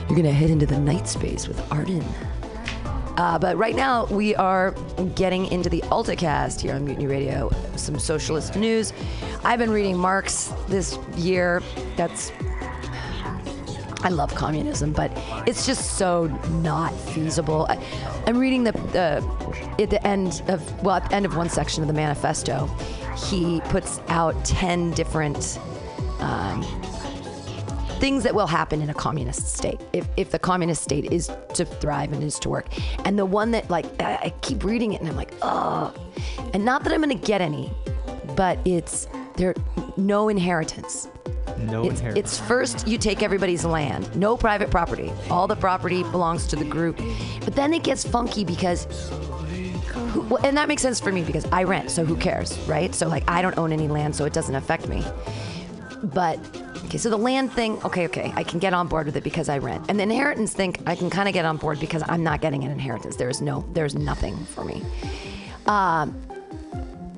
You're going to head into the night space with Arden. Uh, but right now, we are getting into the AltaCast here on Mutiny Radio. Some socialist news. I've been reading Marx this year. That's. I love communism, but it's just so not feasible. I, I'm reading the uh, at the end of well, at the end of one section of the manifesto, he puts out ten different um, things that will happen in a communist state if, if the communist state is to thrive and is to work and the one that like i I keep reading it and i'm like oh and not that i'm gonna get any but it's there no inheritance
No
it's,
inheritance.
it's first you take everybody's land no private property all the property belongs to the group but then it gets funky because who, well, and that makes sense for me because i rent so who cares right so like i don't own any land so it doesn't affect me but okay, so the land thing, okay, okay, I can get on board with it because I rent. And the inheritance thing, I can kind of get on board because I'm not getting an inheritance. There is no, there's nothing for me. Um,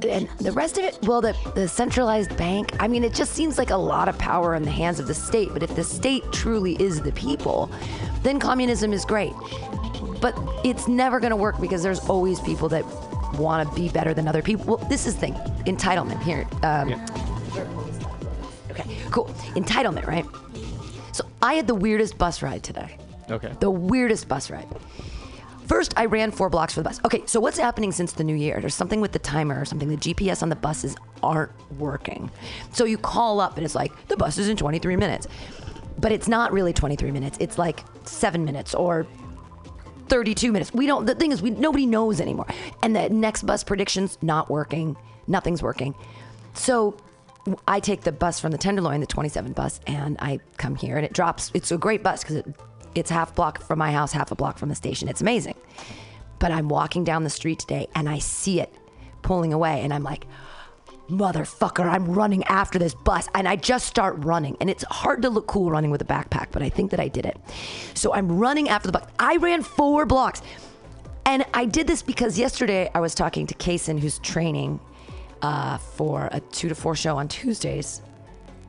and the rest of it, well, the, the centralized bank, I mean, it just seems like a lot of power in the hands of the state. But if the state truly is the people, then communism is great. But it's never going to work because there's always people that want to be better than other people. Well, this is the thing entitlement here. Um, Okay, cool. Entitlement, right? So I had the weirdest bus ride today.
Okay.
The weirdest bus ride. First, I ran four blocks for the bus. Okay, so what's happening since the new year? There's something with the timer or something. The GPS on the buses aren't working. So you call up and it's like, the bus is in 23 minutes. But it's not really 23 minutes, it's like seven minutes or 32 minutes. We don't, the thing is, we, nobody knows anymore. And the next bus prediction's not working, nothing's working. So I take the bus from the Tenderloin, the 27 bus, and I come here and it drops. It's a great bus because it, it's half block from my house, half a block from the station. It's amazing. But I'm walking down the street today and I see it pulling away and I'm like, motherfucker, I'm running after this bus. And I just start running. And it's hard to look cool running with a backpack, but I think that I did it. So I'm running after the bus. I ran four blocks. And I did this because yesterday I was talking to Kason, who's training uh, for a two to four show on Tuesdays.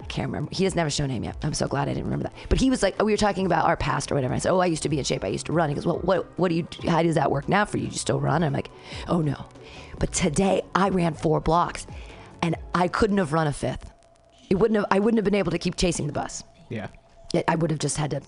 I can't remember. He doesn't have a show name yet. I'm so glad I didn't remember that. But he was like, oh, we were talking about our past or whatever. I said, oh, I used to be in shape. I used to run. He goes, well, what, what do you, how does that work now for you? Do you still run? I'm like, oh no. But today I ran four blocks, and I couldn't have run a fifth. It wouldn't have. I wouldn't have been able to keep chasing the bus.
Yeah.
I- I would have just had to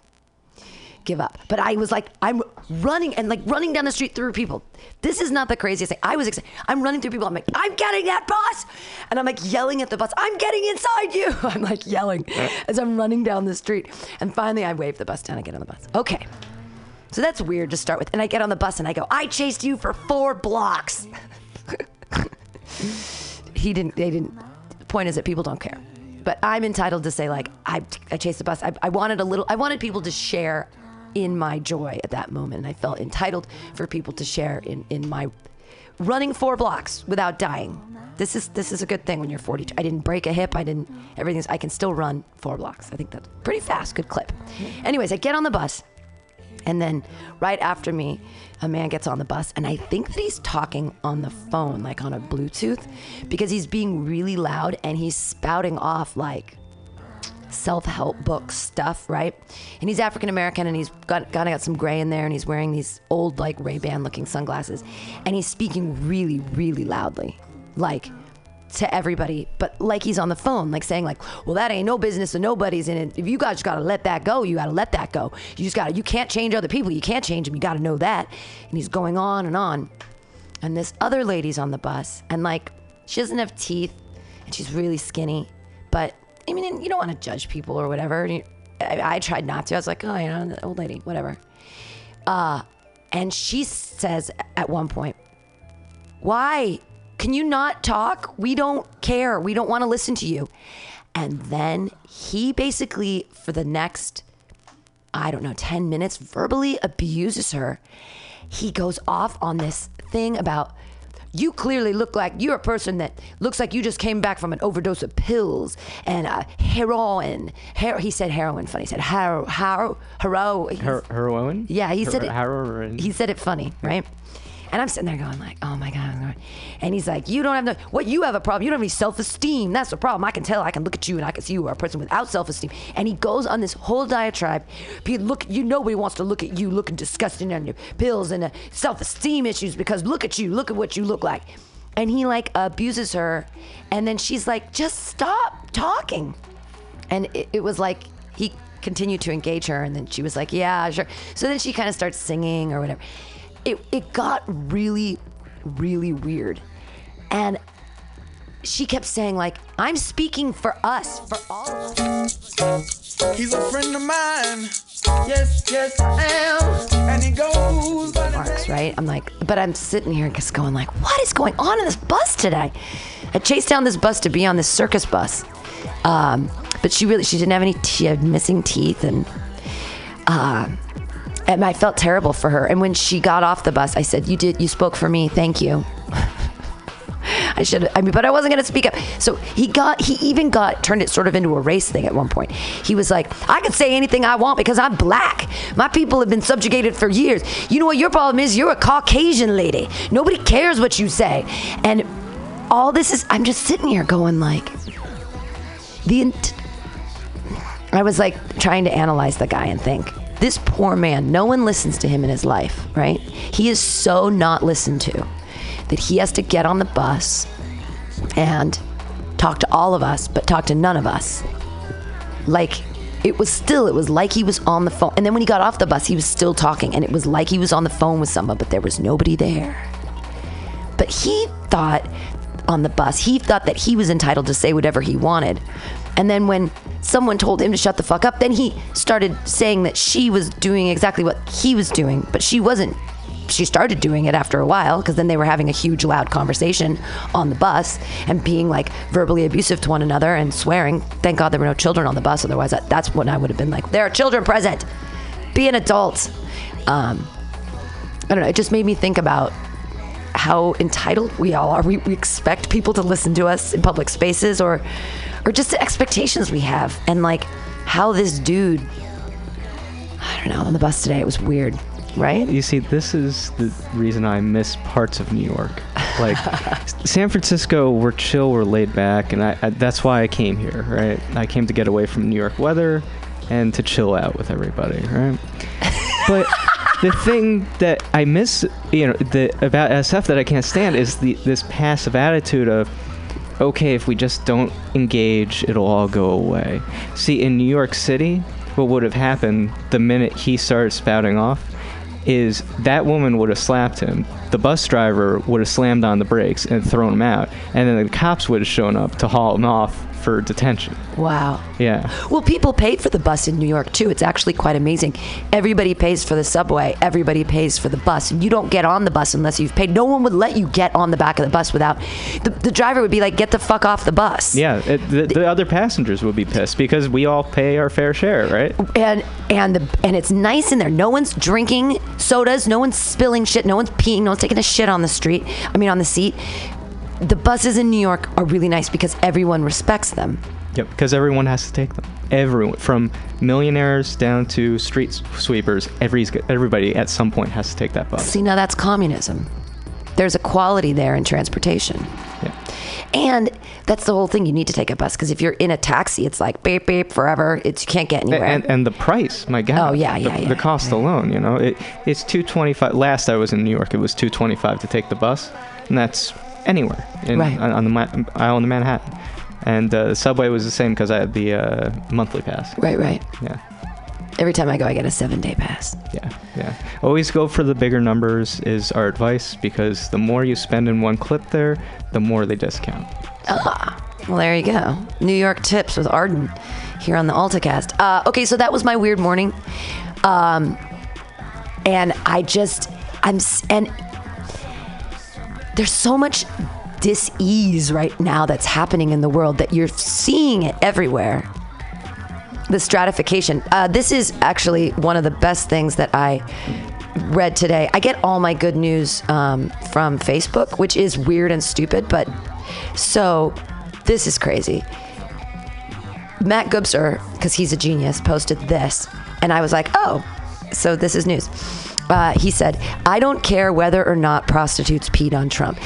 give up. But I was like, I'm running and like running down the street through people. This is not the craziest thing. I was excited. I'm running through people. I'm like, I'm getting that bus. And I'm like yelling at the bus, I'm getting inside you. I'm like yelling as I'm running down the street. And finally, I wave the bus down and get on the bus. Okay. So that's weird to start with. And I get on the bus and I go, I chased you for four blocks. he didn't, they didn't. The point is that people don't care. But I'm entitled to say, like, I, I chased the bus. I, I wanted a little, I wanted people to share in my joy at that moment. And I felt entitled for people to share in, in my running four blocks without dying. This is this is a good thing when you're 42. I didn't break a hip. I didn't everything's. I can still run four blocks. I think that's pretty fast. Good clip. Anyways, I get on the bus, and then right after me, a man gets on the bus, and I think that he's talking on the phone, like on a Bluetooth, because he's being really loud and he's spouting off like self help book stuff, right? And he's African American and he's got, kind of got some gray in there and he's wearing these old, like Ray Ban looking sunglasses. And he's speaking really, really loudly, like to everybody, but like he's on the phone, like saying, like, well, that ain't no business of nobody's in it. If you guys gotta let that go, you gotta let that go. You just gotta, you can't change other people. You can't change them. You gotta know that. And he's going on and on. And this other lady's on the bus and like, she doesn't have teeth and she's really skinny, but I mean, you don't want to judge people or whatever. You- I, I tried not to. I was like, oh, you know, the old lady, whatever. Uh, and she says at one point, why can you not talk? We don't care. We don't want to listen to you. And then he basically, for the next, I don't know, 10 minutes, verbally abuses her. He goes off on this thing about you clearly look like you're a person that looks like you just came back from an overdose of pills and uh, heroin. Her- he said heroin funny. He said haro, haro, haro.
Her- heroin?
Yeah, he said
Her-
it.
Heroin.
He said it funny, right? And I'm sitting there going like, oh my god. And he's like, you don't have no. What you have a problem. You don't have any self-esteem. That's the problem. I can tell. I can look at you and I can see you are a person without self-esteem. And he goes on this whole diatribe. He look. You nobody wants to look at you looking disgusting on your pills and uh, self-esteem issues because look at you. Look at what you look like. And he like abuses her, and then she's like, just stop talking. And it, it was like he continued to engage her, and then she was like, yeah, sure. So then she kind of starts singing or whatever. It, it got really, really weird. And she kept saying, like, I'm speaking for us, for all of us.
He's a friend of mine. Yes, yes, I am. And he goes by the
Marks, right? I'm like, but I'm sitting here just going like, what is going on in this bus today? I chased down this bus to be on this circus bus, um, but she really she didn't have any she had missing teeth and uh, and I felt terrible for her. And when she got off the bus, I said, you did you spoke for me, thank you. I should. I mean, but I wasn't going to speak up. So he got. He even got turned it sort of into a race thing at one point. He was like, "I can say anything I want because I'm black. My people have been subjugated for years. You know what your problem is? You're a Caucasian lady. Nobody cares what you say." And all this is. I'm just sitting here going like, the. Int- I was like trying to analyze the guy and think. This poor man, no one listens to him in his life, right? He is so not listened to that he has to get on the bus and talk to all of us, but talk to none of us. Like, it was still, it was like he was on the phone. And then when he got off the bus, he was still talking, and it was like he was on the phone with someone, but there was nobody there. But he thought on the bus, he thought that he was entitled to say whatever he wanted. And then when someone told him to shut the fuck up, then he started saying that she was doing exactly what he was doing, but she wasn't. She started doing it after a while because then they were having a huge, loud conversation on the bus and being like verbally abusive to one another and swearing. Thank God there were no children on the bus, otherwise, that, that's when I would have been like, there are children present. Be an adult. Um, I don't know. It just made me think about how entitled we all are. We, we expect people to listen to us in public spaces, or, or just the expectations we have, and like how this dude. I don't know. On the bus today, it was weird, right?
You see, this is the reason I miss parts of New York. Like San Francisco, we're chill, we're laid back, and I, I that's why I came here, right? I came to get away from New York weather and to chill out with everybody, right? But the thing that I miss, you know, the, about SF that I can't stand is the this passive attitude of okay, if we just don't engage, it'll all go away. See, in New York City, what would have happened the minute he started spouting off is that woman would have slapped him. The bus driver would have slammed on the brakes and thrown him out. And then the cops would have shown up to haul him off for detention.
Wow.
Yeah.
Well, people paid for the bus in New York too. It's actually quite amazing. Everybody pays for the subway, everybody pays for the bus, and you don't get on the bus unless you've paid. No one would let you get on the back of the bus without the, the driver would be like, "Get the fuck off the bus."
Yeah, it, the, the other passengers would be pissed because we all pay our fair share, right?
and and the and it's nice in there. No one's drinking sodas. No one's spilling shit. No one's peeing. No one's taking a shit on the street. I mean, on the seat. The buses in New York are really nice because everyone respects them.
Yep, because everyone has to take them. Everyone, from millionaires down to street sweepers, every, everybody at some point has to take that bus.
See, now that's communism. There's equality there in transportation. And that's the whole thing. You need to take a bus because if you're in a taxi, it's like beep beep forever. It's you can't get
A-
anywhere.
And, and the price, my God.
Oh, yeah,
the,
yeah, yeah,
The cost alone, you know, it, it's two twenty five. Last I was in New York, it was two twenty five to take the bus, and that's anywhere in,
Right.
on, on the Ma- Island of Manhattan. And uh, the subway was the same because I had the uh, monthly pass.
Right, right.
Yeah,
Every time I go, I get a seven day pass.
yeah, yeah. Always go for the bigger numbers is our advice because the more you spend in one clip there, the more they discount.
Ah, well, there you go. New York tips with Arden here on the AltaCast. Uh, okay, so that was my weird morning, um, and I just I'm s- and there's so much dis-ease right now that's happening in the world that you're seeing it everywhere the stratification. Uh, this is actually one of the best things that I read today. I get all my good news um, from Facebook, which is weird and stupid, but so this is crazy. Matt Gubser, because he's a genius, posted this, and I was like, oh, so this is news. Uh, he said, I don't care whether or not prostitutes peed on Trump.